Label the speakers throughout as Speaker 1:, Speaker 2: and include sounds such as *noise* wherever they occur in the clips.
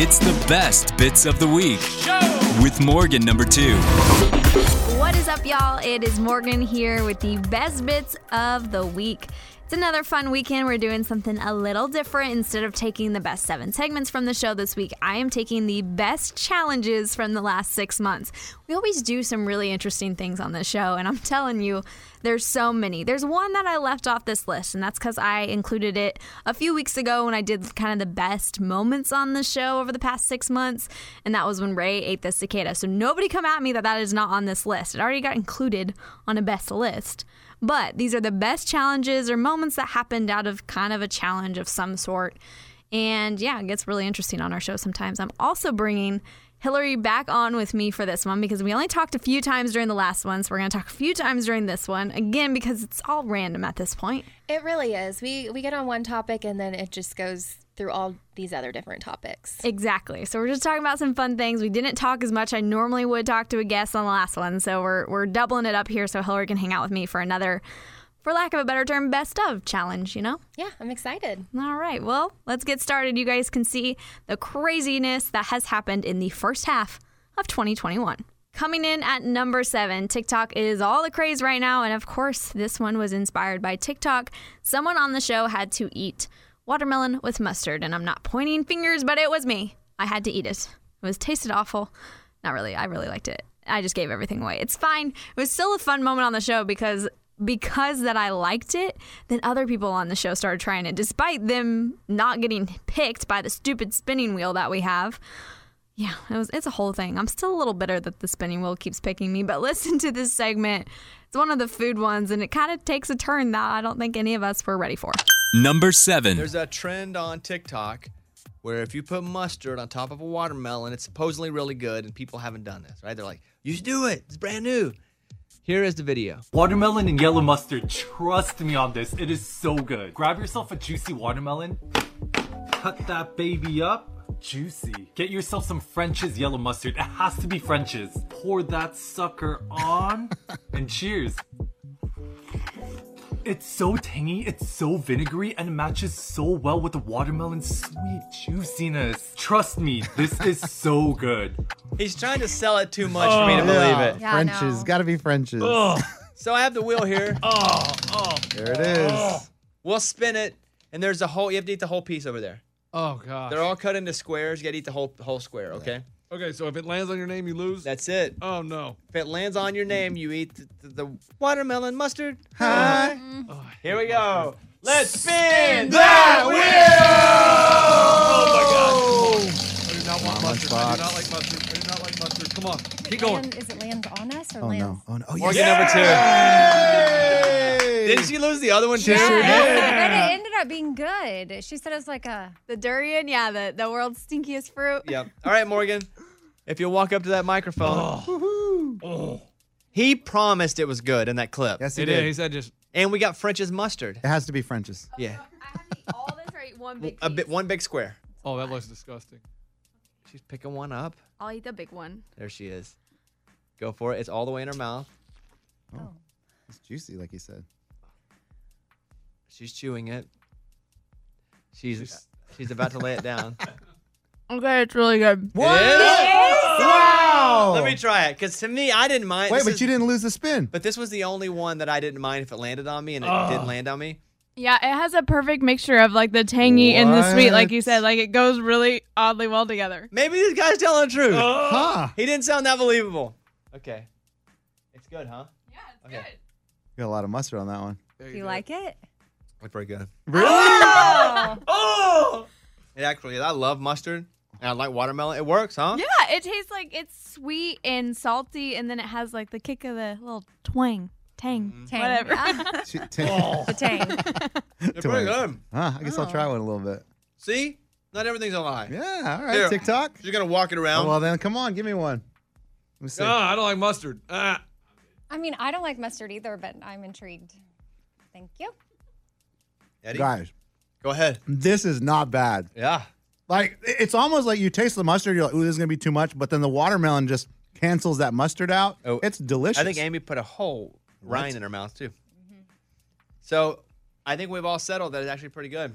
Speaker 1: It's the best bits of the week with Morgan number two.
Speaker 2: What is up, y'all? It is Morgan here with the best bits of the week. It's another fun weekend. We're doing something a little different. Instead of taking the best seven segments from the show this week, I am taking the best challenges from the last six months. We always do some really interesting things on this show, and I'm *laughs* telling you, there's so many. There's one that I left off this list, and that's because I included it a few weeks ago when I did kind of the best moments on the show over the past six months, and that was when Ray ate the cicada. So nobody come at me that that is not on this list. It already got included on a best list. But these are the best challenges or moments that happened out of kind of a challenge of some sort. And yeah, it gets really interesting on our show sometimes. I'm also bringing Hillary back on with me for this one because we only talked a few times during the last one. So we're going to talk a few times during this one again because it's all random at this point.
Speaker 3: It really is. We we get on one topic and then it just goes through all these other different topics.
Speaker 2: Exactly. So we're just talking about some fun things. We didn't talk as much I normally would talk to a guest on the last one, so we're we're doubling it up here so Hillary can hang out with me for another for lack of a better term, best of challenge, you know?
Speaker 3: Yeah, I'm excited.
Speaker 2: All right. Well, let's get started. You guys can see the craziness that has happened in the first half of 2021. Coming in at number seven, TikTok is all the craze right now. And of course, this one was inspired by TikTok. Someone on the show had to eat watermelon with mustard. And I'm not pointing fingers, but it was me. I had to eat it. It was tasted awful. Not really. I really liked it. I just gave everything away. It's fine. It was still a fun moment on the show because because that I liked it, then other people on the show started trying it, despite them not getting picked by the stupid spinning wheel that we have. Yeah, it was it's a whole thing. I'm still a little bitter that the spinning wheel keeps picking me, but *laughs* listen to this segment. It's one of the food ones and it kind of takes a turn that I don't think any of us were ready for.
Speaker 1: Number seven.
Speaker 4: There's a trend on TikTok where if you put mustard on top of a watermelon, it's supposedly really good, and people haven't done this, right? They're like, you should do it. It's brand new. Here is the video.
Speaker 5: Watermelon and yellow mustard, trust me on this, it is so good. Grab yourself a juicy watermelon, cut that baby up. Juicy. Get yourself some French's yellow mustard. It has to be French's. Pour that sucker on and cheers. It's so tangy, it's so vinegary, and it matches so well with the watermelon's sweet juiciness. Trust me, this is so good.
Speaker 4: He's trying to sell it too much for
Speaker 6: Oh,
Speaker 4: me to believe it.
Speaker 3: Yeah,
Speaker 6: French's, gotta be French's.
Speaker 4: So I have the wheel here.
Speaker 7: *laughs* Oh,
Speaker 6: There it is.
Speaker 4: We'll spin it, and there's a whole. You have to eat the whole piece over there.
Speaker 7: Oh god.
Speaker 4: They're all cut into squares. You got to eat the whole whole square. Okay.
Speaker 7: okay, so if it lands on your name, you lose.
Speaker 4: That's it.
Speaker 7: oh no.
Speaker 4: If it lands on your name, you eat the, the, the watermelon mustard.
Speaker 6: Hi.
Speaker 7: Oh,
Speaker 4: Here we go. Let's spin that
Speaker 7: I do not want mustard. I do
Speaker 6: lunchbox.
Speaker 7: not like mustard. I do not like mustard. Come on, keep
Speaker 3: no.
Speaker 7: going.
Speaker 3: Land, is it land on us or
Speaker 6: Oh
Speaker 3: lands?
Speaker 6: no. Oh no. Oh yes.
Speaker 4: Morgan number two. Didn't she lose the other one too?
Speaker 3: Yeah, but it ended up being good. She said it was like a
Speaker 2: The durian, yeah, the, the world's stinkiest fruit.
Speaker 4: Yep. All right, Morgan. If you'll walk up to that microphone. He promised it was good in that clip.
Speaker 6: Oh. Yes, he
Speaker 7: It
Speaker 6: did.
Speaker 7: is. I just.
Speaker 4: And we got French's mustard.
Speaker 6: It has to be French's.
Speaker 4: Yeah.
Speaker 2: I have to eat all this or eat one big
Speaker 4: A bit one big square.
Speaker 7: Oh, that looks disgusting.
Speaker 4: She's picking one up.
Speaker 2: I'll eat the big one.
Speaker 4: There she is. Go for it. It's all the way in her mouth.
Speaker 6: Oh. It's juicy, like he said.
Speaker 4: She's chewing it. She's she's about to lay it
Speaker 7: *laughs*
Speaker 4: down.
Speaker 2: Okay, it's really good.
Speaker 4: What?
Speaker 6: Wow.
Speaker 4: Let me try it. Cause to me, I didn't mind.
Speaker 6: Wait,
Speaker 4: this
Speaker 6: but
Speaker 4: is-
Speaker 6: you didn't lose the spin.
Speaker 4: But this was the only one that I didn't mind if it landed on me, and it didn't land on me.
Speaker 8: Yeah, it has a perfect mixture of like the tangy and the sweet, like you
Speaker 6: What?
Speaker 8: said. Like it goes really oddly well together.
Speaker 4: Maybe this guy's telling the truth.
Speaker 7: Oh.
Speaker 6: Huh.
Speaker 4: He didn't sound that believable. Okay. It's good, huh? Yeah, it's good.
Speaker 6: Got a lot of mustard on that one.
Speaker 7: There
Speaker 3: Do you
Speaker 7: go.
Speaker 3: like it?
Speaker 4: It's pretty good. *laughs*
Speaker 6: Really?
Speaker 9: Oh!
Speaker 4: It actually is. I love mustard. And I like watermelon. It works, huh?
Speaker 8: Yeah, it tastes like it's sweet and salty, and then it has like the kick of the little twang, tang,
Speaker 3: Tang.
Speaker 8: whatever. *laughs*
Speaker 6: She-
Speaker 4: Oh.
Speaker 6: Huh, *laughs*
Speaker 3: The tang. Oh.
Speaker 4: It's pretty good.
Speaker 6: I guess I'll try one a little bit.
Speaker 4: See? Not everything's a lie.
Speaker 6: Yeah. All right.
Speaker 4: Here.
Speaker 6: TikTok.
Speaker 4: You're gonna walk it around.
Speaker 6: Oh, well then, come on, give me one. Let me see.
Speaker 7: Ah, I don't like mustard. Ah.
Speaker 3: I mean, I don't like mustard either, but I'm intrigued. Thank you.
Speaker 4: Eddie,
Speaker 6: Guys,
Speaker 4: go ahead.
Speaker 6: this is not bad.
Speaker 4: Yeah.
Speaker 6: Like i- it's almost like you taste the mustard, you're like, "Ooh, this is gonna be too much," but then the watermelon just cancels that mustard out.
Speaker 4: Oh,
Speaker 6: it's delicious.
Speaker 4: I think Amy put a whole rind in her mouth too. So I think we've all settled that it's actually pretty good.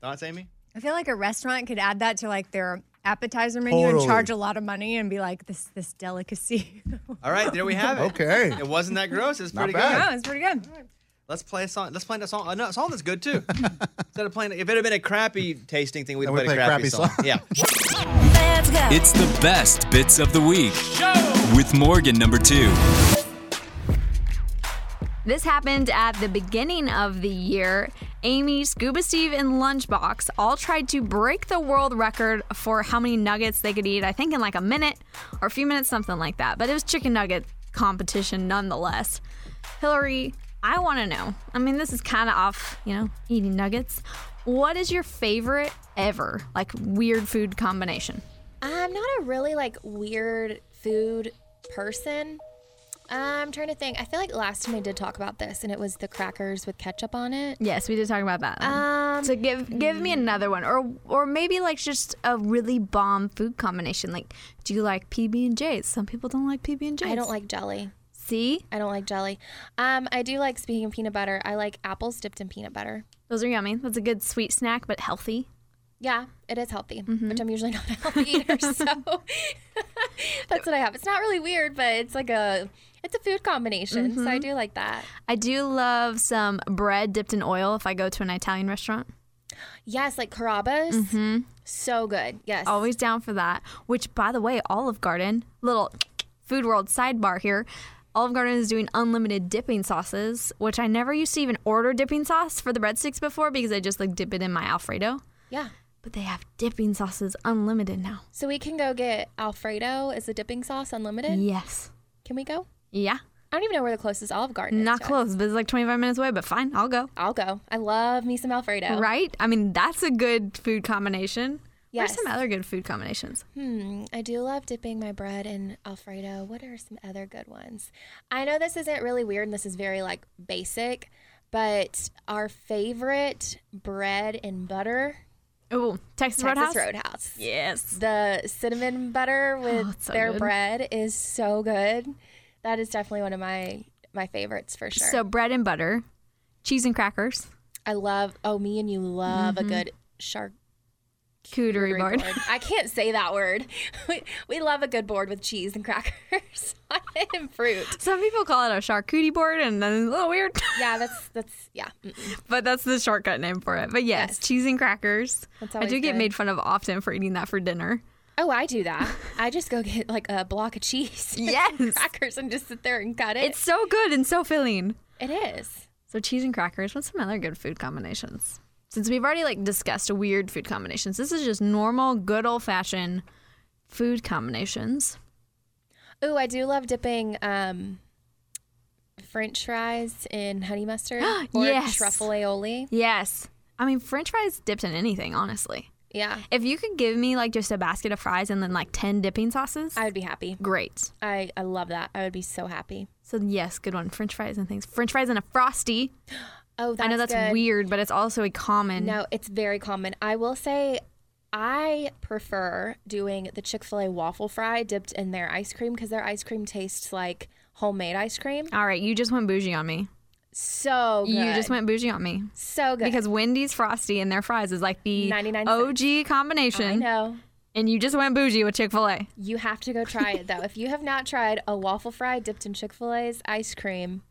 Speaker 4: Thoughts, Amy?
Speaker 3: I feel like a restaurant could add that to like their
Speaker 9: appetizer menu
Speaker 6: Totally.
Speaker 9: and charge a lot of money and be like this this delicacy.
Speaker 4: All right,
Speaker 6: *laughs*
Speaker 4: there we have it.
Speaker 6: Okay.
Speaker 4: It wasn't that gross. It's
Speaker 6: Not
Speaker 4: pretty
Speaker 6: bad.
Speaker 4: good.
Speaker 9: wow, it's pretty good.
Speaker 4: Let's play a song. Let's play that song. uh, no, a song that's good
Speaker 6: *laughs*
Speaker 4: too. Instead of playing, if it had been a crappy tasting thing, we'd
Speaker 6: Then
Speaker 4: have
Speaker 6: we
Speaker 4: played a
Speaker 6: play
Speaker 4: crappy,
Speaker 6: a crappy
Speaker 4: song.
Speaker 6: song.
Speaker 4: Yeah.
Speaker 2: Let's go.
Speaker 1: *laughs* It's the best bits of the week with Morgan number two.
Speaker 2: This happened at the beginning of the year. Amy, Scuba Steve, and Lunchbox all tried to break the world record for how many nuggets they could eat, I think in like a minute or a few minutes, something like that. But it was chicken nugget competition nonetheless. Hillary, I want to know. I mean, this is kind of off, you know, eating nuggets. What is your favorite ever, like weird food combination?
Speaker 3: I'm not a really like weird food person. I'm trying to think. I feel like last time I did talk about this, and it was the crackers with ketchup on it.
Speaker 2: Yes, we did talk about that.
Speaker 3: Um,
Speaker 2: So give give me another one, or or maybe like just a really bomb food combination. Like, do you like PB and J's? Some people don't like PB and J's.
Speaker 3: I don't like jelly.
Speaker 2: See,
Speaker 3: I don't like jelly. Um, I do like speaking of peanut butter. I like apples dipped in peanut butter.
Speaker 2: those are yummy. That's a good sweet snack, but healthy. Mm-hmm.
Speaker 3: Yeah, it is healthy, which I'm usually not a healthy
Speaker 2: *laughs*
Speaker 3: eater, so *laughs* that's what I have. It's not really weird, but it's like a it's a food combination,
Speaker 2: Mm-hmm.
Speaker 3: so I do like that.
Speaker 2: I do love some bread dipped in oil if I go to an Italian restaurant. Mm-hmm.
Speaker 3: Yes, like carabas, so good. Yes,
Speaker 2: Always down for that. Which, by the way, Olive Garden, little food world sidebar here. Olive Garden is doing unlimited dipping sauces, which I never used to even order dipping sauce for the breadsticks before because I just like dip it in my Alfredo.
Speaker 3: yeah.
Speaker 2: But they have dipping sauces unlimited now.
Speaker 3: So we can go get Alfredo as the dipping sauce unlimited.
Speaker 2: Yes.
Speaker 3: Can we go?
Speaker 2: Yeah.
Speaker 3: I don't even know where the closest Olive Garden is.
Speaker 2: Not
Speaker 3: to us.
Speaker 2: close, but it's like 25 minutes away, but fine, I'll go.
Speaker 3: I'll go. I love me some Alfredo.
Speaker 2: Right? I mean, that's a good food combination. What are
Speaker 3: Yes.
Speaker 2: some other good food combinations?
Speaker 3: Hmm, I do love dipping my bread in Alfredo. What are some other good ones? I know this isn't really weird and this is very like basic, but our favorite bread and butter
Speaker 2: Oh, Texas,
Speaker 3: Texas
Speaker 2: Roadhouse?
Speaker 3: Roadhouse.
Speaker 2: Yes.
Speaker 3: The cinnamon butter with
Speaker 2: it's so
Speaker 3: their
Speaker 2: good.
Speaker 3: bread is so good. That is definitely one of my my favorites for sure.
Speaker 2: So, bread and butter, cheese and crackers,
Speaker 3: I love. Oh, me and you love a good shark
Speaker 2: cootery board.
Speaker 3: I can't say that word. *laughs* We, we love a good board with cheese and crackers *laughs* on it and fruit.
Speaker 2: *laughs* Some people call it a charcuterie board, and then it's a little weird, *laughs*
Speaker 3: Yeah, that's that's yeah. Mm-mm.
Speaker 2: but that's the shortcut name for it. But yes,
Speaker 3: Yes.
Speaker 2: cheese and crackers.
Speaker 3: That's
Speaker 2: I
Speaker 3: always
Speaker 2: do get
Speaker 3: good.
Speaker 2: made fun of often for eating that for dinner.
Speaker 3: Oh, I do that. I just go get like a block of cheese, *laughs* and
Speaker 2: Yes.
Speaker 3: crackers, and just sit there and cut it.
Speaker 2: It's so good and so filling.
Speaker 3: it is.
Speaker 2: So cheese and crackers. What's some other good food combinations? Since we've already like discussed weird food combinations, this is just normal, good old fashioned food combinations.
Speaker 3: Ooh, I do love dipping um, French fries in honey
Speaker 2: *gasps*
Speaker 3: mustard or
Speaker 2: Yes.
Speaker 3: truffle aioli.
Speaker 2: Yes, I mean French fries dipped in anything. Honestly,
Speaker 3: Yeah,
Speaker 2: if you could give me like just a basket of fries and then like ten dipping sauces,
Speaker 3: I would be happy.
Speaker 2: great.
Speaker 3: I I love that. I would be so happy.
Speaker 2: So yes, good one. French fries and things. French fries and a frosty.
Speaker 3: Oh, that's
Speaker 2: I know that's
Speaker 3: good.
Speaker 2: weird, but it's also a common.
Speaker 3: No, it's very common. I will say I prefer doing the Chick fil A waffle fry dipped in their ice cream because their ice cream tastes like homemade ice cream.
Speaker 2: All right, you just went bougie on me.
Speaker 3: So good.
Speaker 2: You just went bougie on me.
Speaker 3: so good.
Speaker 2: Because Wendy's frosty and their fries is like the
Speaker 3: 99 cents.
Speaker 2: OG combination.
Speaker 3: I know.
Speaker 2: and you just went bougie with Chick Fil A.
Speaker 3: You have to go try it though. if you have not tried a waffle fry dipped in Chick fil A's ice cream,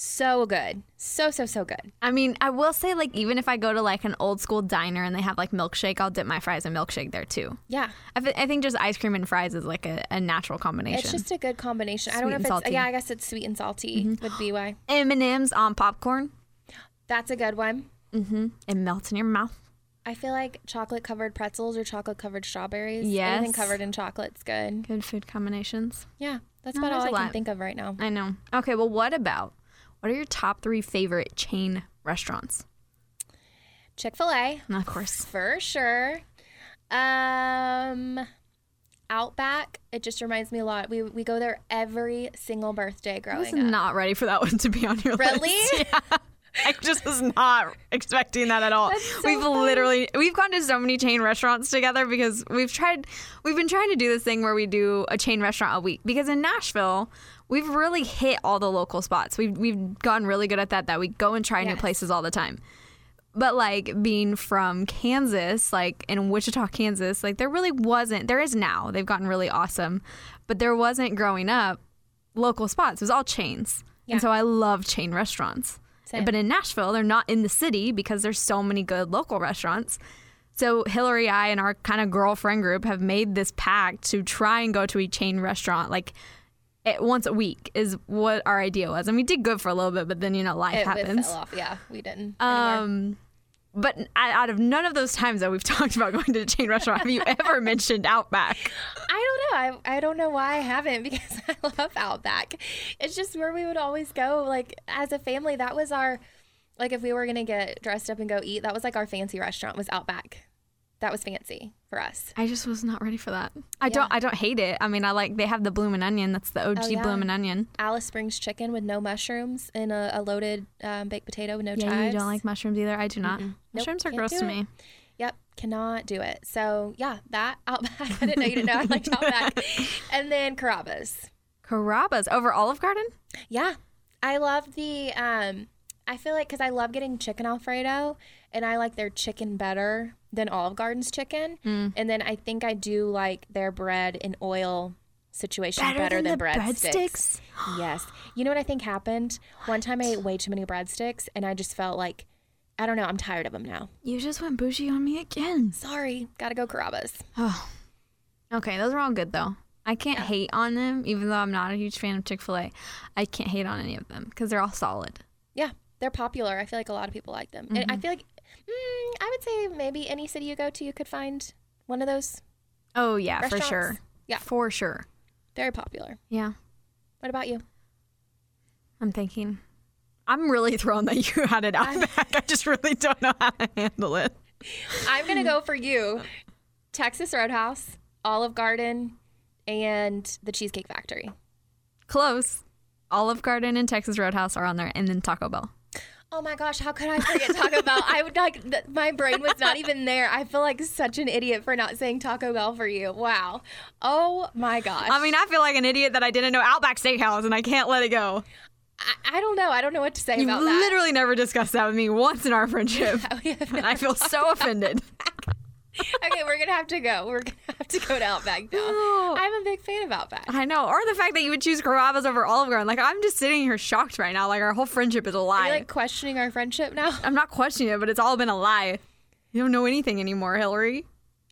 Speaker 3: so good. So, so, so good.
Speaker 2: I mean, I will say like even if I go to like an old school diner and they have like milkshake, I'll dip my fries in milkshake there too.
Speaker 3: Yeah.
Speaker 2: I, thi- I think just ice cream and fries is like a, a natural combination.
Speaker 3: It's just a good combination. I don't
Speaker 2: Sweet
Speaker 3: know if
Speaker 2: and
Speaker 3: it's,
Speaker 2: salty. Mm-hmm.
Speaker 3: yeah, I guess it's sweet and salty would be why.
Speaker 2: M and M's on popcorn.
Speaker 3: That's a good one.
Speaker 2: Mm-hmm. It melts in your mouth.
Speaker 3: I feel like chocolate covered pretzels or chocolate covered strawberries.
Speaker 2: Yes.
Speaker 3: Anything covered in chocolate's good.
Speaker 2: Good food combinations.
Speaker 3: Yeah. That's
Speaker 2: No,
Speaker 3: about all I
Speaker 2: there's a
Speaker 3: can
Speaker 2: lot.
Speaker 3: think of right now.
Speaker 2: I know. Okay, well, what about what are your top three favorite chain restaurants?
Speaker 3: Chick fil A,
Speaker 2: And of course,
Speaker 3: for sure. Um Outback, it just reminds me a lot. We we go there every single birthday
Speaker 2: I was
Speaker 3: growing up.
Speaker 2: not ready for that *laughs* one to be on your
Speaker 3: Really?
Speaker 2: list. *laughs* Yeah. I just was not expecting that at all. we've literally we've gone to so many chain restaurants together because we've tried we've been trying to do this thing where we do a chain restaurant a week because in Nashville we've really hit all the local spots. We've we've gotten really good at that that we go and try new
Speaker 3: Yes.
Speaker 2: places all the time. But like being from Kansas, like in Wichita, Kansas, like there really wasn't, there is now. They've gotten really awesome, but there wasn't growing up local spots. It was all chains.
Speaker 3: Yeah.
Speaker 2: And so I love chain restaurants.
Speaker 3: Same.
Speaker 2: But in Nashville, they're not in the city because there's so many good local restaurants. So Hillary, I, and our kind of girlfriend group have made this pact to try and go to a chain restaurant like it, once a week is what our idea was, and we did good for a little bit, but then you know life
Speaker 3: It, it
Speaker 2: happens.
Speaker 3: fell off. Yeah, we didn't. anymore.
Speaker 2: Um, but n- out of none of those times that we've *laughs* talked about going to a chain restaurant, *laughs* have you ever mentioned Outback?
Speaker 3: I don't know. I, I don't know why I haven't *laughs* because I love Outback. It's just where we would always go. Like as a family, that was our like if we were gonna get dressed up and go eat, that was like our fancy restaurant was Outback. That was fancy for us.
Speaker 2: I just was not ready for that. I don't. I don't hate it. I mean, I like they have the bloomin' onion. That's the OG
Speaker 3: Oh, yeah.
Speaker 2: bloomin' onion.
Speaker 3: Alice Springs chicken with no mushrooms and a, a loaded um, baked potato with no
Speaker 2: Yeah,
Speaker 3: chives.
Speaker 2: you don't like mushrooms either. I do not. Mushrooms are
Speaker 3: can't
Speaker 2: gross
Speaker 3: do
Speaker 2: to
Speaker 3: it.
Speaker 2: me.
Speaker 3: Yep, cannot do it. So yeah, that *laughs* Outback. I didn't know you didn't know I liked
Speaker 2: *laughs*
Speaker 3: Outback. and then Carrabba's.
Speaker 2: Carrabba's over Olive Garden.
Speaker 3: Yeah. I love the um I feel like cuz I love getting chicken alfredo and I like their chicken better than Olive Garden's chicken.
Speaker 2: Mm.
Speaker 3: And then I think I do like their bread and oil situation better, than, bread, sticks. Yes. You know what I think happened? One time I ate way too many breadsticks and I just felt like I don't know, I'm tired of them now.
Speaker 2: You just went bougie on me again.
Speaker 3: Sorry, got to go Carrabba's.
Speaker 2: Oh. Okay, those are all good though. I can't hate on them, even though I'm not a huge fan of Chick fil A. I can't hate on any of them because they're all solid.
Speaker 3: Yeah, they're popular. I feel like a lot of people like them. And I feel like mm, I would say maybe any city you go to you could find one of those.
Speaker 2: Oh, yeah, for
Speaker 3: Restaurants.
Speaker 2: sure.
Speaker 3: Yeah.
Speaker 2: For sure.
Speaker 3: Very popular.
Speaker 2: Yeah,
Speaker 3: What about you?
Speaker 2: I'm thinking. I'm really *laughs* thrown that you had it out back. *laughs* I just really don't know how to handle it.
Speaker 3: I'm gonna go for you. *laughs* Texas Roadhouse, Olive Garden, and the Cheesecake Factory.
Speaker 2: Close. Olive Garden and Texas Roadhouse are on there, and then Taco Bell.
Speaker 3: Oh my gosh, how could I forget Taco Bell? I would like th- my brain was not even there. I feel like such an idiot for not saying Taco Bell for you. Wow. Oh my gosh.
Speaker 2: I mean, I feel like an idiot that I didn't know Outback Steakhouse, and I can't let it go.
Speaker 3: I, I don't know. I don't know what to say
Speaker 2: You
Speaker 3: about that. Oh,
Speaker 2: literally never discussed that with me once in our
Speaker 3: *laughs*
Speaker 2: friendship.
Speaker 3: We have
Speaker 2: and I feel so offended.
Speaker 3: *laughs* okay, we're gonna have to go. We're gonna have to go to Outback now.
Speaker 2: *laughs* No.
Speaker 3: I'm a big fan of Outback.
Speaker 2: I know. Or the fact that you would choose Carrabba's over Olive Garden. Like, I'm just sitting here shocked right now. Like, our whole friendship is a
Speaker 3: Are
Speaker 2: lie.
Speaker 3: you like questioning our friendship now?
Speaker 2: I'm not questioning it, but it's all been a lie. You don't know anything anymore, Hillary.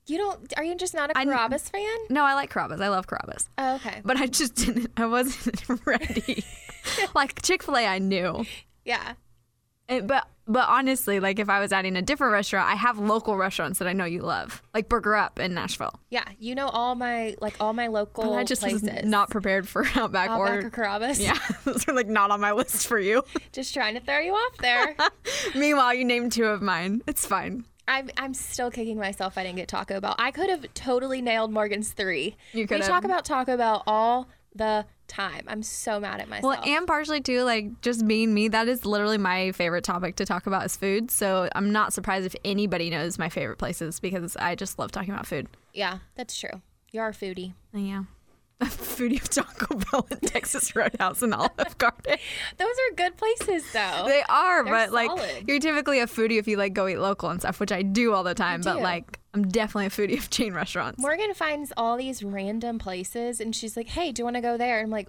Speaker 3: You don't? Are you just not a
Speaker 2: I-
Speaker 3: Carrabba's fan?
Speaker 2: No, I like Carrabba's. I love Carrabba's.
Speaker 3: Oh, okay.
Speaker 2: But I just didn't. I wasn't
Speaker 3: *laughs*
Speaker 2: *laughs* ready. like, Chick fil A, I knew.
Speaker 3: Yeah.
Speaker 2: And- but but honestly, like, if I was adding a different restaurant, I have local restaurants that I know you love, like Burger Up in Nashville.
Speaker 3: Yeah, you know all my like all my local
Speaker 2: And I just
Speaker 3: places.
Speaker 2: was not prepared for *laughs*
Speaker 3: Outback
Speaker 2: Outback,
Speaker 3: or
Speaker 2: or.
Speaker 3: Carrabba's.
Speaker 2: yeah, those are like not on my list for you.
Speaker 3: *laughs* just trying to throw you off there.
Speaker 2: *laughs* Meanwhile, you named two of mine. It's fine.
Speaker 3: I'm I'm still kicking myself. I didn't get Taco Bell. I could have totally nailed Morgan's three.
Speaker 2: You
Speaker 3: we
Speaker 2: could've.
Speaker 3: talk about Taco Bell all the time. I'm so mad at myself.
Speaker 2: Well, and partially too, like just being me, that is literally my favorite topic to talk about is food. So I'm not surprised if anybody knows my favorite places because I just love talking about food.
Speaker 3: yeah, that's true. You're a foodie.
Speaker 2: And yeah. *laughs* Foodie of Taco Bell and Texas Roadhouse
Speaker 3: *laughs*
Speaker 2: and Olive Garden.
Speaker 3: Those are good places, though.
Speaker 2: They are,
Speaker 3: They're
Speaker 2: but like
Speaker 3: solid.
Speaker 2: you're typically a foodie if you like go eat local and stuff, which I do all the time. But
Speaker 3: do.
Speaker 2: like I'm definitely a foodie of chain restaurants.
Speaker 3: Morgan finds all these random places and she's like, hey, do you want to go there? And I'm like,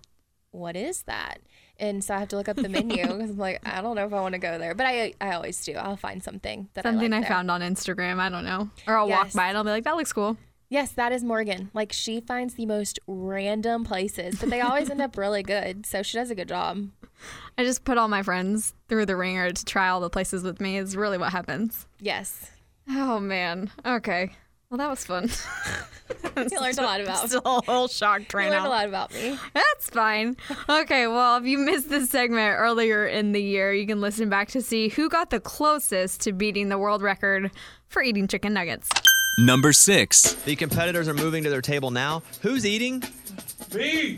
Speaker 3: what is that? And so I have to look up the
Speaker 2: *laughs*
Speaker 3: menu 'cause I'm like, I don't know if I want to go there, but I I always do. I'll find something that
Speaker 2: Something
Speaker 3: I,
Speaker 2: I,
Speaker 3: like there.
Speaker 2: found on Instagram, I don't know. Or I'll walk
Speaker 3: Yes.
Speaker 2: by and I'll be like, that looks cool.
Speaker 3: Yes, that is Morgan. Like she finds the most random places, but they always end up really good. So she does a good
Speaker 2: *laughs*
Speaker 3: job.
Speaker 2: I just put all my friends through the ringer to try all the places with me, is really what happens.
Speaker 3: Yes,
Speaker 2: Oh man. Okay. Well, that was fun. *laughs*
Speaker 3: you learned a lot about.
Speaker 2: Still a whole shocked
Speaker 3: You
Speaker 2: right
Speaker 3: learned a
Speaker 2: now.
Speaker 3: lot about me.
Speaker 2: *laughs* That's fine. Okay. Well, if you missed this segment earlier in the year, you can listen back to see who got the closest to beating the world record for eating chicken nuggets.
Speaker 1: Number six.
Speaker 4: The competitors are moving to their table now. Who's eating?
Speaker 7: Me.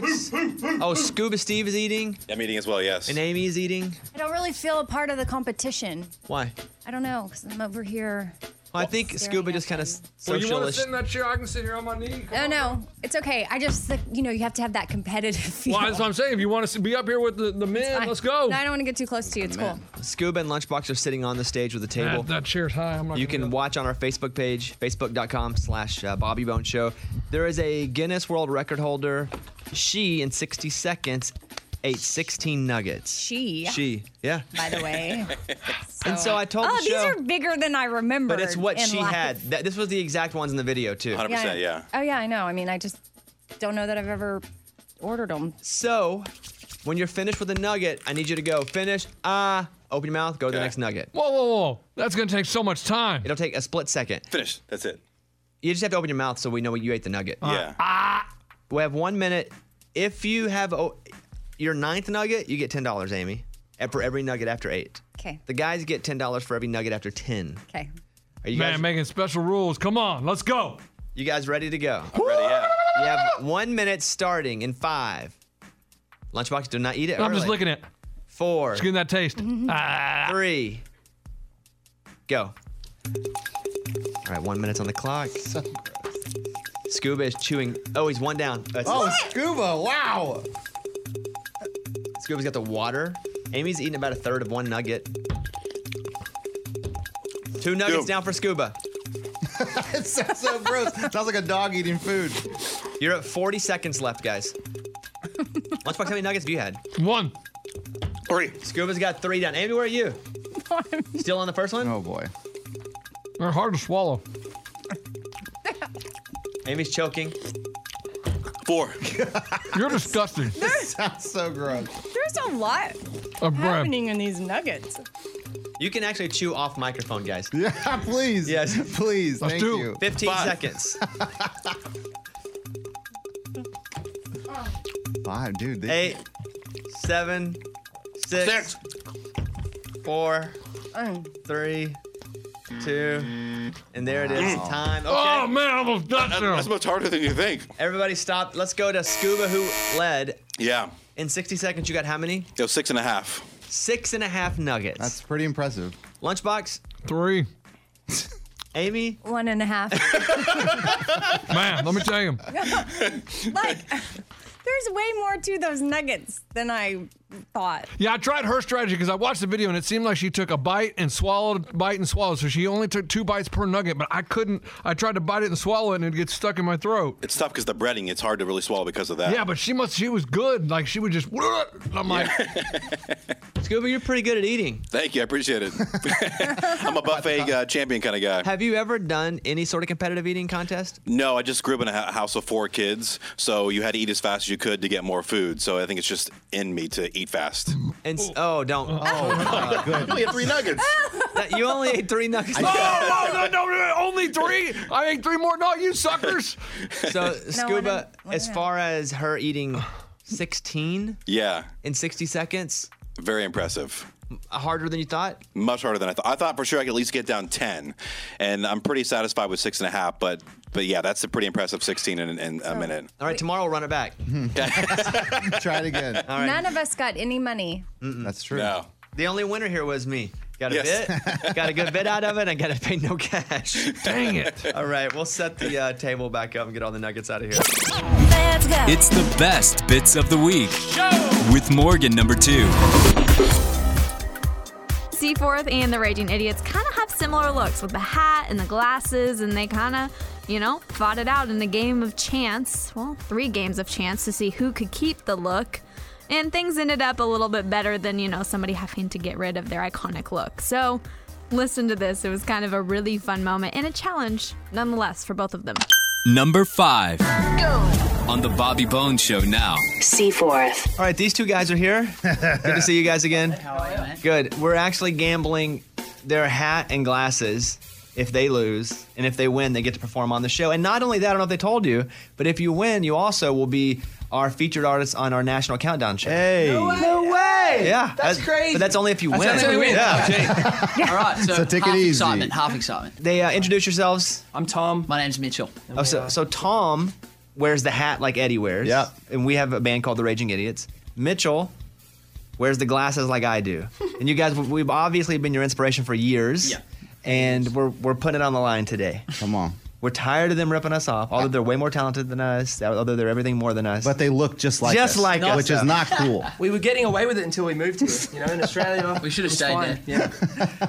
Speaker 4: Lunchbox. Oh, Scuba Steve is eating,
Speaker 10: I'm eating as well, yes.
Speaker 4: and Amy is eating.
Speaker 9: I don't really feel a part of the competition.
Speaker 4: Why?
Speaker 9: I don't know because I'm over here
Speaker 4: I think
Speaker 11: Staring
Speaker 4: Scuba
Speaker 11: at
Speaker 4: just kind of
Speaker 11: them.
Speaker 7: Well, you want to
Speaker 4: socialist.
Speaker 7: sit in that chair? I can sit here on my
Speaker 11: *laughs*
Speaker 7: knee.
Speaker 11: Oh no, it's okay. I just like, you know you have to have that competitive feel.
Speaker 7: Well, that's what I'm saying. If you want to be up here with the, the men,
Speaker 11: Fine.
Speaker 7: let's go.
Speaker 11: No, I don't want to get too close to you. It's cool.
Speaker 4: Scuba and Lunchbox are sitting on the stage with a table.
Speaker 7: That, that chair's high. I'm not
Speaker 4: You
Speaker 7: gonna
Speaker 4: can
Speaker 7: go.
Speaker 4: watch on our Facebook page, facebook.com slash uh, Bobby Bone Show. There is a Guinness World Record holder. She, in 60 seconds, ate 16 nuggets.
Speaker 11: She,
Speaker 4: She, yeah.
Speaker 11: by the way.
Speaker 4: *laughs* And so I told
Speaker 11: Oh,
Speaker 4: the
Speaker 11: these
Speaker 4: show,
Speaker 11: are bigger than I remember.
Speaker 4: but it's what she had. That, this was the exact ones in the video, too.
Speaker 12: 100%, yeah.
Speaker 11: Oh yeah, I know. I mean, I just don't know that I've ever ordered them.
Speaker 4: So, when you're finished with a nugget, I need you to go finish, ah, open your mouth, go to the
Speaker 12: Okay.
Speaker 4: next nugget.
Speaker 7: Whoa, whoa, whoa. That's going to take so much time.
Speaker 4: It'll take a split second.
Speaker 12: Finish. That's it.
Speaker 4: You just have to open your mouth so we know you ate the nugget.
Speaker 12: yeah.
Speaker 7: Ah.
Speaker 4: We have one minute. If you have oh, your ninth nugget, you get ten dollars, Amy, and for every nugget after eight.
Speaker 11: Okay.
Speaker 4: The guys get ten dollars for every nugget after ten.
Speaker 11: Okay.
Speaker 4: Are you
Speaker 7: Man,
Speaker 4: guys
Speaker 7: making special rules. Come on, let's go.
Speaker 4: you guys ready to go?
Speaker 12: I'm ready, yeah.
Speaker 4: You have one minute starting in five. Lunchbox, do not eat it.
Speaker 7: I'm just
Speaker 4: early.
Speaker 7: licking it.
Speaker 4: Four,
Speaker 7: Just getting that taste. Ah.
Speaker 4: three, go. All right, one minute's on the clock. Scuba is chewing. Oh, he's one down. That's
Speaker 13: Oh, scuba! Wow.
Speaker 4: Scuba's got the water. Amy's eating about a third of one nugget. Two nuggets
Speaker 12: Dude.
Speaker 4: down for
Speaker 13: *laughs*
Speaker 4: Scuba.
Speaker 13: It sounds so gross. Sounds like a dog eating food.
Speaker 4: You're at 40 seconds left, guys. Lunchbox, how many nuggets have you had?
Speaker 7: One.
Speaker 12: Hurry.
Speaker 4: Scuba's got three down. Amy, where are you? Still on the first one?
Speaker 13: Oh boy.
Speaker 7: They're hard to swallow.
Speaker 4: Amy's choking.
Speaker 12: Four.
Speaker 7: You're
Speaker 13: *laughs*
Speaker 7: disgusting.
Speaker 13: Sounds so gross.
Speaker 11: There's a lot
Speaker 7: Uh, bruh.
Speaker 11: happening in these nuggets.
Speaker 4: You can actually chew off microphone, guys.
Speaker 13: *laughs* Yeah, please.
Speaker 4: Yes.
Speaker 13: Please.
Speaker 7: Let's
Speaker 13: thank
Speaker 7: do it.
Speaker 13: you.
Speaker 4: 15
Speaker 7: *laughs*
Speaker 12: Five.
Speaker 4: seconds.
Speaker 13: Five, dude. They,
Speaker 4: Eight, seven, six,
Speaker 12: Six.
Speaker 4: four,
Speaker 11: Mm.
Speaker 4: three, two, and there it is. Time. Okay.
Speaker 7: Oh, man, I almost
Speaker 12: That-
Speaker 7: got
Speaker 12: That's
Speaker 7: there.
Speaker 12: much harder than you think.
Speaker 4: Everybody stop. Let's go to Scuba, who led.
Speaker 12: Yeah.
Speaker 4: In 60 seconds, you got how many?
Speaker 12: Yo, six and a half.
Speaker 4: Six and a half nuggets.
Speaker 13: That's pretty impressive.
Speaker 4: Lunchbox,
Speaker 7: Three.
Speaker 4: *laughs* Amy,
Speaker 11: One and
Speaker 4: *laughs*
Speaker 11: a half. *laughs*
Speaker 7: Man, let me tell you.
Speaker 11: like, there's way more to those nuggets than I thought.
Speaker 7: Yeah, I tried her strategy because I watched the video and it seemed like she took a bite and swallowed, bite and swallowed. So she only took two bites per nugget, but I couldn't. I tried to bite it and swallow it and it gets stuck in my throat.
Speaker 12: It's tough because the breading, it's hard to really swallow because of that.
Speaker 7: Yeah, *laughs* but she must. She was good. Like she would just. "Bleh." I'm like,
Speaker 4: Scuba, you're pretty good at eating.
Speaker 12: Thank you. I appreciate it. *laughs* I'm a buffet uh, champion kind of guy.
Speaker 4: Have you ever done any sort of competitive eating contest?
Speaker 12: No, I just grew up in a hou- house of four kids, so you had to eat as fast as you could to get more food. So I think it's just in me to eat fast.
Speaker 4: And s- oh, don't.
Speaker 12: I only had three nuggets.
Speaker 4: *laughs* That- you only ate three nuggets. *laughs*
Speaker 7: *laughs* oh no, no, no, no, only three. I ate three more. No, you suckers.
Speaker 4: *laughs* So Scuba,
Speaker 11: didn't- I
Speaker 4: as
Speaker 11: didn't.
Speaker 4: far as her eating 16
Speaker 12: yeah,
Speaker 4: in 60 seconds,
Speaker 12: very impressive.
Speaker 4: Uh, harder than you thought.
Speaker 12: Much harder than I thought. I thought for sure I could at least get down ten, and I'm pretty satisfied with six and a half. But but yeah, that's a pretty impressive sixteen in, in a minute.
Speaker 4: All right, tomorrow we'll run it back.
Speaker 13: *laughs* Try it again.
Speaker 11: None of us got any money.
Speaker 13: That's true.
Speaker 12: No.
Speaker 4: The only winner here was me. Got a
Speaker 12: Yes.
Speaker 4: bit, got a good bit out of it, and got to pay no cash.
Speaker 7: Dang it.
Speaker 4: All right, we'll set the uh, table back up and get all the nuggets out of here.
Speaker 2: Let's go.
Speaker 1: It's the best bits of the week with Morgan number two.
Speaker 2: Seaforth and the Raging Idiots kind of have similar looks with the hat and the glasses, and they kind of, you know, fought it out in a game of chance. Well, three games of chance to see who could keep the look. And things ended up a little bit better than, you know, somebody having to get rid of their iconic look. So, listen to this. It was kind of a really fun moment and a challenge, nonetheless, for both of them.
Speaker 1: Number five. On the Bobby Bone Show now.
Speaker 14: Seaforth.
Speaker 4: All right, these two guys are here. Good to see you guys again. Good. We're actually gambling their hat and glasses if they lose, and if they win, they get to perform on the show. And not only that, I don't know if they told you, but if you win, you also will be our featured artist on our national countdown show.
Speaker 13: Hey.
Speaker 14: No way!
Speaker 4: Yeah,
Speaker 14: That's crazy.
Speaker 4: But that's only if you win. Yeah. *laughs*
Speaker 14: All right, so,
Speaker 13: So take it
Speaker 14: half
Speaker 13: easy.
Speaker 14: excitement, half excitement.
Speaker 4: They uh, introduce yourselves.
Speaker 14: I'm Tom. My name's Mitchell.
Speaker 4: Oh, so, so Tom wears the hat like Eddie wears.
Speaker 13: Yep.
Speaker 4: And we have a band called the Raging Idiots. Mitchell wears the glasses like I do. and you guys, we've obviously been your inspiration for years.
Speaker 14: Yeah.
Speaker 4: and we're we're putting it on the line today.
Speaker 6: Come on.
Speaker 4: We're tired of them ripping us off. Although they're way more talented than us, although they're everything more than us. But
Speaker 6: they look just
Speaker 15: like
Speaker 4: just
Speaker 15: us,
Speaker 4: like us,
Speaker 15: which
Speaker 16: *laughs*
Speaker 15: is not
Speaker 6: cool.
Speaker 16: We were getting away with it until we moved here. You know, in
Speaker 15: *laughs*
Speaker 16: Australia, we should have
Speaker 15: stayed
Speaker 16: Yeah.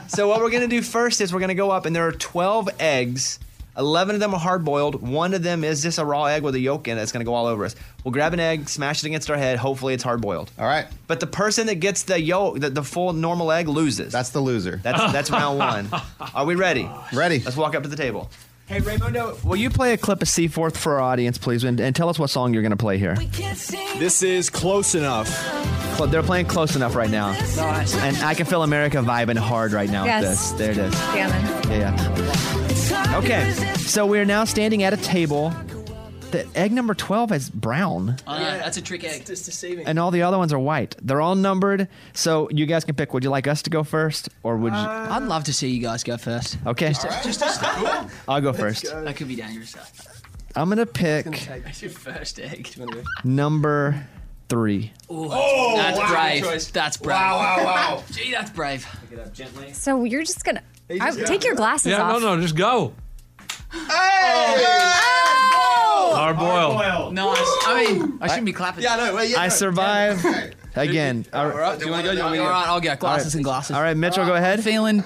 Speaker 4: So what we're gonna do first is we're gonna go up, and there are 12 eggs. 11 of them are hard boiled. One of them is just a raw egg with a yolk in it. It's gonna go all over us. We'll grab an egg, smash it against our head. Hopefully, it's hard boiled.
Speaker 6: All right.
Speaker 4: But the person that gets the yolk, the, the full normal egg, loses. That's
Speaker 6: the loser.
Speaker 4: That's that's round *laughs* one. Are we ready?
Speaker 6: *laughs* Ready.
Speaker 4: Let's walk up to the table. Hey Raymondo, will you play a clip of Seaforth for our audience, please, and, and tell us what song you're gonna play here? This is close enough. they're playing close enough right now.
Speaker 16: Nice.
Speaker 4: And I can feel America vibing hard right now
Speaker 16: Yes.
Speaker 4: with this. There it is.
Speaker 11: Damn
Speaker 4: Yeah, yeah. Okay, so we're now standing at a table. The egg number 12 is brown,
Speaker 15: Uh, That's a trick egg. It's deceiving.
Speaker 4: and all the other ones are white. They're all numbered, so you guys can pick. Would you like us to go first, or would you?
Speaker 15: Uh, I'd love to see you guys go first.
Speaker 4: Okay,
Speaker 15: Just, to, just to start.
Speaker 4: I'll go first.
Speaker 15: That could be dangerous. Stuff.
Speaker 4: I'm gonna pick
Speaker 15: That's your first egg.
Speaker 4: number three.
Speaker 15: Ooh, that's,
Speaker 16: Oh,
Speaker 15: that's
Speaker 16: wow,
Speaker 15: brave.
Speaker 16: good choice.
Speaker 15: That's brave.
Speaker 16: Wow, wow, wow.
Speaker 15: *laughs* Gee, that's brave.
Speaker 16: Pick it up gently.
Speaker 11: So you're just gonna
Speaker 16: He's
Speaker 11: I-
Speaker 16: just-
Speaker 11: take your glasses
Speaker 13: yeah,
Speaker 11: off. Oh,
Speaker 13: no, no, just go.
Speaker 4: Hard boiled.
Speaker 15: Nice. I mean, I shouldn't be clapping. Oh, Yeah, no.
Speaker 4: I survive again. All right,
Speaker 15: Do you want to go? All right, I'll go. Glasses and glasses.
Speaker 4: All right, Mitchell, go ahead.
Speaker 15: Feeling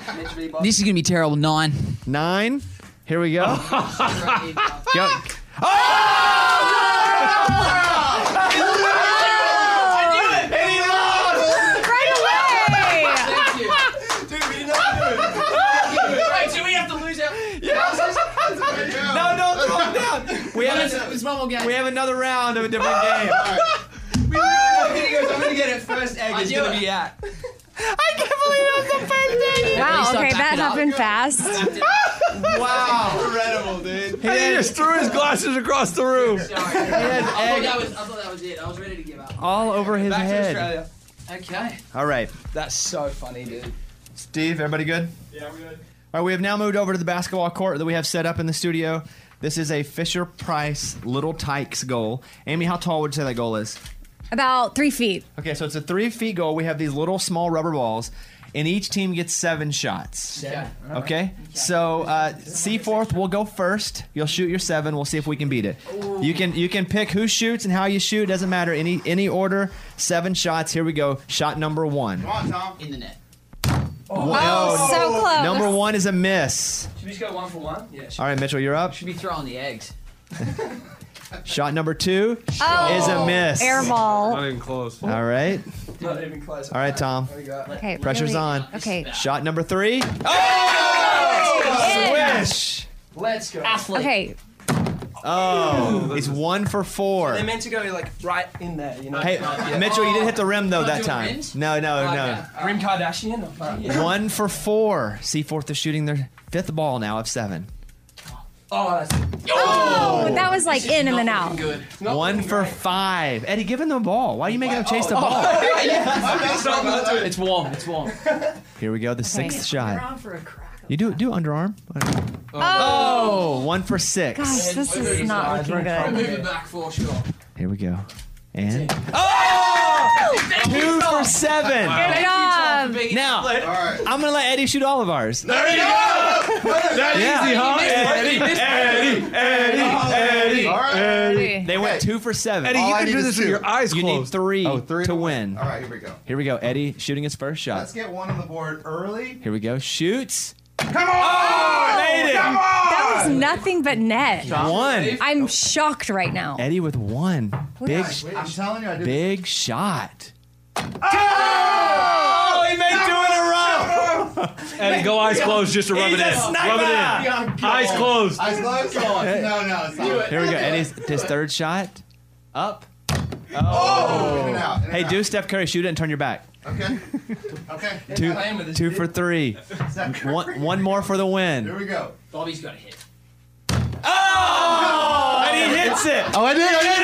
Speaker 15: this is gonna be terrible. Nine.
Speaker 4: Nine. Here we go.
Speaker 15: *laughs*
Speaker 4: Go-
Speaker 16: Right,
Speaker 15: do we have to lose out?
Speaker 4: No, no, throw
Speaker 16: *laughs*
Speaker 4: him down. We have,
Speaker 16: It's- it's
Speaker 15: one more game.
Speaker 4: we have another round of
Speaker 16: *laughs*
Speaker 4: a different game.
Speaker 16: I'm gonna get it first egg. It's gonna be at.
Speaker 11: I can't believe that was the first
Speaker 16: egg. At
Speaker 11: Wow,
Speaker 16: least I
Speaker 11: okay,
Speaker 16: backed
Speaker 11: that
Speaker 16: it up.
Speaker 11: happened
Speaker 7: *laughs*
Speaker 11: fast.
Speaker 4: wow. Incredible, dude.
Speaker 13: He, just threw his glasses across the room.
Speaker 15: I thought
Speaker 4: egg.
Speaker 15: that was. I thought that was it. I was ready to give up.
Speaker 4: All over his
Speaker 16: Back
Speaker 4: head.
Speaker 16: to Australia.
Speaker 15: Okay.
Speaker 4: All right,
Speaker 16: That's so funny, dude.
Speaker 4: Steve, everybody good?
Speaker 16: Yeah, we're good.
Speaker 4: All right, we have now moved over to the basketball court that we have set up in the studio. This is a Fisher Price Little Tykes goal. Amy, how tall would you say that goal is?
Speaker 11: About three feet.
Speaker 4: Okay, so it's a three feet goal. We have these little small rubber balls, and each team gets seven shots.
Speaker 15: Okay.
Speaker 16: Uh-huh.
Speaker 4: Okay, so uh, Seaforth will go first. You'll shoot your seven. We'll see if we can beat it. You can you can pick who shoots and how you shoot. Doesn't matter. Any any order. Seven shots. Here we go. Shot number one.
Speaker 15: on, Tom. In the net.
Speaker 4: Whoa.
Speaker 15: Oh, so close.
Speaker 4: Number one is a miss.
Speaker 15: Should we just go one for one? Yeah.
Speaker 4: All right, Mitchell, you're up.
Speaker 15: Should be throwing the eggs.
Speaker 4: Shot number two
Speaker 11: Oh,
Speaker 4: is a miss.
Speaker 11: air ball. Not
Speaker 13: even close.
Speaker 4: All right.
Speaker 16: Not even close.
Speaker 4: All right, Tom.
Speaker 11: Okay,
Speaker 4: Pressure's
Speaker 11: really-
Speaker 4: on.
Speaker 11: Okay.
Speaker 4: Shot number three.
Speaker 16: Oh!
Speaker 4: Swish.
Speaker 16: Let's go.
Speaker 11: Okay.
Speaker 4: Oh, it's one for four.
Speaker 16: They're meant to go like right in there, you know.
Speaker 4: Hey, Mitchell, you didn't hit the rim though that time. No,
Speaker 16: Oh,
Speaker 4: no, no.
Speaker 16: Rim Kardashian. Or
Speaker 4: One for four. Seaforth is shooting their fifth ball now of seven.
Speaker 16: Oh, that's.
Speaker 11: Oh, but that was like in and then out.
Speaker 4: One for five. Eddie, give him the ball. Why are you making him chase the
Speaker 16: oh, *laughs*
Speaker 4: ball?
Speaker 16: oh, yeah. Okay, sorry, not doing it.
Speaker 15: It's warm. It's warm.
Speaker 4: Here we go, the sixth shot.
Speaker 16: Around for a crack.
Speaker 4: You do do underarm. Underarm.
Speaker 16: Oh.
Speaker 4: Oh, one for six.
Speaker 11: Gosh, this is not looking
Speaker 15: I'll move it
Speaker 11: good.
Speaker 15: back for sure.
Speaker 4: Here we go. And
Speaker 15: Two
Speaker 4: for seven.
Speaker 15: Good job.
Speaker 4: Now, I'm gonna let Eddie shoot all of ours.
Speaker 16: There you go. That
Speaker 4: Yeah.
Speaker 16: easy, huh?
Speaker 4: Eddie, Eddie,
Speaker 16: Eddie, Eddie,
Speaker 4: All right.
Speaker 16: Eddie.
Speaker 4: They went two for seven.
Speaker 13: Eddie, you
Speaker 4: All I
Speaker 13: can
Speaker 4: need
Speaker 13: do
Speaker 4: is
Speaker 13: this with
Speaker 4: two.
Speaker 13: your eyes
Speaker 4: you
Speaker 13: closed.
Speaker 4: Need three,
Speaker 13: Oh, three
Speaker 4: to
Speaker 13: to
Speaker 4: win.
Speaker 6: All right, here we go.
Speaker 4: Here we go. Eddie shooting his first shot.
Speaker 6: Let's get one on the board early.
Speaker 4: Here we go. Shoots.
Speaker 11: Come on!
Speaker 4: made it. Come on!
Speaker 11: That was nothing but net.
Speaker 4: One.
Speaker 11: I'm shocked right now.
Speaker 4: Eddie with one.
Speaker 11: Oh. What
Speaker 4: Big,
Speaker 11: is-
Speaker 6: I'm telling you, I did.
Speaker 4: big shot.
Speaker 16: Oh,
Speaker 4: he made two in a row.
Speaker 13: Eddie, go eyes closed just to rub it in. Rub
Speaker 4: Oh
Speaker 13: it in. Eyes closed.
Speaker 6: Eyes closed?
Speaker 16: Go on.
Speaker 6: No, no, it's not.
Speaker 4: Here we go. Eddie's his third shot. Up.
Speaker 6: Oh. In and out, in and
Speaker 4: Hey,
Speaker 6: out.
Speaker 4: do Steph Curry. Shoot it and turn your back.
Speaker 6: Okay. Okay.
Speaker 4: Two, *laughs* two for three. One, one more for the win.
Speaker 6: Here we go.
Speaker 15: Bobby's got a hit.
Speaker 4: Oh! And he hits it. Oh, I did. I did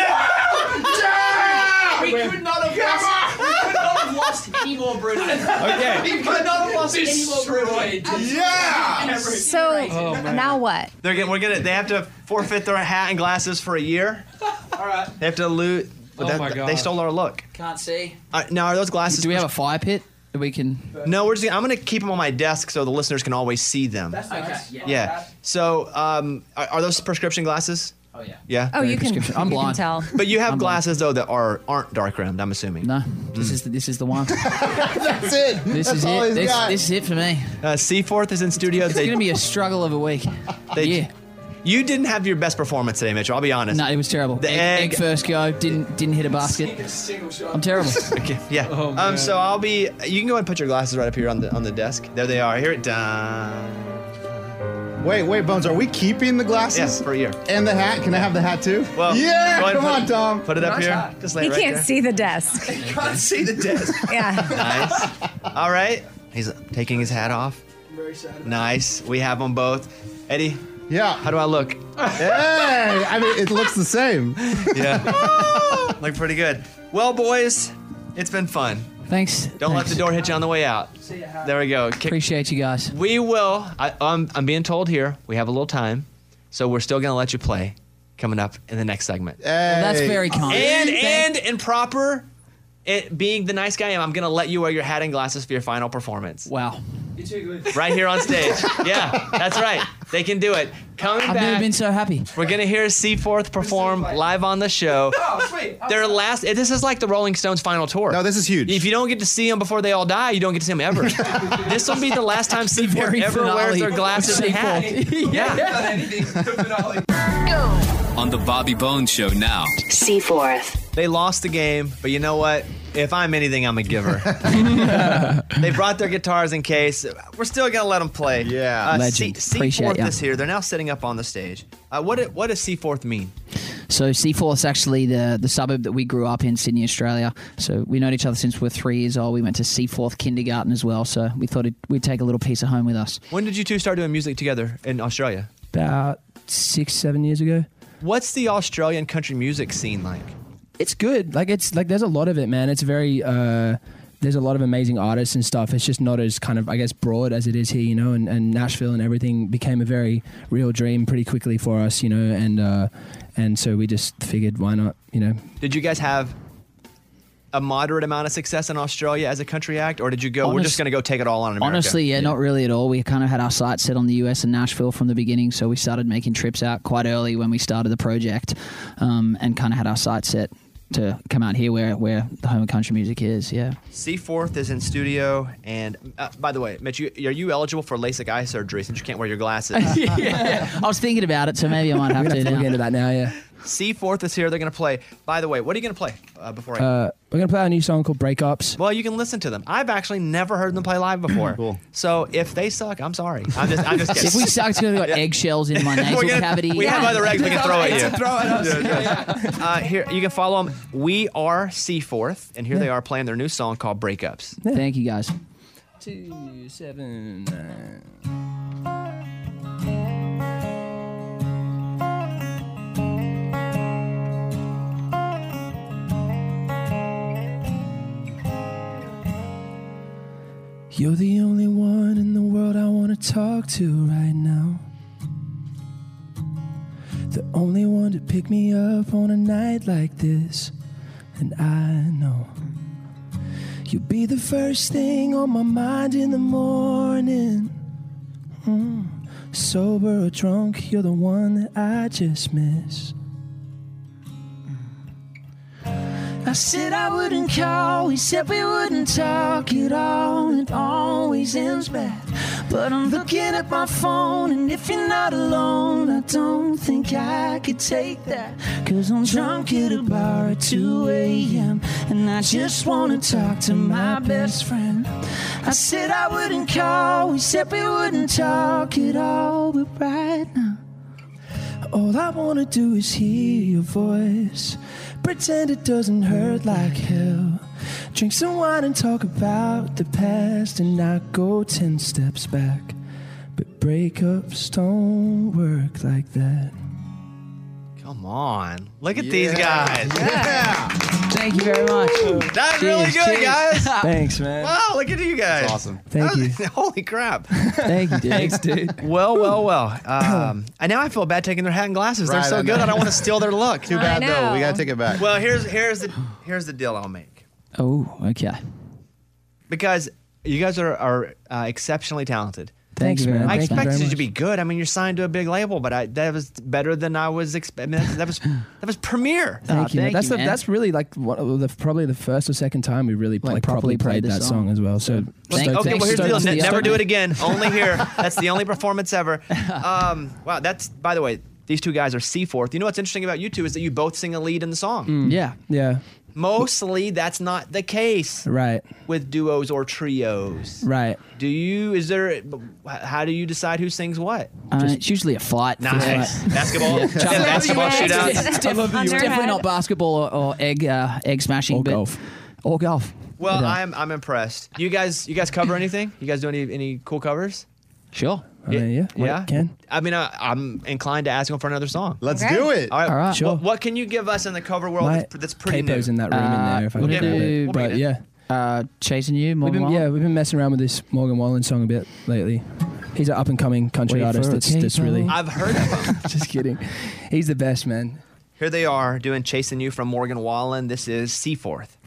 Speaker 15: We could not have lost. We could not have lost any more brutally.
Speaker 4: Okay.
Speaker 15: We could not have lost any more brutally.
Speaker 16: Yeah.
Speaker 11: So
Speaker 4: Oh, man.
Speaker 11: now what?
Speaker 4: They're gonna, we're gonna. They have to forfeit their hat and glasses for a year.
Speaker 15: All right.
Speaker 4: They have to loot.
Speaker 15: Oh
Speaker 4: that-
Speaker 15: my
Speaker 4: They
Speaker 15: God.
Speaker 4: stole our look.
Speaker 15: Can't see.
Speaker 4: Uh, now are those glasses? Do we have a fire pit? We can. No, we're just. I'm gonna keep them on my desk so the listeners can always see them.
Speaker 17: Yeah.
Speaker 4: yeah. So, um, are, are those prescription glasses?
Speaker 17: Oh yeah.
Speaker 4: Yeah.
Speaker 15: Oh, you can.
Speaker 4: Prescription. I'm
Speaker 15: you can
Speaker 4: blonde.
Speaker 15: tell.
Speaker 4: But you have glasses though that are aren't dark rimmed. I'm assuming. No. This is this is the *laughs* one.
Speaker 15: That's it. This
Speaker 4: That's
Speaker 15: is
Speaker 4: all
Speaker 15: it.
Speaker 4: he's
Speaker 15: This,
Speaker 4: got.
Speaker 15: this is it for me.
Speaker 4: Uh, Seaforth is in studio.
Speaker 15: It's gonna be a struggle of a week.
Speaker 4: *laughs* They, yeah. You didn't have your best performance today, Mitchell. I'll be honest.
Speaker 15: No, it was terrible.
Speaker 4: The
Speaker 15: egg,
Speaker 4: egg-
Speaker 15: first go didn't didn't hit a basket.
Speaker 4: *laughs*
Speaker 15: I'm terrible.
Speaker 4: okay. Yeah. um. So I'll be. You can go and put your glasses right up here on the on the desk. There they are. Here it done.
Speaker 6: Wait, wait, Bones, are we keeping the glasses?
Speaker 4: Yes, for a year.
Speaker 6: And the hat? Can I have the hat too?
Speaker 4: Well,
Speaker 6: yeah,
Speaker 4: go ahead and
Speaker 6: come
Speaker 4: put-
Speaker 6: on, Tom.
Speaker 4: put it up Nice here. hat. Just lay
Speaker 9: he
Speaker 4: it right
Speaker 9: can't
Speaker 4: there.
Speaker 9: see the
Speaker 4: *laughs*
Speaker 9: desk.
Speaker 4: He can't see the
Speaker 11: *laughs*
Speaker 4: desk.
Speaker 9: yeah.
Speaker 4: Nice. All right. He's taking his hat off.
Speaker 17: Very sad.
Speaker 4: Nice. We have them both. Eddie.
Speaker 6: Yeah.
Speaker 4: How do I look?
Speaker 6: hey, I mean, it looks the same.
Speaker 4: *laughs* Yeah. look pretty good. Well, boys, it's been fun.
Speaker 15: Thanks.
Speaker 4: Don't let the door hit you on the way out. There we go.
Speaker 15: Appreciate you guys.
Speaker 4: We will. I, I'm, I'm being told here we have a little time, so we're still gonna let you play. Coming up in the next segment.
Speaker 15: that's very kind.
Speaker 4: And
Speaker 15: Thank-
Speaker 4: and and proper, it, being the nice guy I am, I'm gonna let you wear your hat and glasses for your final performance.
Speaker 15: Wow.
Speaker 17: You're too good.
Speaker 4: Right here on stage. yeah, that's right. They can do it. Coming
Speaker 15: I've
Speaker 4: back.
Speaker 15: never been so happy.
Speaker 4: We're gonna hear Seaforth perform live on the show.
Speaker 17: Oh, sweet.
Speaker 4: Their last. This is like the Rolling Stones' final tour. No,
Speaker 6: this is huge.
Speaker 4: If you don't get to see them before they all die, you don't get to see them
Speaker 6: *laughs*
Speaker 4: ever. this will be the last time Seaforth
Speaker 15: very
Speaker 4: ever wears
Speaker 15: finale
Speaker 4: their
Speaker 15: of
Speaker 4: glasses and hat.
Speaker 15: *laughs*
Speaker 17: Not
Speaker 4: yeah.
Speaker 17: anything.
Speaker 1: On the Bobby Bones Show now.
Speaker 4: Seaforth. They lost the game, but you know what? If I'm anything, I'm a giver. they brought their guitars in case. We're still gonna let them play. Uh, Yeah,
Speaker 15: Legend. Appreciate
Speaker 4: Seaforth
Speaker 15: ya.
Speaker 4: is here. They're now sitting up on the stage. Uh, what it- what does Seaforth mean?
Speaker 15: So Seaforth's actually the the suburb that we grew up in, Sydney, Australia. So we known each other since we were three years old. We went to Seaforth kindergarten as well. So we thought it, we'd take a little piece of home with us.
Speaker 4: When did you two start doing music together in Australia?
Speaker 15: About six, seven years ago.
Speaker 4: What's the Australian country music scene like?
Speaker 14: it's good. Like it's like there's a lot of it, man. It's very uh, there's a lot of amazing artists and stuff. It's just not as kind of I guess broad as it is here, you know. And, and Nashville and everything became a very real dream pretty quickly for us, you know. And uh, and so we just figured why not, you know.
Speaker 4: Did you guys have a moderate amount of success in Australia as a country act, or did you go? we're
Speaker 15: Honest-
Speaker 4: just going to go take it all on in America.
Speaker 15: Honestly, yeah, not really at all. We kind of had our sights set on the US and Nashville from the beginning, so we started making trips out quite early when we started the project, um, and kind of had our sights set to come out here where where the home of country music is. Yeah.
Speaker 4: Seaforth is in studio, and uh, by the way, Mitch, you, are you eligible for LASIK eye surgery since you can't wear your glasses?
Speaker 15: *laughs* yeah. I was thinking about it, so maybe I
Speaker 4: *laughs*
Speaker 15: might have to.
Speaker 14: We'll get into that now, yeah.
Speaker 4: Seaforth is here. They're going to play. By the way, what are you going to play uh, before I?
Speaker 14: Uh, we're gonna play our new song called Breakups.
Speaker 4: well, you can listen to them. I've actually never heard them play
Speaker 15: *clears throat*
Speaker 4: live before. cool. So if they suck, I'm sorry. I'm just, I'm just kidding.
Speaker 15: *laughs* if we suck, it's gonna be like eggshells
Speaker 4: *laughs*
Speaker 15: in my
Speaker 4: We're
Speaker 15: nasal
Speaker 4: gonna-
Speaker 15: cavity.
Speaker 4: We have other eggs we can throw at you. *laughs*
Speaker 17: us.
Speaker 4: Yeah, yeah.
Speaker 15: *laughs*
Speaker 4: Uh, here, you can follow them. We are Seaforth, and here they are playing their new song called Breakups.
Speaker 15: Thank you guys.
Speaker 14: Two seven. You're the only one in the world I want to talk to right now. The only one to pick me up on a night like this. And I know you'll be the first thing on my mind in the morning. Mm. Sober or drunk, you're the one that I just miss. I said I wouldn't call, he said we wouldn't talk at all. It always ends bad. But I'm looking at my phone, and if you're not alone, I don't think I could take that. Cause I'm drunk at a bar at 2 a.m., and I just wanna talk to my best friend. I said I wouldn't call, he said we wouldn't talk at all, but right now. All I wanna do is hear your voice. Pretend it doesn't hurt like hell. Drink some wine and talk about the past and not go ten steps back. But breakups don't work like that.
Speaker 4: Come on. Look at
Speaker 14: Yeah.
Speaker 4: these guys.
Speaker 14: Yeah.
Speaker 15: Thank you very much.
Speaker 5: Oh,
Speaker 4: That's really good,
Speaker 14: Cheers, cheers.
Speaker 5: *laughs*
Speaker 15: *laughs*
Speaker 4: guys.
Speaker 14: Thanks, man.
Speaker 4: Wow, look at you guys.
Speaker 14: That's awesome. Thank you.
Speaker 4: *laughs* Holy crap.
Speaker 14: Thank you, dude. Thanks, dude.
Speaker 4: Well, well, well. Um, and now I feel bad taking their hat and glasses. They're
Speaker 6: Right,
Speaker 4: so
Speaker 6: I
Speaker 4: good.
Speaker 6: know.
Speaker 4: I don't want to steal their look.
Speaker 6: Too bad, though. We got to take it back.
Speaker 4: Well, here's here's the here's the deal I'll make
Speaker 15: Oh, okay.
Speaker 4: because You guys are, are uh, exceptionally talented.
Speaker 15: Thank you very much.
Speaker 4: I
Speaker 15: Thank you
Speaker 4: expected
Speaker 15: very
Speaker 4: you to be good. I mean, you're signed to a big label, but I, that was better than I was expecting. That, that was that was *laughs* premiere.
Speaker 18: Thank
Speaker 4: Ah,
Speaker 18: you. man. that's the,
Speaker 4: man.
Speaker 18: that's really like one of the, probably the first or second time we really like, properly played, that song. as well. So
Speaker 4: Okay,
Speaker 18: stoked-
Speaker 4: well, here's the
Speaker 18: stoked
Speaker 4: deal.
Speaker 18: to
Speaker 4: Ne-
Speaker 18: be
Speaker 4: never
Speaker 18: on.
Speaker 4: do it again. Only
Speaker 18: *laughs*
Speaker 4: here. That's the only performance ever. Um, wow, that's, by the way, these two guys are Seaforth. You know what's interesting about you two is that you both sing a lead in the song.
Speaker 18: Mm. Yeah, yeah,
Speaker 4: Mostly that's not the case
Speaker 18: right,
Speaker 4: with duos or trios.
Speaker 18: right.
Speaker 4: Do you, is there, how do you decide who sings what?
Speaker 15: Uh, it's usually a fight.
Speaker 4: Nice. *laughs* Basketball?
Speaker 15: Yeah.
Speaker 4: Yeah, basketball shootout.
Speaker 15: It's, it's def-
Speaker 4: I love that you
Speaker 15: it's
Speaker 4: were-
Speaker 15: definitely not basketball or, or egg uh, egg smashing. Or but, golf. Or golf.
Speaker 4: Well,
Speaker 15: Yeah.
Speaker 4: I'm, I'm impressed. You guys, you guys cover anything? You guys do any, any cool covers?
Speaker 15: Sure.
Speaker 18: I mean, yeah. what
Speaker 4: Yeah.
Speaker 18: it Can.
Speaker 4: I mean, I, I'm inclined to ask him for another song.
Speaker 18: Let's Okay. do it.
Speaker 4: All right.
Speaker 18: All right.
Speaker 4: What-
Speaker 18: Sure.
Speaker 4: What, can you give us in the cover world
Speaker 18: My
Speaker 4: that's, that's pretty
Speaker 18: capo's
Speaker 4: new?
Speaker 18: in that room in there. If I
Speaker 15: we'll
Speaker 18: can grab
Speaker 15: do-
Speaker 18: it. But yeah,
Speaker 15: Uh, chasing you,
Speaker 18: we've
Speaker 15: Morgan
Speaker 18: been,
Speaker 15: Wallen.
Speaker 18: yeah we've been messing around with this Morgan Wallen song a bit lately. He's an up and coming country
Speaker 15: Wait
Speaker 18: artist.
Speaker 15: for a
Speaker 18: That's, that's
Speaker 15: capo.
Speaker 18: really.
Speaker 4: I've heard of them.
Speaker 18: *laughs* just kidding. He's the best man.
Speaker 4: Here they are doing Chasing You from Morgan Wallen. This is Seaforth.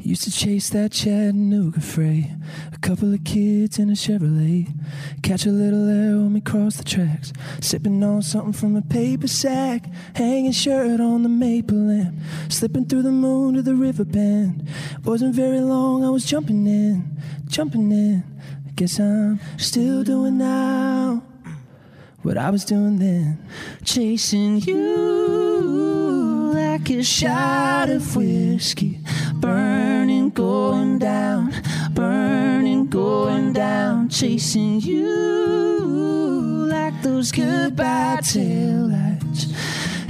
Speaker 18: Used to chase that Chattanooga freight. A couple of kids in a Chevrolet. Catch a little air when we cross the tracks. Sipping on something from a paper sack. Hanging shirt on the maple lamp. Slipping through the moon to the river bend. Wasn't very long, I was jumping in. Jumping in. I guess I'm still doing now what I was doing then.
Speaker 14: Chasing you like a shot of whiskey. Burning, going down, burning, going down. Chasing you like those goodbye taillights.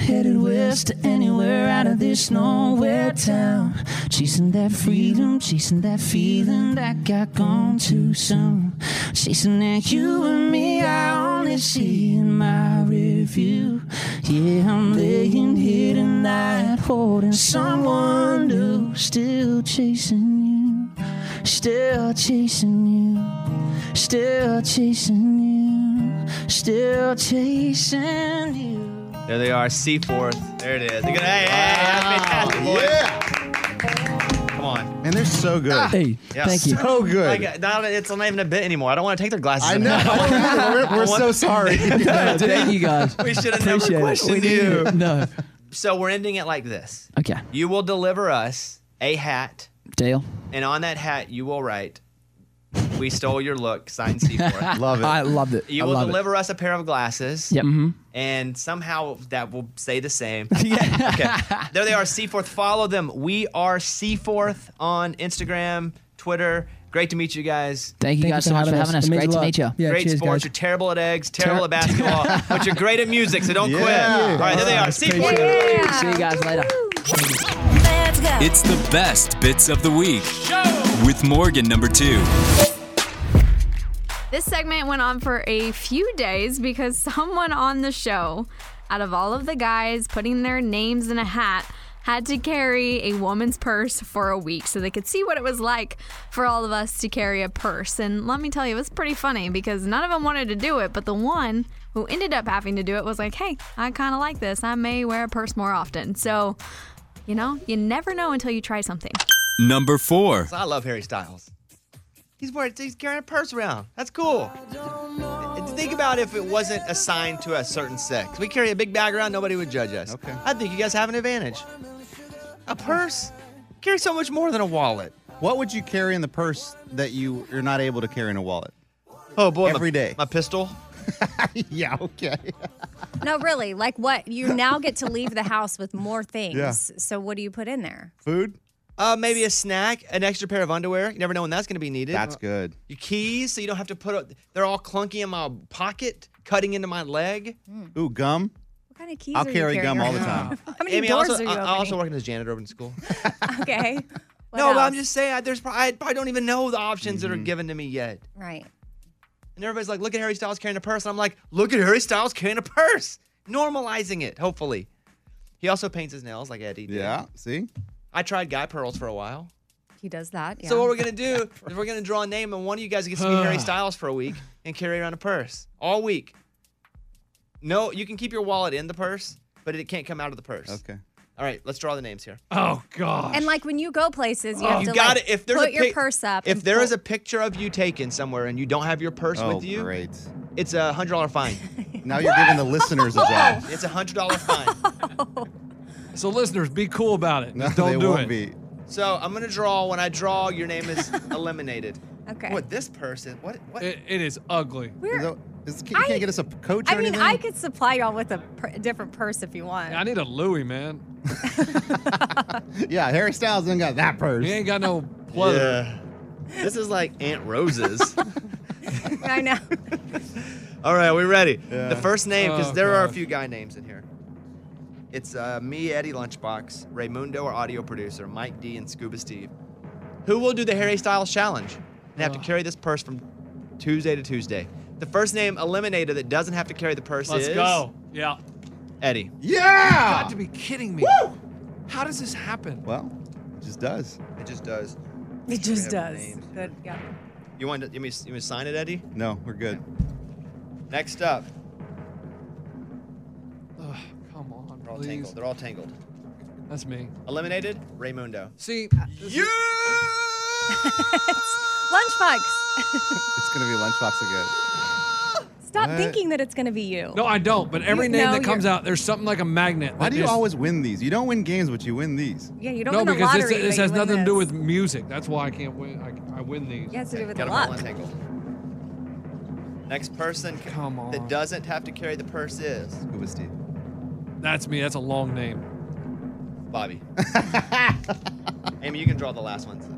Speaker 14: Headed west to anywhere out of this nowhere town. Chasing that freedom, chasing that feeling that got gone too soon. Chasing that you and me, I only see in my review. Yeah, I'm laying here tonight, holding someone new. Still chasing you, still chasing you, still chasing you, still chasing you.
Speaker 4: There they are, Seaforth. There it is. They're gonna- hey, hey, hey, fantastic, boys. Come on.
Speaker 6: Man, they're so good.
Speaker 18: Hey,
Speaker 4: Yeah.
Speaker 6: So good.
Speaker 4: Like, uh, not, it's not even a bit anymore. I don't want to take their glasses.
Speaker 6: I know.
Speaker 4: *laughs*
Speaker 6: We're- we're so sorry. No,
Speaker 15: thank you, guys.
Speaker 4: We should have
Speaker 15: Appreciate
Speaker 4: never
Speaker 15: it.
Speaker 4: questioned
Speaker 15: We needed
Speaker 4: you.
Speaker 15: it. No.
Speaker 4: So we're ending it like this.
Speaker 15: Okay.
Speaker 4: You will deliver us a hat,
Speaker 15: Deal.
Speaker 4: and on that hat you will write, "We stole your look." Signed
Speaker 6: *laughs*
Speaker 4: Seaforth.
Speaker 18: I loved it.
Speaker 4: You
Speaker 18: I
Speaker 4: will
Speaker 18: love it. Mm-hmm.
Speaker 4: deliver us a pair of glasses.
Speaker 15: Yep. Mhm.
Speaker 4: And somehow that will say the
Speaker 15: *laughs*
Speaker 4: same. Okay. There they are, Seaforth. Follow them. We are Seaforth on Instagram, Twitter. Great to meet you guys.
Speaker 15: Thank you Thank guys you so for much for having having us. us. It means Great a to lot. meet you. Yeah,
Speaker 4: great
Speaker 15: cheers,
Speaker 4: sports.
Speaker 15: guys.
Speaker 4: You're terrible at eggs, terrible at
Speaker 15: *laughs*
Speaker 4: basketball, but you're great at music, so don't
Speaker 15: Yeah.
Speaker 4: quit. All right, there they are,
Speaker 15: Appreciate
Speaker 4: Seaforth.
Speaker 15: it. See you guys later.
Speaker 1: Let's go. It's the best bits of the week with Morgan number two.
Speaker 2: This segment went on for a few days because *laughs* someone on the show, out of all of the guys putting their names in a hat, had to carry a woman's purse for a week so they could see what it was like for all of us to carry a purse. And let me tell you, it was pretty funny because none of them wanted to do it, but the one who ended up having to do it was like, hey, I kind of like this. I may wear a purse more often. So, you know, you never know until you try something.
Speaker 1: Number four.
Speaker 4: I love Harry Styles. He's wearing, he's carrying a purse around. That's cool. Think about if it wasn't assigned to a certain sex. We carry a big bag around, nobody would judge us. Okay. I think you guys have an advantage. A purse carries so much more than a wallet.
Speaker 6: What would you carry in the purse that you you're not able to carry in a wallet?
Speaker 4: Oh boy,
Speaker 6: every day.
Speaker 4: my, pistol.
Speaker 6: *laughs* yeah. Okay.
Speaker 11: No, really. Like what? You now get to leave the house with more things.
Speaker 4: Yeah.
Speaker 11: So what do you put in there?
Speaker 6: Food?
Speaker 4: Uh, maybe a snack, an extra pair of underwear. You never know when that's going to be needed.
Speaker 6: That's good.
Speaker 4: Your keys, so you don't have to put. A, they're all clunky in my pocket, cutting into my leg.
Speaker 6: Hmm. Ooh, gum.
Speaker 11: What kind of keys?
Speaker 6: I'll
Speaker 11: are you
Speaker 6: carry
Speaker 11: carrying
Speaker 6: gum all the
Speaker 11: around?
Speaker 6: time.
Speaker 11: How many
Speaker 4: Amy, I
Speaker 11: doors
Speaker 4: also,
Speaker 11: are you
Speaker 4: I-
Speaker 11: opening?
Speaker 4: I also working as a janitor over in school.
Speaker 11: okay. *laughs* What
Speaker 4: no, but I'm
Speaker 11: else?
Speaker 4: just saying I- there's probably, I probably don't even know the options
Speaker 6: Mm-hmm.
Speaker 4: that are given to me yet.
Speaker 11: right.
Speaker 4: And everybody's like, look at Harry Styles carrying a purse. And I'm like, look at Harry Styles carrying a purse. Normalizing it, hopefully. He also paints his nails like Eddie did.
Speaker 6: Yeah. See.
Speaker 4: I tried guy pearls for a while.
Speaker 11: He does that. Yeah.
Speaker 4: So what we're gonna do
Speaker 7: *laughs*
Speaker 4: is we're gonna draw a
Speaker 7: *sighs*
Speaker 4: name, and one of you guys gets to be Harry Styles for a week and carry around a purse all week. No, you can keep your wallet in the purse, but it can't come out of the purse. Okay. All right, let's draw the names here.
Speaker 7: Oh God.
Speaker 11: And like when you go places, you have
Speaker 4: Oh. You
Speaker 11: to
Speaker 4: got
Speaker 11: like,
Speaker 4: it. If there's
Speaker 11: put
Speaker 4: a
Speaker 11: your
Speaker 4: pic-
Speaker 11: purse up.
Speaker 4: If
Speaker 11: and
Speaker 4: there
Speaker 11: pull-
Speaker 4: is a picture of you taken somewhere and you don't have your purse
Speaker 6: Oh,
Speaker 4: with you,
Speaker 6: great.
Speaker 4: It's a hundred dollar fine.
Speaker 6: *laughs* Now you're giving the listeners a
Speaker 11: *laughs*
Speaker 6: job.
Speaker 4: *laughs* It's a hundred dollar fine.
Speaker 7: So listeners, be cool about it. Just don't
Speaker 6: they
Speaker 7: do
Speaker 6: won't
Speaker 7: it.
Speaker 6: be.
Speaker 4: So I'm gonna draw. When I draw, your name
Speaker 6: *laughs*
Speaker 4: is eliminated.
Speaker 11: Okay.
Speaker 4: What this person? What? What?
Speaker 7: It, it is ugly.
Speaker 11: We're-
Speaker 6: you can't get us a coach
Speaker 11: I
Speaker 6: or
Speaker 11: mean,
Speaker 6: anything?
Speaker 11: I could supply y'all with a pr- different purse if you want.
Speaker 7: I need a Louis, man.
Speaker 6: *laughs* yeah, Harry Styles didn't got that purse. He
Speaker 7: ain't got no
Speaker 4: pleather. This is like Aunt
Speaker 11: *laughs*
Speaker 4: Rose's.
Speaker 11: I know.
Speaker 4: All right, we ready?
Speaker 6: Yeah.
Speaker 4: The first name, because
Speaker 6: Oh,
Speaker 4: there are a
Speaker 6: God.
Speaker 4: few guy names in here. It's uh, me, Eddie Lunchbox, Raymundo, our audio producer, Mike D, and Scuba Steve. Who will do the Harry Styles challenge and have to carry this purse from Tuesday to Tuesday? The first name eliminated that doesn't have to carry the purse
Speaker 7: Let's
Speaker 4: is
Speaker 7: go. Yeah.
Speaker 4: Eddie.
Speaker 7: Yeah. You got to be kidding me. Woo! How does this happen?
Speaker 6: Well, it just does.
Speaker 4: It just does.
Speaker 11: It just
Speaker 4: We have
Speaker 11: does.
Speaker 4: names.
Speaker 11: Good. Yeah.
Speaker 4: You want to, you want me- you want to sign it, Eddie?
Speaker 6: No, we're good.
Speaker 4: Next up.
Speaker 7: come on,
Speaker 4: They're all
Speaker 7: please.
Speaker 4: tangled. They're all tangled.
Speaker 7: That's me.
Speaker 4: Eliminated, Raymundo.
Speaker 7: See,
Speaker 11: Uh, *laughs* Lunchbox.
Speaker 6: It's gonna be lunchbox again.
Speaker 11: Stop
Speaker 6: What?
Speaker 11: thinking that it's gonna be you.
Speaker 7: No, I don't. But every
Speaker 11: You-
Speaker 7: name
Speaker 11: no,
Speaker 7: that comes
Speaker 11: you're-
Speaker 7: out, there's something like a magnet.
Speaker 6: Why
Speaker 7: that
Speaker 6: do you
Speaker 7: just-
Speaker 6: always win these? You don't win games, but you win these.
Speaker 11: Yeah, you don't
Speaker 7: no,
Speaker 11: win the
Speaker 7: because
Speaker 11: lottery.
Speaker 7: this,
Speaker 11: but
Speaker 7: this
Speaker 11: you
Speaker 7: has
Speaker 11: win
Speaker 7: nothing to
Speaker 11: this.
Speaker 7: do with music. That's why I can't win. I, I win these.
Speaker 11: It has to do with
Speaker 4: Got
Speaker 11: the
Speaker 4: 'em all
Speaker 11: luck.
Speaker 4: entangled. Next person c- that doesn't have to carry the purse is
Speaker 6: Scuba Steve.
Speaker 7: That's me. That's a long name.
Speaker 6: *laughs*
Speaker 4: Bobby. Amy, you can draw the last ones.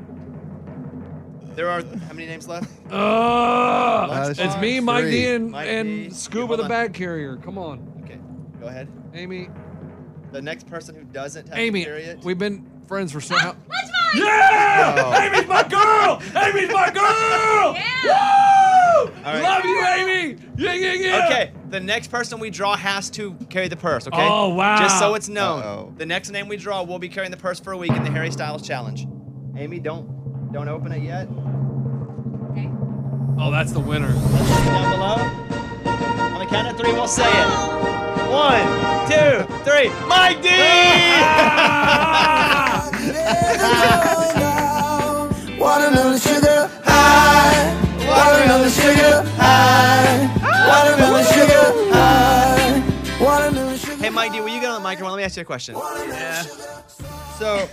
Speaker 4: There are how many names
Speaker 7: *laughs*
Speaker 4: left?
Speaker 7: Ugh!
Speaker 4: Lunchbox.
Speaker 7: Uh, it's me, Mike D, and,
Speaker 4: Mike
Speaker 7: and
Speaker 4: D.
Speaker 7: Scuba
Speaker 4: Hold
Speaker 7: the
Speaker 4: on.
Speaker 7: bag carrier. Come on,
Speaker 4: Okay, go ahead.
Speaker 7: Amy.
Speaker 4: The next person who doesn't have
Speaker 7: Amy.
Speaker 4: to carry it.
Speaker 7: We've been friends for
Speaker 11: Ah,
Speaker 7: so. long.
Speaker 4: Yeah!
Speaker 7: Amy's my girl. Amy's
Speaker 4: *laughs*
Speaker 7: my girl. Woo!
Speaker 4: All right.
Speaker 7: Love you, Amy. Yeah, yeah, yeah.
Speaker 4: Okay, the next person we draw has to carry the purse, okay?
Speaker 7: Oh, wow.
Speaker 4: Just so it's known. The next name we draw will be carrying the purse for a week in the Harry Styles challenge. Amy, don't don't open it yet.
Speaker 7: Oh, that's the winner.
Speaker 4: Down below. On the count of three, we'll say it. One, two, three. Mike D!
Speaker 14: *laughs* Watermelon sugar high. Watermelon sugar high. Watermelon sugar high. Watermelon sugar.
Speaker 4: Hey, Mike D, will you get on the microphone? Let me ask you a question. Yeah. So,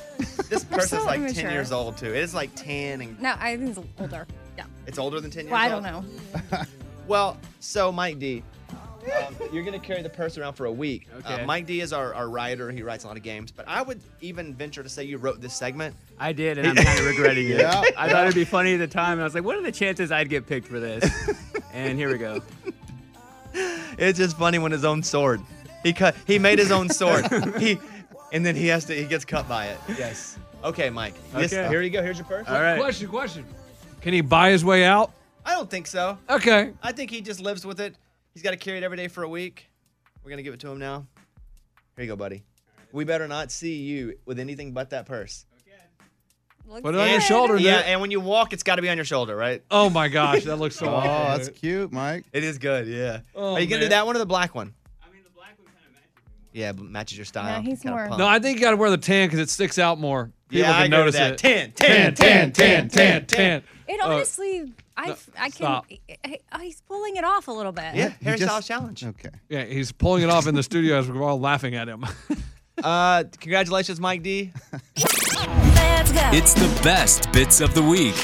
Speaker 4: this person's
Speaker 11: so
Speaker 4: like 10
Speaker 11: immature.
Speaker 4: years old, too. It is like 10 and
Speaker 11: No, I think it's older. Yeah.
Speaker 4: it's older than 10 years
Speaker 11: Well, I
Speaker 4: old.
Speaker 11: don't know.
Speaker 4: Well, so Mike D, um, you're gonna carry the purse around for a week.
Speaker 19: Okay.
Speaker 4: Uh, Mike D is our, our writer. He writes a lot of games, but I would even venture to say you wrote this segment.
Speaker 19: I did,
Speaker 4: *laughs*
Speaker 19: and I'm kind of regretting it.
Speaker 4: Yeah.
Speaker 19: I thought it'd be funny at the time, and I was like, what are the chances I'd get picked for this? and here we go.
Speaker 4: It's just funny when his own sword. He cut. He made his own sword. he, and then he has to. He gets cut by it. Yes. Okay, Mike. This-
Speaker 7: Okay.
Speaker 4: Here you go. Here's your purse.
Speaker 7: Question, question. Can he buy his way out?
Speaker 4: I don't think so.
Speaker 7: Okay.
Speaker 4: I think he just lives with it. He's got to carry it every day for a week. We're gonna give it to him now. Here you go, buddy. We better not see you with anything but that purse.
Speaker 7: Put it on your shoulder, dude.
Speaker 4: Yeah, and when you walk, it's got to be on your shoulder, right?
Speaker 7: Oh my gosh, that
Speaker 6: *laughs*
Speaker 7: looks so.
Speaker 4: Oh,
Speaker 7: awful,
Speaker 4: that's
Speaker 7: dude.
Speaker 6: Cute, Mike.
Speaker 4: It is good, yeah.
Speaker 7: Oh,
Speaker 4: Are you gonna do
Speaker 7: man.
Speaker 4: that one or the black one? I mean, the black one kind of matches. Yeah, but matches your style.
Speaker 7: No,
Speaker 4: he's more.
Speaker 7: No, I think you got to wear the tan because it sticks out more. People
Speaker 4: Yeah, I
Speaker 7: can
Speaker 4: agree with
Speaker 7: notice
Speaker 4: that.
Speaker 7: it.
Speaker 4: Tan, tan, tan,
Speaker 7: tan, tan,
Speaker 4: tan, tan.
Speaker 7: tan, tan.
Speaker 11: It
Speaker 7: Uh,
Speaker 11: honestly, I,
Speaker 7: no,
Speaker 11: f- I can.
Speaker 7: stop.
Speaker 11: I- I- he's pulling it off a little bit.
Speaker 4: Yeah, Harry Styles challenge.
Speaker 6: Okay.
Speaker 7: yeah, he's pulling it off in the studio as we're all laughing at him.
Speaker 4: *laughs* Uh, congratulations, Mike D.
Speaker 1: Let's go. It's the best bits of the week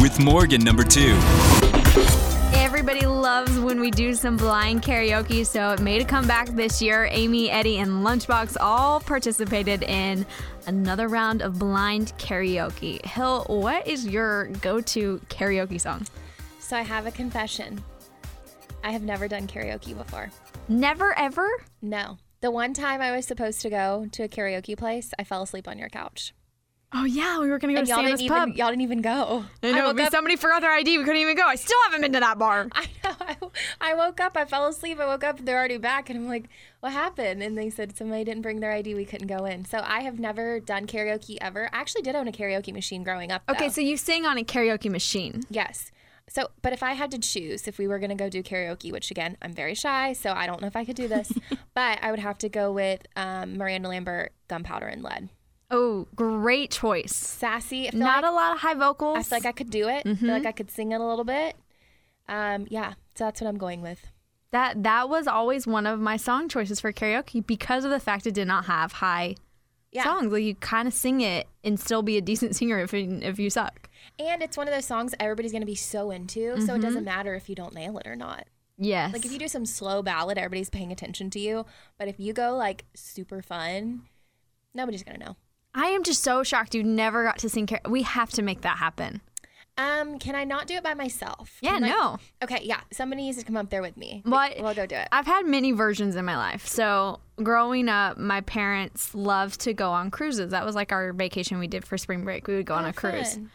Speaker 1: with Morgan number two.
Speaker 2: Everybody loves when we do some blind karaoke, so it made a comeback this year. Amy, Eddie, and Lunchbox all participated in another round of blind karaoke. Hill, what is your go to karaoke song?
Speaker 3: So I have a confession. I have never done karaoke before.
Speaker 2: Never ever?
Speaker 3: No. The one time I was supposed to go to a karaoke place, I fell asleep on your couch.
Speaker 2: Oh, yeah, we were going to go
Speaker 3: And
Speaker 2: to
Speaker 3: y'all
Speaker 2: Santa's
Speaker 3: didn't even
Speaker 2: Pub.
Speaker 3: y'all didn't even go.
Speaker 2: I know, because somebody forgot their ID. We couldn't even go. I still haven't been to that *laughs* bar.
Speaker 3: I woke up, I fell asleep, I woke up, they're already back, and I'm like, what happened? And they said somebody didn't bring their ID, we couldn't go in. So I have never done karaoke ever. I actually did own a karaoke machine growing up.
Speaker 2: Okay,
Speaker 3: though.
Speaker 2: so you sing on a karaoke machine.
Speaker 3: Yes. So, but if I had to choose, if we were going to go do karaoke, which again, I'm very shy, so I don't know if I could do
Speaker 2: *laughs*
Speaker 3: this, but I would have to go with um, Miranda Lambert, Gunpowder and Lead.
Speaker 2: Oh, great choice.
Speaker 3: Sassy. I feel
Speaker 2: Not
Speaker 3: like-
Speaker 2: a lot of high vocals.
Speaker 3: I feel like I could do it. I
Speaker 2: Mhm.
Speaker 3: feel like I could sing it a little bit. Um, yeah, so that's what I'm going with.
Speaker 2: That that was always one of my song choices for karaoke because of the fact it did not have high songs. Like you kind of sing it and still be a decent singer if you, if you suck.
Speaker 3: And it's one of those songs everybody's going to be so into, so it
Speaker 2: Mhm.
Speaker 3: doesn't matter if you don't nail it or not.
Speaker 2: Yes.
Speaker 3: Like if you do some slow ballad, everybody's paying attention to you. But if you go like super fun, nobody's going to know.
Speaker 2: I am just so shocked you never got to sing. Karaoke. We have to make that happen.
Speaker 3: Um, can I not do it by myself?
Speaker 2: Yeah,
Speaker 3: Can, like-
Speaker 2: no.
Speaker 3: Okay, yeah. Somebody needs to come up there with me.
Speaker 2: But
Speaker 3: we'll go do it.
Speaker 2: I've had many versions in my life. So growing up, my parents loved to go on cruises. That was like our vacation we did for spring break. We would go on
Speaker 3: Oh,
Speaker 2: a cruise.
Speaker 3: fun.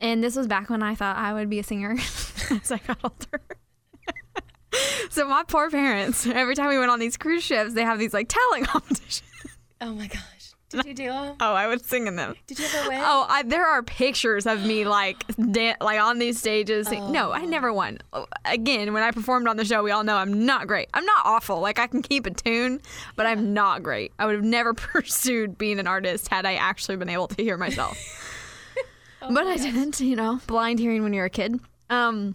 Speaker 2: And this was back when I thought I would be a singer *laughs* as I got older. *laughs* so my poor parents, every time we went on these cruise ships, they have these like talent *laughs* competitions.
Speaker 3: Oh my gosh. Did you do them?
Speaker 2: *laughs* Oh, I was singing them.
Speaker 3: Did
Speaker 2: *sighs*
Speaker 3: you ever win?
Speaker 2: Oh, I, there are pictures of me like dan- like on these stages. sing- No, I never won. Oh, Again, when I performed on the show, we all know I'm not great. I'm not awful. Like I can keep a tune, but I'm not great. I would have never *laughs* pursued being an artist had I actually been able to *laughs* hear myself.
Speaker 3: *laughs* Oh
Speaker 2: but I didn't, you know, blind hearing when you're a kid. Um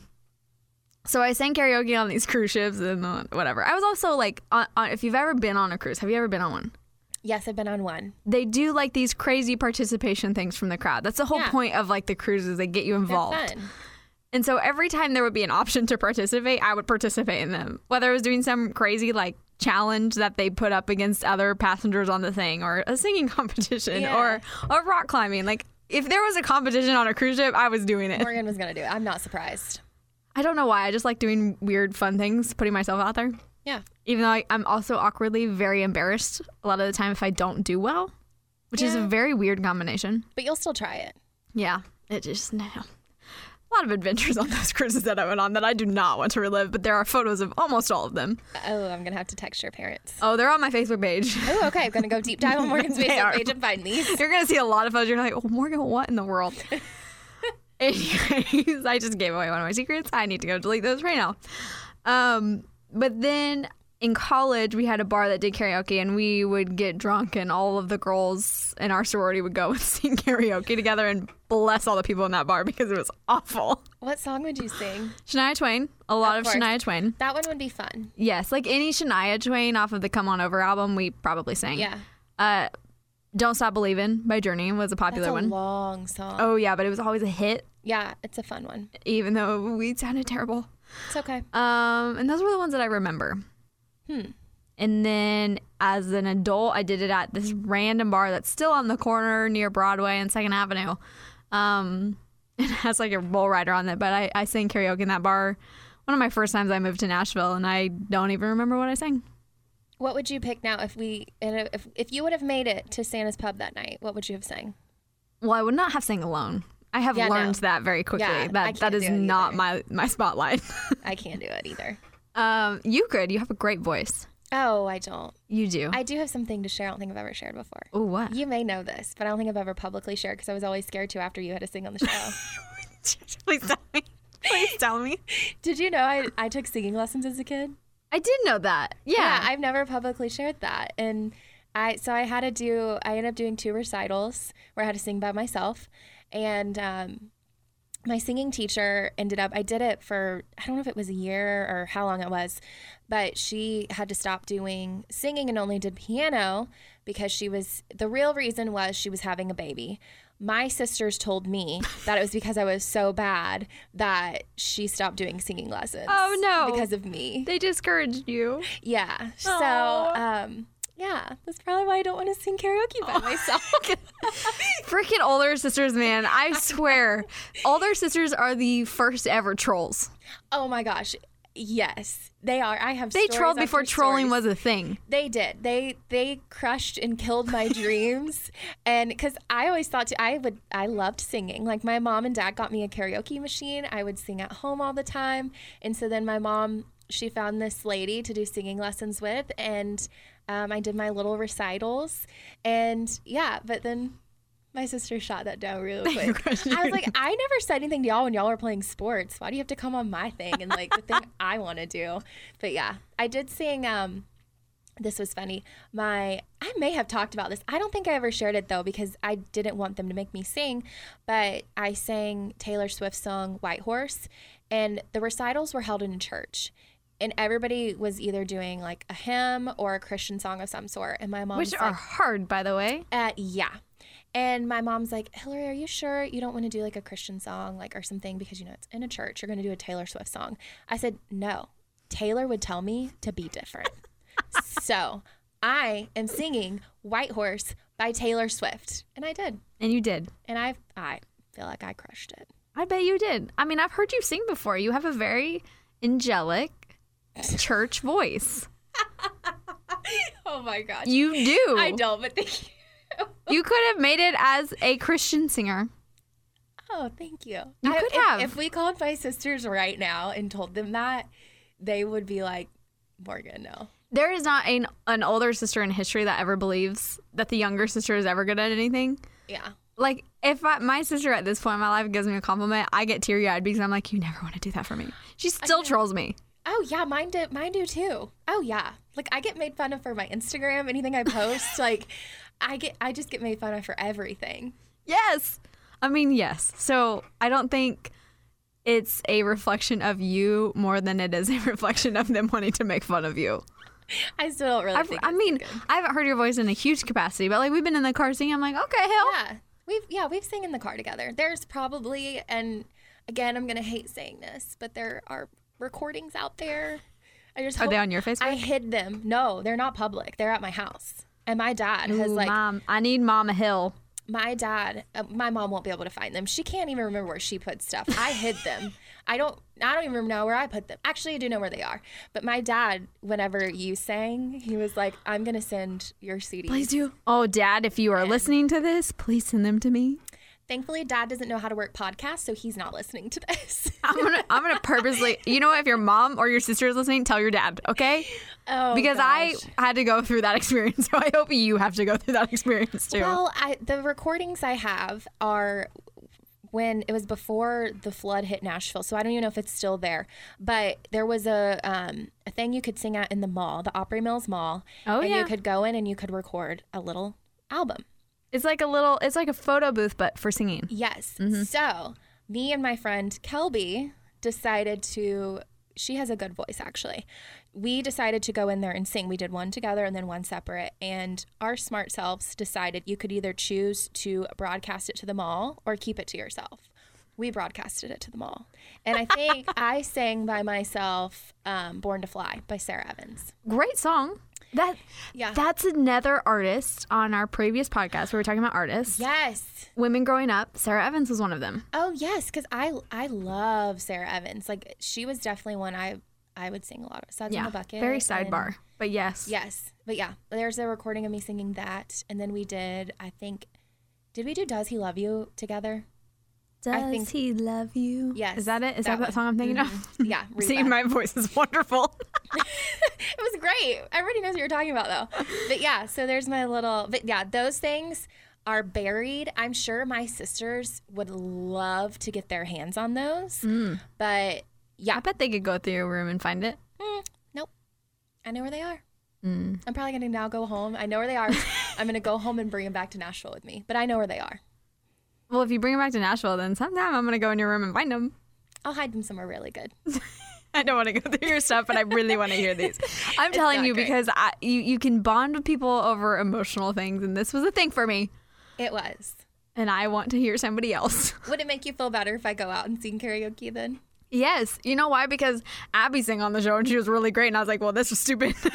Speaker 2: so I sang karaoke on these cruise ships and uh, whatever. I was also like on, on, if you've ever been on a cruise, have you ever been on one?
Speaker 3: Yes, I've been on one.
Speaker 2: they do like these crazy participation things from the crowd. That's the whole
Speaker 3: Yeah.
Speaker 2: point of like the cruises. They get you involved.
Speaker 3: fun.
Speaker 2: And so every time there would be an option to participate, I would participate in them. Whether I was doing some crazy like challenge that they put up against other passengers on the thing or a singing *laughs* competition
Speaker 3: Yeah.
Speaker 2: or or rock climbing. Like if there was a competition on a cruise ship, I was doing it.
Speaker 3: Morgan was going to do it. I'm not surprised.
Speaker 2: I don't know why. I just like doing weird fun things, putting myself out there.
Speaker 3: Yeah.
Speaker 2: Even though I, I'm also awkwardly very embarrassed a lot of the time if I don't do well, which is a
Speaker 3: Yeah.
Speaker 2: very weird combination.
Speaker 3: But you'll still try it.
Speaker 2: Yeah, it just no. A lot of adventures on those *laughs* cruises that I went on that I do not want to relive, but there are photos of almost all of them.
Speaker 3: Oh, I'm going to have to text your parents.
Speaker 2: Oh, they're on my Facebook page.
Speaker 3: *laughs* Oh, okay. I'm going to go deep
Speaker 2: *laughs*
Speaker 3: dive on Morgan's
Speaker 2: They
Speaker 3: Facebook
Speaker 2: are.
Speaker 3: page and find these.
Speaker 2: *laughs* You're gonna see a lot of photos. You're like, oh, Morgan, what in the world?
Speaker 3: *laughs*
Speaker 2: *laughs* Anyways, I just gave away one of my secrets. I need to go delete those right now. Um, but then in college, we had a bar that did karaoke, and we would get drunk, and all of the girls in our sorority would go and *laughs* sing karaoke together, and bless all the people in that bar because it was awful.
Speaker 3: What song would you
Speaker 2: *sighs*
Speaker 3: sing?
Speaker 2: Shania Twain, a lot of,
Speaker 3: course.
Speaker 2: Shania Twain.
Speaker 3: That one would be fun.
Speaker 2: Yes, like any Shania Twain off of the Come On Over album, we probably sang.
Speaker 3: Yeah.
Speaker 2: Uh, Don't Stop Believin' by Journey was a popular
Speaker 3: That's a
Speaker 2: one.
Speaker 3: long song.
Speaker 2: Oh yeah, but it was always a hit,
Speaker 3: Um, Yeah, it's a fun one.
Speaker 2: even though we sounded terrible.
Speaker 3: It's okay.
Speaker 2: Um, and those were the ones that I remember.
Speaker 3: Hmm.
Speaker 2: And then as an adult, I did it at this random bar that's still on the corner near Broadway and Second Avenue. Um, *laughs* it has like a bull rider on it, but I, I sang karaoke in that bar one of my first times I moved to Nashville, and I don't even remember what I sang.
Speaker 3: What would you pick now if we and if if you would have made it to Santa's pub that night? What would you have sang?
Speaker 2: Well, I would not have sang alone. I have
Speaker 3: Yeah, no.
Speaker 2: learned that very quickly.
Speaker 3: Yeah, I
Speaker 2: that that
Speaker 3: can't
Speaker 2: is
Speaker 3: do it
Speaker 2: not my my spotlight.
Speaker 3: I can't do it
Speaker 2: *laughs*
Speaker 3: either.
Speaker 2: um, you could. You have a great voice.
Speaker 3: Oh, I don't.
Speaker 2: You do.
Speaker 3: I do have something to share. I don't think I've ever shared before.
Speaker 2: Oh, what?
Speaker 3: You may know this, but I don't think I've ever publicly shared because I was always scared to after you had to sing on
Speaker 2: *laughs*
Speaker 3: the show.
Speaker 2: Please tell me. *laughs* Please tell me.
Speaker 3: Did you know I, I took singing lessons as a kid?
Speaker 2: I did know that. Yeah.
Speaker 3: I've never publicly shared that. And I so I had to do I ended up doing two recitals where I had to sing by myself. And um my singing teacher ended up I did it for I don't know if it was a year or how long it was, but she had to stop doing singing and only did piano because she was the real reason was she was having a baby. My sisters told
Speaker 2: *laughs*
Speaker 3: me that it was because I was so bad that she stopped doing singing lessons.
Speaker 2: Oh, no.
Speaker 3: Because of me.
Speaker 2: They discouraged you.
Speaker 3: Yeah. So,
Speaker 2: Aw.
Speaker 3: um, yeah, that's probably why I don't want to sing karaoke by myself.
Speaker 2: Freaking older sisters, man.
Speaker 3: *laughs*
Speaker 2: I swear. older *laughs* sisters are the first ever trolls.
Speaker 3: oh my gosh. Yes, they are. I have.
Speaker 2: They
Speaker 3: stories
Speaker 2: trolled before
Speaker 3: after
Speaker 2: trolling
Speaker 3: stories.
Speaker 2: was a thing.
Speaker 3: They did. They they crushed and killed my dreams, and because I always thought to, I would I loved singing. Like my mom and dad got me a karaoke machine. I would sing at home all the time, and so then my mom she found this lady to do singing lessons with, and um, I did my little recitals, and yeah. But then My sister shot that down real quick. I was like, I never said anything to y'all when y'all were playing sports. Why do you have to come on my thing and like the thing I want to do? But yeah, I did sing. Um, this was funny. My I may have talked about this. I don't think I ever shared it though because I didn't want them to make me sing. But I sang Taylor Swift's song White Horse, and the recitals were held in a church. And everybody was either doing like a hymn or a Christian song of some sort. And my mom,
Speaker 2: Which
Speaker 3: said-
Speaker 2: are hard, by the way.
Speaker 3: Uh, yeah. And my mom's like, Hillary, are you sure you don't want to do like a Christian song, like or something, because you know it's in a church. You're going to do a Taylor Swift song. I said, no. Taylor would tell me to be different. so I am singing White Horse by Taylor Swift, and I did.
Speaker 2: And you did.
Speaker 3: And I, I feel like I crushed
Speaker 2: *laughs*
Speaker 3: it.
Speaker 2: I bet you did. I mean, I've heard you sing before. You have a very angelic
Speaker 3: *laughs*
Speaker 2: church voice.
Speaker 3: Oh my gosh,
Speaker 2: You do.
Speaker 3: I don't, but thank you. *laughs*
Speaker 2: You could have made it as a Christian singer.
Speaker 3: Oh, thank you.
Speaker 2: You
Speaker 3: I-
Speaker 2: could
Speaker 3: if-
Speaker 2: have.
Speaker 3: If we called my sisters right now and told them that, they would be like, Morgan, no.
Speaker 2: There is not an, an older sister in history that ever believes that the younger sister is ever good at anything.
Speaker 3: Yeah.
Speaker 2: Like, if I, my sister at this point in my life gives me a compliment, I get teary eyed because I'm like, you never want to do that for me. She still trolls me.
Speaker 3: Oh yeah, mine do. Mine do too. Oh yeah, like I get made fun of for my Instagram. Anything I
Speaker 2: *laughs*
Speaker 3: post, like I get, I just get made fun of for everything.
Speaker 2: Yes. I mean, yes. So I don't think it's a reflection of you more than it is a *laughs* reflection of them wanting to make fun of you.
Speaker 3: *laughs* I still don't really.
Speaker 2: I,
Speaker 3: think
Speaker 2: I mean, I haven't heard your voice in a huge capacity, but like we've been in the car singing. I'm like, okay, hell.
Speaker 3: Yeah, we've yeah we've sang in the car together. There's probably and again I'm gonna hate saying this, but there are recordings out there. I just
Speaker 2: Are they
Speaker 3: hope-
Speaker 2: on Oh, your Facebook?
Speaker 3: I hid them. No, they're not public. They're at my house, and my dad has
Speaker 2: Ooh,
Speaker 3: like
Speaker 2: mom, I need Mama Hill.
Speaker 3: my dad uh, my mom won't be able to find them she can't even remember where she put stuff i hid
Speaker 2: *laughs*
Speaker 3: them i don't i don't even know where i put them actually i do know where they are but my dad whenever you sang he was like i'm gonna send your cd
Speaker 2: Please do. Oh, Dad, if you are listening to this, please send them to me.
Speaker 3: thankfully dad doesn't know how to work podcasts so he's not listening to this
Speaker 2: I'm gonna, I'm
Speaker 3: *laughs*
Speaker 2: gonna purposely. You know what? If your mom or your sister is listening, tell your dad, okay?
Speaker 3: Oh,
Speaker 2: because
Speaker 3: gosh.
Speaker 2: I had to go through that *laughs* experience, so I hope you have to go through that *laughs* experience too.
Speaker 3: Well, I, the recordings I have are when it was before the flood hit Nashville, so I don't even know if it's still there. But there was a um, a thing you could sing at in the mall, the Opry Mills Mall.
Speaker 2: Oh,
Speaker 3: and
Speaker 2: yeah.
Speaker 3: you could go in and you could record a little album.
Speaker 2: it's like a little, it's like a photo booth, but for singing.
Speaker 3: Yes.
Speaker 2: Mhm.
Speaker 3: So me and my friend Kelby decided to. She has a good voice, actually. We decided to go in there and sing. We did one together and then one separate. And our smart selves decided you could either choose to broadcast it to the mall or keep it to yourself. We broadcasted it to the mall. And I
Speaker 2: *laughs*
Speaker 3: think I sang by myself um, Born to Fly by Sarah Evans.
Speaker 2: Great song. That yeah. That's another artist on our previous podcast where we were talking about artists.
Speaker 3: Yes.
Speaker 2: Women growing up. Sarah Evans was one of them.
Speaker 3: Oh yes, because I I love Sarah Evans. Like she was definitely one I I would sing a lot of. Suds in
Speaker 2: Yeah,
Speaker 3: the bucket.
Speaker 2: very
Speaker 3: and-
Speaker 2: sidebar, but yes.
Speaker 3: Yes, but yeah. There's a recording of me singing that, and then we did. I think, did we do "Does He Love You" together? I
Speaker 2: Does
Speaker 3: think
Speaker 2: he love you?
Speaker 3: Yes.
Speaker 2: Is that it? Is that,
Speaker 3: one.
Speaker 2: that song I'm thinking
Speaker 3: Mhm.
Speaker 2: of? *laughs*
Speaker 3: Yeah.
Speaker 2: See,
Speaker 3: Reba.
Speaker 2: my voice is wonderful.
Speaker 3: it was great. Everybody knows what you're talking about
Speaker 2: *laughs*
Speaker 3: though. But yeah, so there's my little but yeah, those things are buried. I'm sure my sisters would love to get their hands on those.
Speaker 11: Mm.
Speaker 3: But yeah. I
Speaker 2: bet they could go through your room and find it.
Speaker 3: nope. I know where they are.
Speaker 2: Mm.
Speaker 3: I'm probably gonna now go home. I know where they
Speaker 2: *laughs*
Speaker 3: are. I'm gonna go home and bring them back to Nashville with me. But I know where they are.
Speaker 2: Well, if you bring them back to Nashville, then sometime I'm gonna go in your room and find them.
Speaker 3: I'll hide them somewhere really
Speaker 2: *laughs*
Speaker 3: good.
Speaker 2: *laughs* I don't want to go through your stuff, but I really want to hear these. *laughs* I'm telling
Speaker 3: not
Speaker 2: you
Speaker 3: great.
Speaker 2: because I, you you can bond with people over emotional things, and this was a thing for me.
Speaker 3: It was.
Speaker 2: And I want to hear somebody else. *laughs*
Speaker 3: Would it make you feel better if I go out and sing karaoke then?
Speaker 2: Yes, you know why? Because Abby sang on the show and she was really great, and I was like, "Well, this was stupid." *laughs*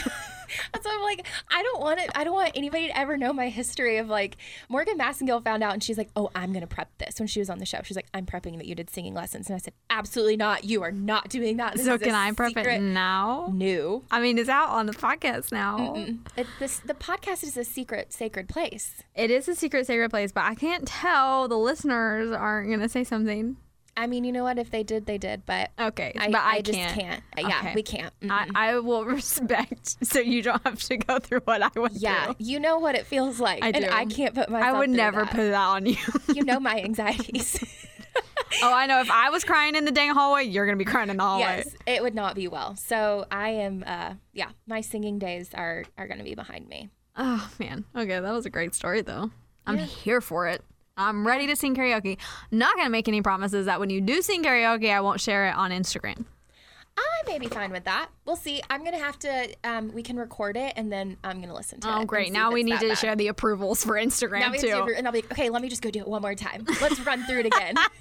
Speaker 3: That's why I'm like, I don't want it. I don't want anybody to ever know my history of like Morgan Massengill found out and she's like, oh, I'm gonna prep this when she was on the show. She's like, I'm prepping that you did singing lessons, and I said, absolutely not. You are not doing that. This
Speaker 2: so
Speaker 3: is a
Speaker 2: can I prep it
Speaker 3: secret."
Speaker 2: now?
Speaker 3: No.
Speaker 2: I mean, it's out on the podcast now.
Speaker 3: Mm-mm. It, this, the podcast is a secret, sacred place.
Speaker 2: It is a secret sacred place, but I can't tell the listeners aren't gonna say something.
Speaker 3: I mean, you know what? If they did, they did. But
Speaker 2: okay,
Speaker 3: I,
Speaker 2: but I,
Speaker 3: just can't. Yeah,
Speaker 2: Okay.
Speaker 3: we can't.
Speaker 2: I, I will *laughs* respect, *laughs* so you don't have to go through what I went
Speaker 3: Yeah,
Speaker 2: through.
Speaker 3: you know what it feels like,
Speaker 2: I
Speaker 3: and
Speaker 2: do.
Speaker 3: I can't put
Speaker 2: I
Speaker 3: myself.
Speaker 2: would
Speaker 3: through
Speaker 2: never
Speaker 3: that.
Speaker 2: put that on you.
Speaker 3: you know
Speaker 2: *laughs*
Speaker 3: my anxieties.
Speaker 2: oh, I know. If I was crying in the dang hallway, you're gonna be crying in the hallway.
Speaker 3: Yes, it would not be well. So I am. Uh, yeah, my singing days are are going to be behind me.
Speaker 2: Oh man. Okay, that was a great story though. I'm here for it. I'm ready to sing karaoke. Not gonna make any promises that when you do sing karaoke, I won't share it on Instagram.
Speaker 3: I may be fine with that. We'll see. I'm going to have to. Um, we can record it, and then I'm going to listen to it.
Speaker 2: Oh
Speaker 3: and
Speaker 2: great!
Speaker 3: see
Speaker 2: Now
Speaker 3: if
Speaker 2: we
Speaker 3: it's
Speaker 2: need
Speaker 3: that
Speaker 2: to
Speaker 3: bad.
Speaker 2: share the approvals for Instagram
Speaker 3: Now we have
Speaker 2: too.
Speaker 3: to do it, and I'll be like, okay. Let me just go do it one more time. Let's run through it
Speaker 2: *laughs*
Speaker 3: again. *laughs*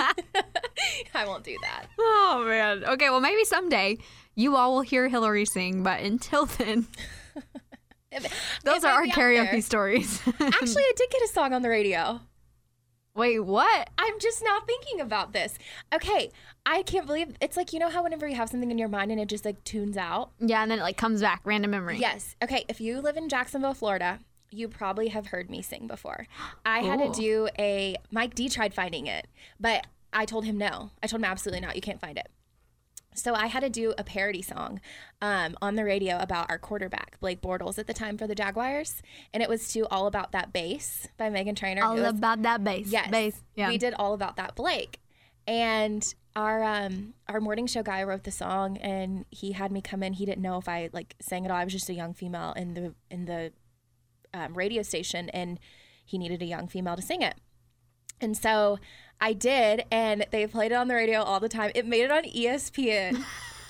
Speaker 3: I won't do that.
Speaker 2: Oh man. Okay, well maybe someday you all will hear Hillary sing, but until *laughs* then
Speaker 3: it
Speaker 2: Those are
Speaker 3: might
Speaker 2: our
Speaker 3: be out
Speaker 2: karaoke
Speaker 3: there.
Speaker 2: stories. *laughs*
Speaker 3: Actually, I did get a song on the radio.
Speaker 2: Wait, what?
Speaker 3: I'm just not thinking about this. Okay, I can't believe it's like you know how whenever you have something in your mind and it just like tunes out.
Speaker 2: yeah, and then it like comes back, random memory.
Speaker 3: Yes. Okay, if you live in Jacksonville, Florida, you probably have heard me sing before. I had to
Speaker 2: Ooh.
Speaker 3: do a Mike D tried finding it, but I told him no. I told him absolutely not. You can't find it. So I had to do a parody song um, on the radio about our quarterback Blake Bortles at the time for the Jaguars, and it was to "All About That Bass" by Megan Trainor.
Speaker 2: All
Speaker 3: It was-
Speaker 2: about that bass.
Speaker 3: Yes.
Speaker 2: Bass. Yeah.
Speaker 3: We did all about that Blake. And our um our morning show guy wrote the song and he had me come in. He didn't know if I like sang at all. I was just a young female in the in the um, radio station and he needed a young female to sing it. And so I did and they played it on the radio all the time. It made it on E ESPN.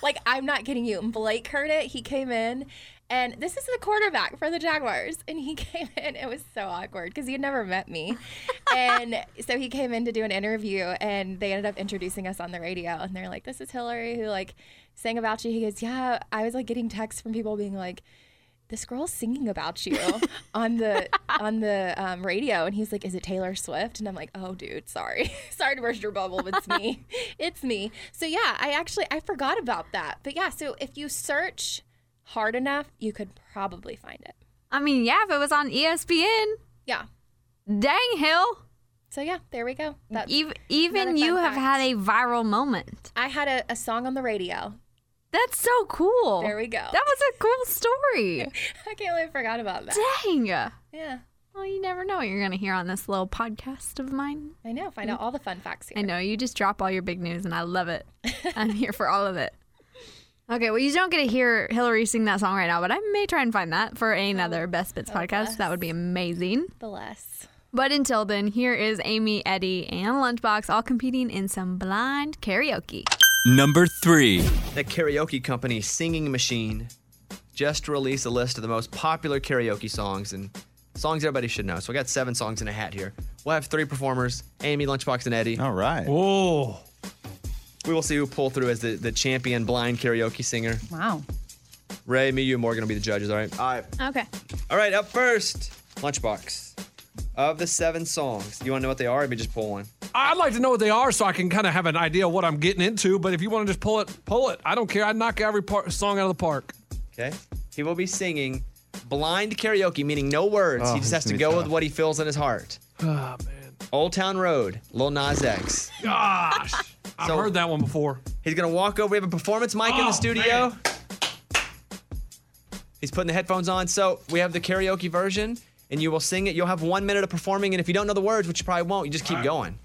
Speaker 3: like I'm not kidding you. Blake heard it. He came in and this is the quarterback for the Jaguars. And he *laughs* came in. It was so awkward because he had never met me. and so he came in to do an interview and they ended up introducing us on the radio. And they're like, This is Hillary who like sang about you. He goes, Yeah. I was like getting texts from people being like, this girl's singing about
Speaker 2: *laughs*
Speaker 3: you on the on the um, radio, and he's like, "Is it Taylor Swift?" And I'm like, "Oh, dude, sorry, *laughs* sorry to burst your bubble, but it's me, *laughs* it's me." So yeah, I actually I forgot about that, but yeah, so if you search hard enough, you could probably find it.
Speaker 2: I mean, yeah, if it was on E ESPN.
Speaker 3: Yeah.
Speaker 2: Dang Hill.
Speaker 3: So yeah, there we go. That's
Speaker 2: Even,
Speaker 3: another
Speaker 2: even you
Speaker 3: fun
Speaker 2: have
Speaker 3: fact.
Speaker 2: had a viral moment.
Speaker 3: I had a, a song on the radio.
Speaker 2: That's so cool.
Speaker 3: There we go.
Speaker 2: Oh. That was a cool
Speaker 3: *laughs*
Speaker 2: story.
Speaker 3: I can't believe I forgot about that.
Speaker 2: Dang.
Speaker 3: Yeah,
Speaker 2: Well, you never know what you're going to hear on this little podcast of mine.
Speaker 3: I know. Find out all the fun facts here.
Speaker 2: I know. You just drop all your big news, and I
Speaker 3: *laughs*
Speaker 2: love it. I'm here for all of it. Okay, well, you don't get to hear Hillary sing that song right now, but I may try and find that for another Best Bits podcast. That would be amazing.
Speaker 3: Oh, Bless.
Speaker 2: But until then, here is Amy, Eddie, and Lunchbox all competing in some blind karaoke.
Speaker 4: Number three. That karaoke company, Singing Machine, just released a list of the most popular karaoke songs and songs everybody should know. So I got seven songs in a hat here. We'll have three performers Amy, Lunchbox, and Eddie. All right. Whoa. We will see who pull through as the, the champion blind karaoke singer.
Speaker 11: Wow.
Speaker 4: Ray, me, you, and Morgan will be the judges, all right? All right.
Speaker 11: Okay.
Speaker 4: All right, up first, Lunchbox. Of the seven songs, you want to know what they are? Or maybe just pull one.
Speaker 7: I'd like to know what they are so I can kind of have an idea of what I'm getting into. But if you want to just pull it, pull it. I don't care. I'd knock every part, song out of the park.
Speaker 4: Okay. He will be singing blind karaoke, meaning no words.
Speaker 7: Oh,
Speaker 4: he just
Speaker 7: this
Speaker 4: has
Speaker 7: is
Speaker 4: to
Speaker 7: gonna be
Speaker 4: go
Speaker 7: tough.
Speaker 4: with what he feels in his heart.
Speaker 7: Ah,
Speaker 4: Old Town Road, Lil Nas X.
Speaker 7: Gosh. I've heard that one before.
Speaker 4: He's going to walk over. We have a performance mic in
Speaker 7: Oh,
Speaker 4: the studio. He's putting the headphones on. So we have the karaoke version, and you will sing it. You'll have one minute of performing, and if you don't know the words, which you probably won't, you just keep
Speaker 7: All right.
Speaker 4: going.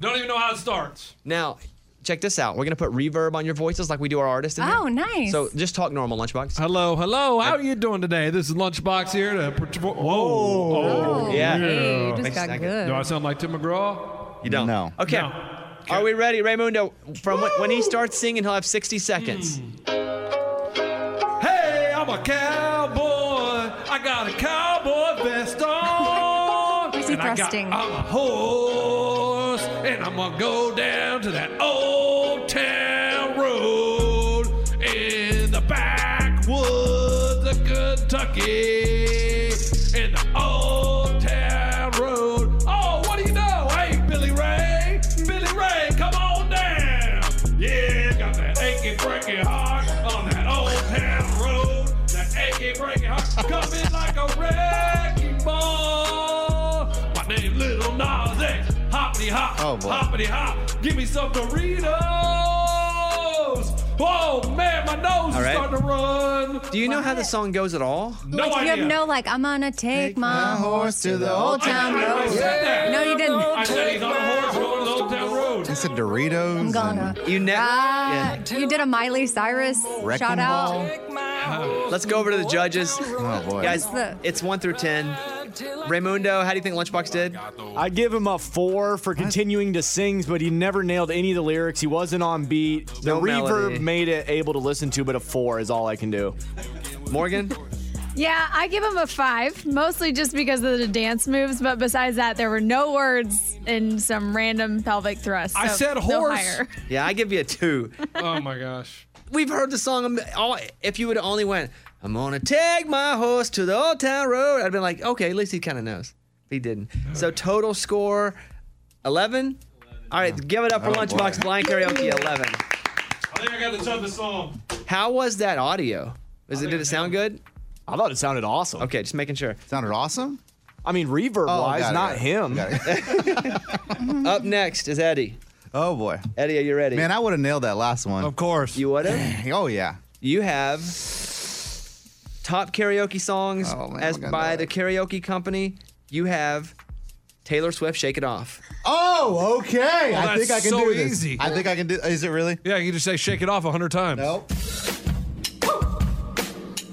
Speaker 7: Don't even know how it starts.
Speaker 4: Now, check this out. We're going to put reverb on your voices like we do our artists. In here.
Speaker 7: Oh, nice.
Speaker 4: So just talk normal, Lunchbox.
Speaker 7: Hello, hello. How are you doing today? This is Lunchbox here to. per- Whoa. Oh,
Speaker 4: Yeah. Hey, you just Makes got sense. good.
Speaker 7: Do I sound like Tim McGraw?
Speaker 4: You don't.
Speaker 7: No.
Speaker 4: Okay. Are we ready, Raymundo? From when, when he starts singing, he'll have 60 seconds.
Speaker 7: Hmm. Hey, I'm a cowboy. I got a cowboy vest on.
Speaker 17: Where's he
Speaker 7: And I got-
Speaker 17: thrusting?
Speaker 7: I'm a horse, and I'm gonna go down to that old town road in the backwoods of Kentucky. In the old town road. Oh, what do you know? Hey, Billy Ray, Billy Ray, come on down. Yeah, got that achy, breaky heart on that old town road. That achy, breaky heart coming like a wrecking ball. My name Little Nas X, hoppity hoppity hop,
Speaker 13: Oh, boy.
Speaker 7: hoppity hop. Give me some Doritos. Oh man, my nose
Speaker 4: All
Speaker 7: is
Speaker 4: right.
Speaker 7: starting to run.
Speaker 4: Do you know how the song goes at all?
Speaker 7: No
Speaker 11: like,
Speaker 7: idea.
Speaker 11: You have no like. I'm gonna take, my, horse to the
Speaker 7: I-
Speaker 11: old town
Speaker 7: I- I
Speaker 11: road.
Speaker 7: said that.
Speaker 11: No, you didn't.
Speaker 7: I said he's on a horse rolling the old town road.
Speaker 6: He said Doritos.
Speaker 11: I'm gonna.
Speaker 4: You never.
Speaker 11: Uh, You did a Miley Cyrus
Speaker 4: Wrecking
Speaker 11: shout out.
Speaker 4: Let's go over to the judges. Oh
Speaker 6: boy,
Speaker 4: guys,
Speaker 11: What's the-
Speaker 4: it's one through ten. Raymundo, how do you think Lunchbox did?
Speaker 20: I give him a four for continuing to sing, but he never nailed any of the lyrics. He wasn't on beat. The
Speaker 4: No
Speaker 20: reverb
Speaker 4: melody.
Speaker 20: made it able to listen to, but a four is all I can do.
Speaker 4: Morgan?
Speaker 8: Yeah, I give him a five, mostly just because of the dance moves. But besides that, there were no words and some random pelvic thrusts.
Speaker 4: I
Speaker 8: so
Speaker 4: said
Speaker 8: no
Speaker 4: horse.
Speaker 8: higher.
Speaker 4: *laughs* Yeah, I give you a two. *laughs* oh my gosh. We've heard the song. um, all- If you would have only went, I'm gonna take my horse to the old town road, I'd been like, okay, at least he kind of knows. He didn't. So total score, eleven. All right, give it up for
Speaker 7: Oh,
Speaker 4: Lunchbox
Speaker 7: boy.
Speaker 4: Blind Karaoke eleven.
Speaker 7: I think I got the toughest song.
Speaker 4: How was that audio? Was it did it sound good?
Speaker 20: I thought it sounded awesome.
Speaker 4: Okay, just making sure.
Speaker 6: Sounded awesome. Oh,
Speaker 20: I mean, reverb wise,
Speaker 4: got it,
Speaker 20: not
Speaker 4: got it.
Speaker 20: him.
Speaker 4: *laughs* Up next is Eddie.
Speaker 6: Oh boy,
Speaker 4: Eddie, are you ready?
Speaker 6: Man, I would have nailed that last one. Of
Speaker 20: course,
Speaker 4: you would have.
Speaker 6: oh yeah.
Speaker 4: You have top karaoke songs
Speaker 6: Oh,
Speaker 4: as by the karaoke company. You have Taylor Swift, "Shake It Off."
Speaker 6: Oh, okay.
Speaker 4: Well,
Speaker 6: I think I
Speaker 4: that's
Speaker 6: can
Speaker 4: so
Speaker 6: do this.
Speaker 4: easy.
Speaker 6: I think I can do. Is it really?
Speaker 7: Yeah, you can just say "Shake It Off" a hundred times.
Speaker 6: Nope.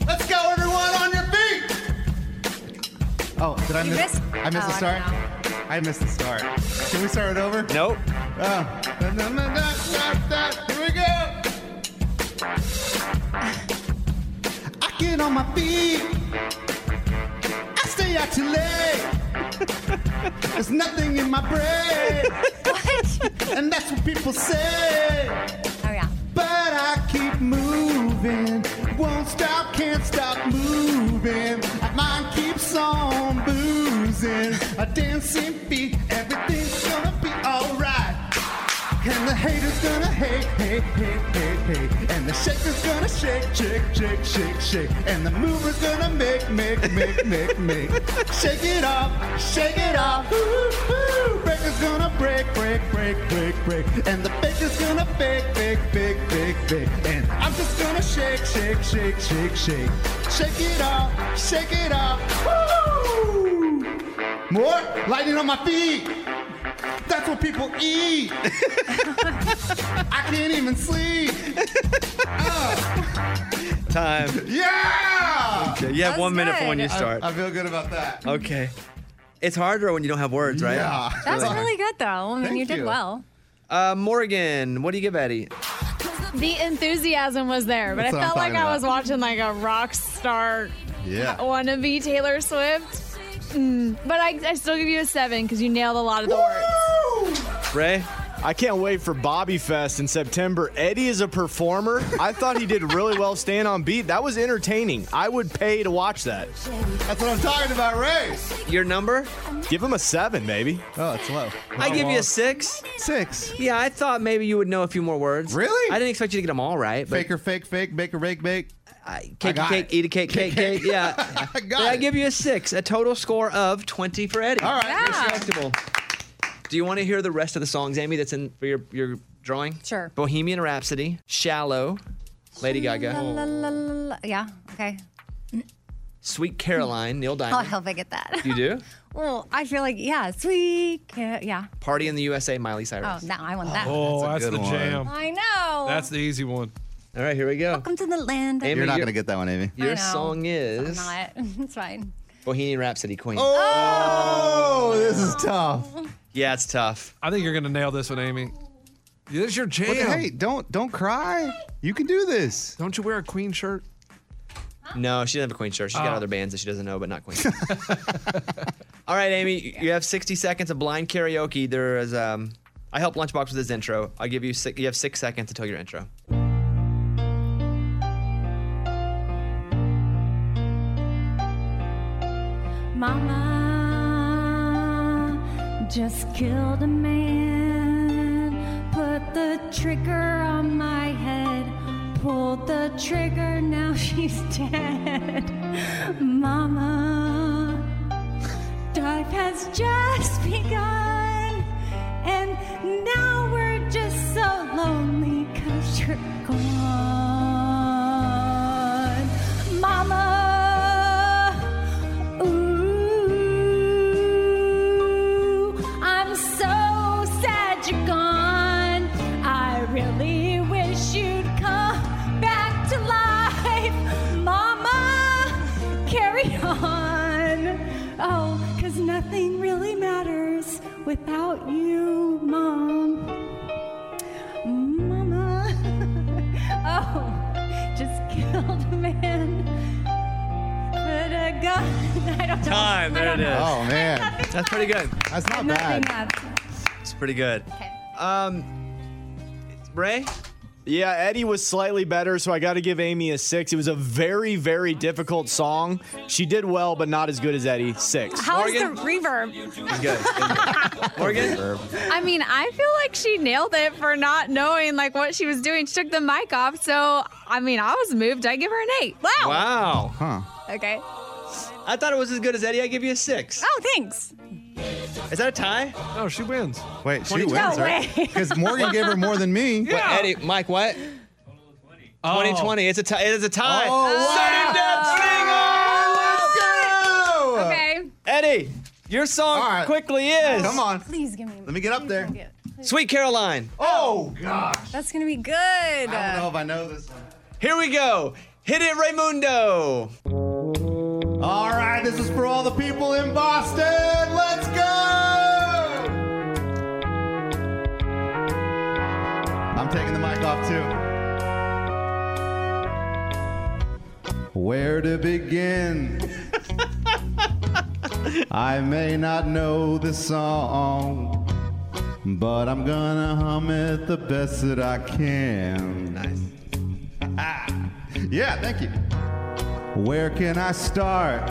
Speaker 13: Let's go, everyone, on your feet.
Speaker 6: Oh, did I
Speaker 13: You
Speaker 6: miss?
Speaker 13: missed-
Speaker 6: I missed the
Speaker 13: Oh, I
Speaker 6: start.
Speaker 13: don't
Speaker 6: I missed the start. Can we start it over?
Speaker 4: Nope.
Speaker 6: Oh.
Speaker 13: Here we go. I get on my feet. I stay out too late. There's nothing in my brain. *laughs* what? And that's what people say. Oh yeah. But I keep moving. Won't stop, can't stop moving. Mine keeps on boozing. A dancing feet. Everything's gonna be alright. And the haters gonna hate, hate, hate, hate, hate. And the shaker's gonna shake, shake, shake, shake, shake. And the mover's gonna make, make, make, make, make. Shake it off, shake it off. Ooh, ooh. Breaker's gonna break, break, break, break, break. And the baker's gonna bake, bake, bake, bake, bake. And I'm just gonna shake, shake, shake, shake, shake. Shake it off, shake it off. Woo! More lightning on my feet. That's what people eat. *laughs* I can't even sleep.
Speaker 4: Time.
Speaker 13: Yeah.
Speaker 4: Okay, you have
Speaker 13: That was
Speaker 4: one minute for when you
Speaker 13: good. I-
Speaker 4: start.
Speaker 13: I feel good about that.
Speaker 4: Okay. It's harder when you don't have words, right?
Speaker 13: Yeah.
Speaker 4: It's
Speaker 11: That's
Speaker 4: hard.
Speaker 11: really good though. I mean,
Speaker 4: Thank
Speaker 11: you did
Speaker 4: you.
Speaker 11: well.
Speaker 4: Uh, Morgan, what do you give Eddie?
Speaker 8: The enthusiasm was there, but
Speaker 4: That's
Speaker 8: I
Speaker 4: what I'm
Speaker 8: felt like
Speaker 4: talking
Speaker 8: I was
Speaker 4: about.
Speaker 8: watching like a rock star
Speaker 4: Yeah.
Speaker 11: Oh.
Speaker 8: wannabe Taylor Swift. Mm, but I, I still give you a seven because you nailed a lot of the words.
Speaker 4: Ray?
Speaker 20: I can't wait for Bobby Fest in September. Eddie is a performer. I thought he did really well staying on beat. That was entertaining. I would pay to watch that.
Speaker 6: That's what I'm talking about, Ray.
Speaker 4: Your number?
Speaker 20: Give him a seven, baby.
Speaker 6: Oh, it's low.
Speaker 4: I give you a six.
Speaker 6: Six.
Speaker 4: Yeah, I thought maybe you would know a few more words. Really? I didn't expect you to get them all right. But
Speaker 6: Faker, fake, fake, baker, bake, bake. I
Speaker 4: Cake,
Speaker 6: got
Speaker 4: cake,
Speaker 6: it.
Speaker 4: eat a cake, cake, cake.
Speaker 6: *laughs*
Speaker 4: Yeah. I got I give you a six, a total score of 20 for Eddie. All
Speaker 6: right. Yeah.
Speaker 4: Respectable. Do you want to hear the rest of the songs, Amy, that's in for your, your drawing?
Speaker 11: Sure.
Speaker 4: Bohemian Rhapsody, Shallow, Lady Gaga,
Speaker 11: La, la, la, la, la. Yeah. Okay.
Speaker 4: Sweet Caroline, Neil
Speaker 11: I'll
Speaker 4: Diamond.
Speaker 11: help Oh, I get that.
Speaker 4: You do?
Speaker 11: *laughs* Well, I feel like yeah, sweet. Ca- yeah.
Speaker 4: Party in the USA, Miley
Speaker 11: Oh,
Speaker 4: Cyrus.
Speaker 11: now I want that.
Speaker 7: Oh,
Speaker 11: one.
Speaker 7: that's, the jam.
Speaker 11: I know.
Speaker 4: the easy one. All right, here we go.
Speaker 11: Welcome to the land. of-
Speaker 4: Amy, your-
Speaker 6: that one, Amy.
Speaker 4: Your
Speaker 11: I know.
Speaker 4: song is
Speaker 11: I'm not. *laughs* It's fine.
Speaker 4: Bohemian Rhapsody, Queen.
Speaker 6: Oh, this is tough.
Speaker 4: Yeah, it's tough.
Speaker 7: I think you're gonna nail this one, Amy. This is your jam.
Speaker 6: What the- hey, don't don't cry. You can do this.
Speaker 7: Don't you wear a Queen shirt?
Speaker 4: No, she doesn't have a Queen shirt. She's got
Speaker 7: Oh.
Speaker 4: other bands that she doesn't know, but not
Speaker 7: *laughs*
Speaker 4: Queen. *laughs* All right, Amy, you have 60 seconds of blind karaoke. There is, um, I helped Lunchbox with his intro. I'll give you six, you have six seconds to tell your intro.
Speaker 21: Mama just killed a man, put the trigger on my head, pulled the trigger, now *laughs* she's dead. Mama, life has just begun, And now we're just so lonely because you're gone. Mama, ooh, I'm so sad you're gone. I really wish you'd come back to life. Mama, carry on. Oh, 'cause nothing really matters without you, Mom. Mama. *laughs* oh, just killed a man. Put a gun. *laughs* I don't know. I don't know.
Speaker 6: Oh man,
Speaker 4: that's pretty good.
Speaker 6: That's Oh, not
Speaker 21: Nothing
Speaker 6: bad.
Speaker 21: up.
Speaker 4: It's pretty good. Um, Ray?
Speaker 20: Yeah, Eddie was slightly better, so I got to give Amy a six. It was a very, very difficult song. She did well, but not as good as Eddie. Six.
Speaker 8: How's the reverb?
Speaker 4: It's *laughs* good. Morgan?
Speaker 8: I mean, I feel like she nailed it for not knowing like what she was doing. She took the mic off, so I mean, I was moved. I give her an eight. Wow.
Speaker 4: Wow. Huh.
Speaker 8: Okay.
Speaker 4: I thought it was as good as Eddie. I give you a six.
Speaker 8: Oh, thanks.
Speaker 4: Is that a tie? No, she wins.
Speaker 6: Wait, she
Speaker 4: 22.
Speaker 6: wins,
Speaker 4: No
Speaker 6: right?
Speaker 4: way.
Speaker 6: Because Morgan gave her more than me.
Speaker 4: Wait, Eddie, Mike, what? Total 20. 2020. It's a tie. It is a tie.
Speaker 20: Oh,
Speaker 6: Oh,
Speaker 4: wow.
Speaker 8: Okay.
Speaker 4: Eddie, your song
Speaker 6: All right.
Speaker 4: quickly is.
Speaker 6: Come on.
Speaker 9: Please give me.
Speaker 6: Let me get up there.
Speaker 4: Sweet Caroline.
Speaker 6: Oh gosh.
Speaker 9: That's gonna be good.
Speaker 6: I don't know if I know this.
Speaker 4: Here we go. Hit it, Raymundo.
Speaker 6: All right, this is for all the people in Boston. Let's go. I'm taking the mic off too. Where to begin? *laughs* I may not know the song, but I'm gonna hum it the best that I can. Nice. *laughs* yeah, thank you. Where can I start?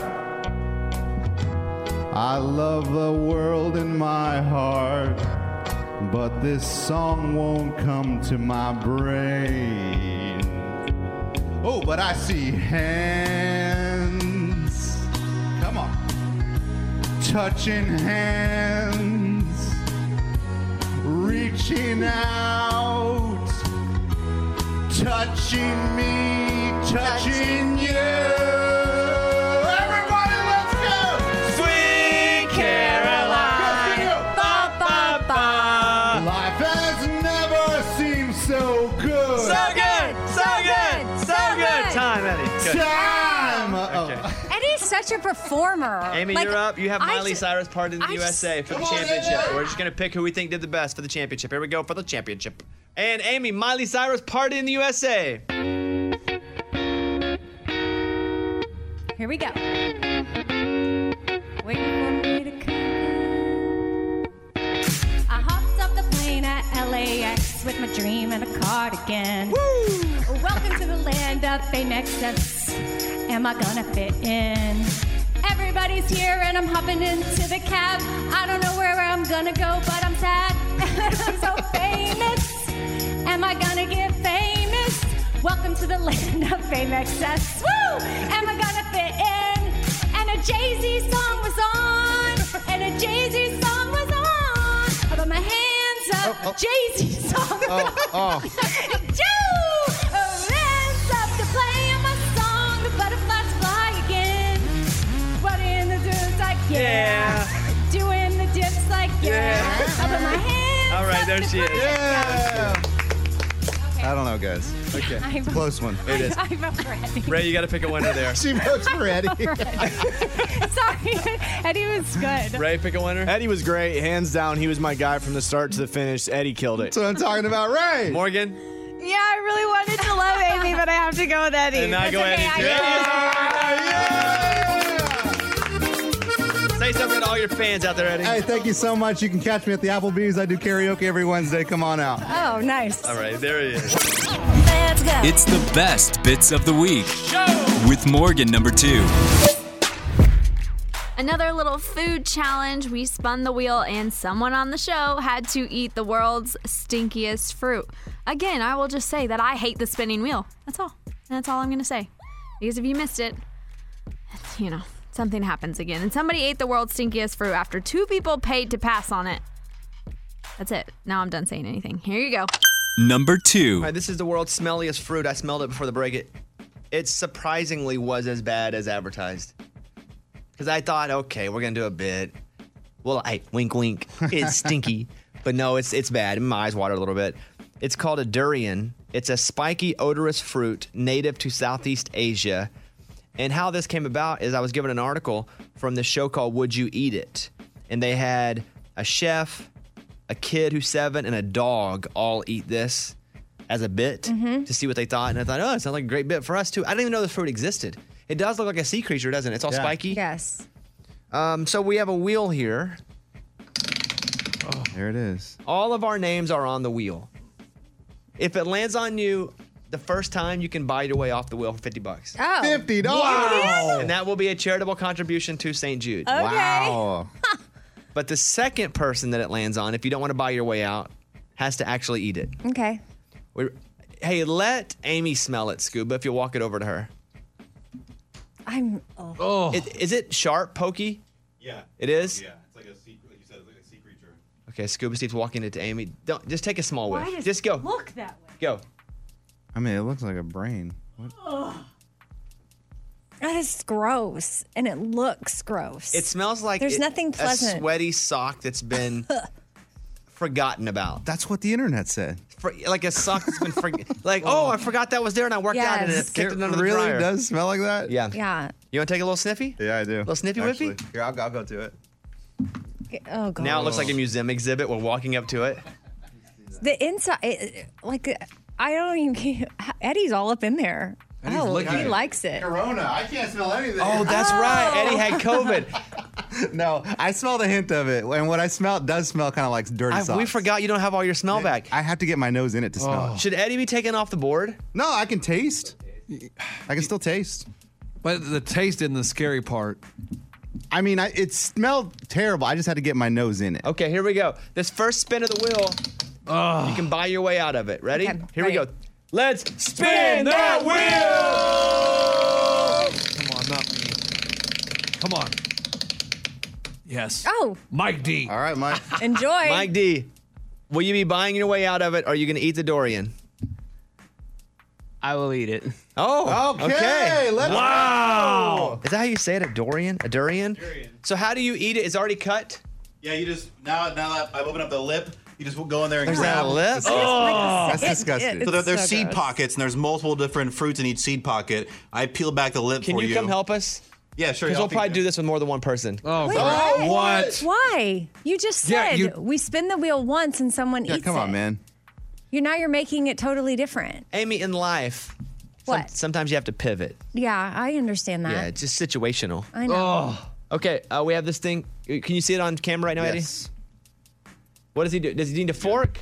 Speaker 6: I love the world in my heart, but this song won't come to my brain. Oh, but I see hands. Come on. Touching hands. Reaching out. Touching me. Touching you. Everybody, let's go. Sweet Caroline. Ba, ba, ba. Life has never seemed so good.
Speaker 4: So good. So good. So good. Time, Eddie. Good.
Speaker 6: Time.
Speaker 4: Okay.
Speaker 11: Eddie's such a performer.
Speaker 4: Amy,
Speaker 11: Like,
Speaker 4: you're up. You have
Speaker 11: I
Speaker 4: Miley
Speaker 11: ju-
Speaker 4: Cyrus part in the
Speaker 11: I just-
Speaker 4: USA for the
Speaker 11: Come on,
Speaker 4: championship.
Speaker 11: Amy.
Speaker 4: We're just gonna pick who we think did the best for the championship. Here we go for the championship. And Amy, Miley Cyrus part in the USA.
Speaker 21: Here we go. Wait for me to come. I hopped off the plane at LAX with my dream and a cardigan. Welcome to the land of Phoenixus. Am I gonna fit in? Everybody's here and I'm hopping into the cab. I don't know where I'm gonna go, but I'm sad. *laughs* I'm so famous. Am I gonna get famous? Welcome to the land of fame excess. Woo! Am I gonna fit in? And a Jay Z song was on. And a Jay Z song was on. I put my hands up. Jay Z song.
Speaker 6: Oh, oh.
Speaker 21: Joe! Hands up to playing my song. The butterflies fly again. Running the dudes like, yeah. Doing the dips like, yeah. I put my hands
Speaker 4: All right, there she is.
Speaker 6: Yeah. I don't know, guys. Okay.
Speaker 21: I-
Speaker 6: It's a
Speaker 4: *laughs*
Speaker 6: close one.
Speaker 21: It is. I vote ready.
Speaker 4: Ray, you gotta pick a winner there.
Speaker 6: *laughs* she votes for Eddie.
Speaker 21: *laughs* Sorry, Eddie was good.
Speaker 4: Ray, pick a winner.
Speaker 20: Eddie was great, hands down. He was my guy from the start to the finish. Eddie killed it.
Speaker 6: That's what I'm talking about, Ray.
Speaker 4: Morgan.
Speaker 8: Yeah, I really wanted to love Amy, but I have to go with Eddie.
Speaker 4: And I
Speaker 8: That's
Speaker 4: go
Speaker 8: okay,
Speaker 4: Eddie,
Speaker 8: I
Speaker 4: too.
Speaker 8: get it.
Speaker 4: Say something to all your fans out there, Eddie.
Speaker 6: Hey, thank you so much. You can catch me at the Applebee's. I do karaoke every Wednesday. Come on out.
Speaker 9: Oh, nice.
Speaker 4: All right, there he is.
Speaker 9: Let's go.
Speaker 1: It's the best bits of the week with Morgan number two.
Speaker 2: Another little food challenge. We spun the wheel, and someone on the show had to eat the world's stinkiest fruit. Again, I will just say that I hate the spinning wheel. That's all. That's all I'm going to say. Because if you missed it, you know, something happens again. And somebody ate the world's stinkiest fruit after two people paid to pass on it. That's it. Now I'm done saying anything. Here you go.
Speaker 1: Number two.
Speaker 4: All right, this is the world's smelliest fruit. I smelled it before the break. It, it surprisingly was as bad as advertised. Because I thought, okay, we're gonna do a bit. Well, I wink, wink. It's stinky, but no, it's it's bad. My eyes water a little bit. It's called a durian. It's a spiky, odorous fruit native to Southeast Asia. And how this came about is I was given an article from this show called "Would You Eat It," and they had a chef, a kid who's seven, and a dog all eat this as a bit
Speaker 14: Mhm.
Speaker 4: to see what they thought. And I thought, oh, it sounds like a great bit for us too. I didn't even know this fruit existed. It does look like a sea creature, doesn't it? It's all
Speaker 11: Yeah.
Speaker 4: spiky.
Speaker 11: Yes.
Speaker 4: Um, so we have a wheel here.
Speaker 6: There it is.
Speaker 4: All of our names are on the wheel. If it lands on you the first time, you can buy your way off the wheel for 50 bucks.
Speaker 11: Oh.
Speaker 6: $50.
Speaker 4: Wow. And that will be a charitable contribution to St. Jude.
Speaker 11: Okay.
Speaker 4: Wow.
Speaker 11: *laughs*
Speaker 4: but the second person that it lands on, if you don't want to buy your way out, has to actually eat it.
Speaker 11: Okay.
Speaker 4: We, hey, let Amy smell it, Scuba, if you walk it over to her.
Speaker 11: I'm. Oh.
Speaker 4: Is, is it sharp, pokey?
Speaker 10: Yeah.
Speaker 4: It is?
Speaker 10: Yeah. It's like a sea, like you said, it's like a sea creature.
Speaker 4: Okay, Scuba Steve's walking it to Amy. Don't just take a small whiff.
Speaker 10: does
Speaker 4: just go.
Speaker 10: it
Speaker 4: Look that way. Go.
Speaker 6: I mean, it looks like a brain. What?
Speaker 11: Ugh. That is gross, and it looks gross.
Speaker 4: It smells like
Speaker 11: There's
Speaker 4: it-
Speaker 11: nothing pleasant.
Speaker 4: A sweaty sock that's
Speaker 11: *laughs*
Speaker 4: been forgotten about.
Speaker 6: That's what the internet said.
Speaker 4: For, like a sock that's been for,
Speaker 11: *laughs*
Speaker 4: like, oh, I forgot that was there and I worked out and it
Speaker 11: Yes.
Speaker 4: kicked it
Speaker 6: It
Speaker 4: under the
Speaker 6: really
Speaker 4: dryer.
Speaker 6: does smell like that.
Speaker 4: Yeah.
Speaker 11: Yeah.
Speaker 4: You want to take a little sniffy?
Speaker 6: Yeah, I do.
Speaker 4: little sniffy
Speaker 6: Actually,
Speaker 4: whiffy?
Speaker 6: Here, I'll, I'll go to it.
Speaker 11: Oh god.
Speaker 4: Now it looks like a museum exhibit. We're walking up to it.
Speaker 11: the inside. It, like I don't even. Care. Eddie's all up in there.
Speaker 4: Eddie's
Speaker 11: oh,
Speaker 4: looking
Speaker 11: he
Speaker 4: at it.
Speaker 11: likes it.
Speaker 6: Corona. I can't smell anything.
Speaker 4: Oh, that's right. Eddie had COVID.
Speaker 6: *laughs* no, I smell the hint of it, and what I smell does smell kind of like dirty
Speaker 4: I-
Speaker 6: socks.
Speaker 4: we forgot you don't have all your smell back. Oh.
Speaker 6: I have to get my nose in it to smell it.
Speaker 4: Should Eddie be taken off the board?
Speaker 6: No, I can taste. I can still taste.
Speaker 22: But the taste isn't the scary part.
Speaker 6: I mean, I, it smelled terrible. I just had to get my nose in it.
Speaker 4: Okay, here we go. This first spin of the wheel, you can buy your way out of it. Ready?
Speaker 6: Okay,
Speaker 4: here we
Speaker 6: ready.
Speaker 4: go. Let's spin
Speaker 6: Spin
Speaker 4: that
Speaker 6: that
Speaker 4: wheel!
Speaker 22: Come on, not me. Come on. Yes.
Speaker 11: Oh.
Speaker 22: Mike D. All
Speaker 6: right, *laughs* Mike.
Speaker 11: Enjoy.
Speaker 4: Mike D, will you be buying your way out of it or are you going to eat the Dorian?
Speaker 19: I will eat it.
Speaker 4: Oh, okay.
Speaker 19: Okay, let's Wow.
Speaker 4: go. Is that how you say it? A Dorian? A Durian? So, how do you eat it? It's already cut.
Speaker 12: Yeah, you just now now that I've opened up the lip. You just go in there and
Speaker 4: There's
Speaker 12: grab
Speaker 4: that lip? It's like
Speaker 12: Oh,
Speaker 4: the- That's it- disgusting. it-
Speaker 12: so there,
Speaker 4: it's
Speaker 12: there's
Speaker 4: so
Speaker 12: seed
Speaker 4: gross.
Speaker 12: pockets, and there's multiple different fruits in each seed pocket. I peel back the lip
Speaker 4: Can
Speaker 12: for
Speaker 4: you
Speaker 12: you.
Speaker 4: come help us?
Speaker 12: Yeah, sure.
Speaker 4: Because
Speaker 12: I'll
Speaker 4: we'll
Speaker 12: be-
Speaker 4: probably do this with more than one person.
Speaker 12: Oh,
Speaker 11: Wait,
Speaker 12: Oh,
Speaker 11: why?
Speaker 12: what?
Speaker 11: Why? You just
Speaker 4: Yeah,
Speaker 11: said
Speaker 4: you-
Speaker 11: we spin the wheel once and someone
Speaker 4: Yeah,
Speaker 11: eats
Speaker 4: come
Speaker 11: it.
Speaker 4: on, man.
Speaker 11: You now you're making it totally different.
Speaker 4: Amy, in life, some-
Speaker 11: What?
Speaker 4: sometimes you have to pivot.
Speaker 11: Yeah, I understand that.
Speaker 4: Yeah, it's just situational.
Speaker 11: I know. Oh.
Speaker 4: Okay, uh, we have this thing. Uh, Can you see it on camera right now,
Speaker 12: Yes.
Speaker 4: Eddie? What does he do? Does he need a fork?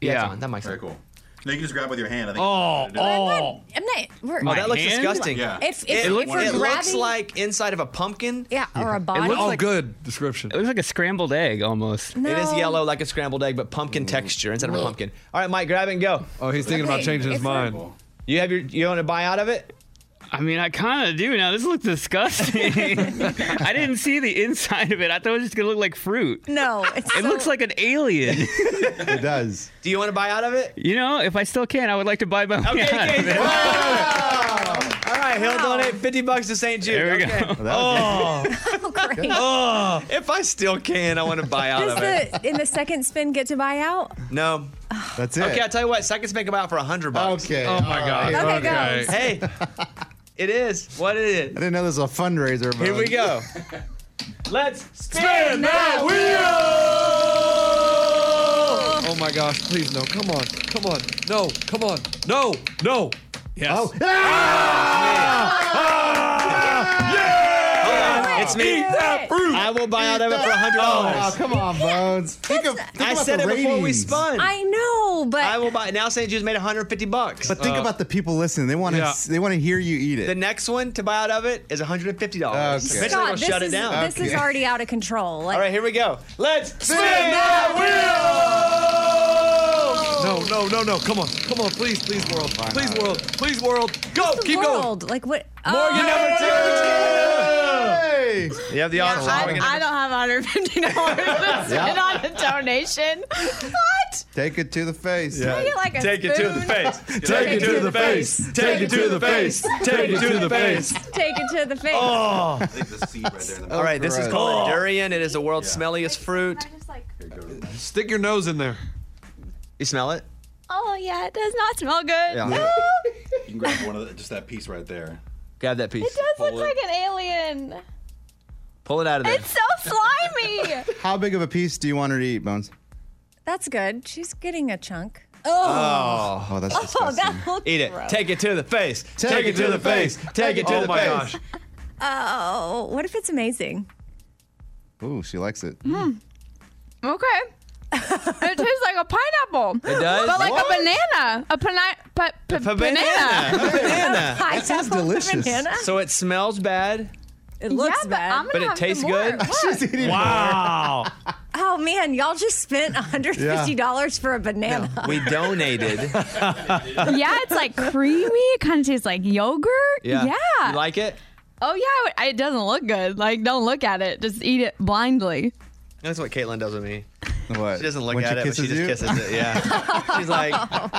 Speaker 4: Yeah, it's
Speaker 12: Yeah.
Speaker 4: on. that makes
Speaker 12: Very
Speaker 4: sense.
Speaker 12: cool. No, you can just grab with your hand. I think
Speaker 4: Oh,
Speaker 12: But I'm not-
Speaker 4: oh.
Speaker 11: I'm not. We're,
Speaker 4: Oh, that looks disgusting.
Speaker 12: Yeah.
Speaker 11: If, if,
Speaker 4: it
Speaker 11: if
Speaker 4: looks,
Speaker 11: we're
Speaker 4: it
Speaker 11: grabbing,
Speaker 4: looks like inside of a pumpkin.
Speaker 11: yeah, or a body.
Speaker 7: Oh,
Speaker 22: good description.
Speaker 19: It looks like a scrambled egg almost.
Speaker 4: It is
Speaker 11: No.
Speaker 4: yellow like a scrambled egg, but
Speaker 12: Mm.
Speaker 4: pumpkin texture instead of a pumpkin. All right, Mike, grab it and go.
Speaker 22: Oh, he's
Speaker 19: thinking about Okay, changing his if we're- mind.
Speaker 4: You have your. You want to buy out of it?
Speaker 19: I mean, I kind of do now. This looks disgusting. *laughs* I didn't see the inside of it. I thought it was just gonna look like fruit.
Speaker 4: *laughs*
Speaker 11: No, *laughs* it's
Speaker 19: It looks like an alien.
Speaker 6: it does.
Speaker 4: Do you want to buy out of it?
Speaker 19: You know, if I still can, I would like to buy my. *laughs* way
Speaker 4: Okay,
Speaker 19: out of
Speaker 4: okay.
Speaker 19: it.
Speaker 11: Oh,
Speaker 4: All right, he'll donate 50 bucks to St. Jude.
Speaker 19: There we
Speaker 4: okay.
Speaker 19: go.
Speaker 4: Oh.
Speaker 11: great.
Speaker 4: *laughs* oh, if I still can, I want to buy out
Speaker 11: Does
Speaker 4: of it.
Speaker 11: the in the second spin get to buy out?
Speaker 4: No.
Speaker 6: That's
Speaker 4: Okay, I'll tell you what, second spin come out for 100 bucks.
Speaker 6: Okay. Oh my
Speaker 11: God. Okay, Okay. guys.
Speaker 4: Hey,
Speaker 6: *laughs*
Speaker 4: it is. What is it?
Speaker 6: I didn't know this was a fundraiser. But
Speaker 4: Here we go. Let's spin
Speaker 14: Spin
Speaker 4: that
Speaker 14: that
Speaker 4: wheel!
Speaker 22: Oh my gosh, please no. Come on. Come on. No. Come on. No. No. Yes. Oh.
Speaker 6: Ah!
Speaker 4: It's me. I will buy out of it for $100.
Speaker 6: Oh, come on, Bones. Think of, think
Speaker 4: I
Speaker 6: about
Speaker 4: said
Speaker 6: the
Speaker 4: it before we
Speaker 6: ratings.
Speaker 4: spun.
Speaker 11: I know, but
Speaker 4: I will buy. Now St. Jude's made 150 bucks. Uh,
Speaker 6: But
Speaker 22: Uh,
Speaker 6: think about the people listening. They want to.
Speaker 4: Yeah.
Speaker 6: They want to hear you eat it.
Speaker 4: The next one to buy out of it is $150. Eventually,
Speaker 11: Scott,
Speaker 4: we'll
Speaker 11: this
Speaker 4: shut
Speaker 11: is-
Speaker 4: it down.
Speaker 11: This is already out of control. Like,
Speaker 4: All right, here we go. Let's spin
Speaker 11: that
Speaker 22: No, no, no, no. Come on. Come on. Please, please, world. Please, world. Please, world. Go.
Speaker 11: the
Speaker 22: Keep
Speaker 11: world. Like what? Oh,
Speaker 22: going. Morgan number two.
Speaker 4: You have the
Speaker 22: Yeah,
Speaker 4: option.
Speaker 8: I,
Speaker 4: Morgan.
Speaker 8: I don't have hundred fifty dollars *laughs* to spend
Speaker 6: Yeah.
Speaker 8: on a donation. What?
Speaker 6: Take it to the face.
Speaker 8: Yeah. Take it like a Take it to the spoon. face.
Speaker 6: Take it to the face. Take it to the face. Take it to the face.
Speaker 8: Take it to the face.
Speaker 4: Oh.
Speaker 7: Oh,
Speaker 4: All right, this is
Speaker 7: gross.
Speaker 4: called
Speaker 7: Oh.
Speaker 4: durian. It is the world's smelliest fruit.
Speaker 7: Stick your nose in there.
Speaker 4: You smell it?
Speaker 2: Oh yeah, it does not smell good.
Speaker 4: Yeah.
Speaker 2: No,
Speaker 10: You can grab one of the, just that piece right there.
Speaker 4: Grab that piece.
Speaker 2: it does
Speaker 4: Pull
Speaker 2: look like an alien.
Speaker 4: Pull it out of there.
Speaker 2: It's so slimy.
Speaker 6: How big of a piece do you want her to eat, Bones?
Speaker 11: That's good. She's getting a chunk.
Speaker 6: Oh, oh that's
Speaker 11: oh, that looked
Speaker 4: Eat it.
Speaker 11: gross.
Speaker 4: Take it to the face. Take, it to the face. Take it to
Speaker 6: Oh
Speaker 4: the
Speaker 6: my
Speaker 4: face.
Speaker 6: gosh.
Speaker 11: Oh, what if it's amazing?
Speaker 6: Ooh, she likes it.
Speaker 8: Mm. Okay. it tastes like a pineapple.
Speaker 6: It does?
Speaker 8: But like
Speaker 6: What?
Speaker 8: a banana. A pana- pa- pa-
Speaker 4: A
Speaker 8: banana.
Speaker 4: banana. A
Speaker 8: *laughs*
Speaker 4: banana.
Speaker 8: That sounds delicious. banana?
Speaker 4: So it smells bad,
Speaker 11: It looks bad.
Speaker 8: I'm
Speaker 4: but it tastes good.
Speaker 6: *laughs*
Speaker 11: Wow. Oh man, y'all just spent $150 for a banana.
Speaker 4: *laughs*
Speaker 11: *laughs*
Speaker 4: we donated.
Speaker 8: yeah, it's like creamy. It kind of tastes like yogurt.
Speaker 4: Yeah. You like it?
Speaker 8: oh yeah, it- it doesn't look good. Like don't look at it. Just eat it blindly.
Speaker 4: That's what Caitlin does with me.
Speaker 6: What?
Speaker 4: She doesn't look
Speaker 6: When she
Speaker 4: at it, but she
Speaker 6: kisses
Speaker 4: just
Speaker 6: you?
Speaker 4: kisses it. Yeah. She's like, I'm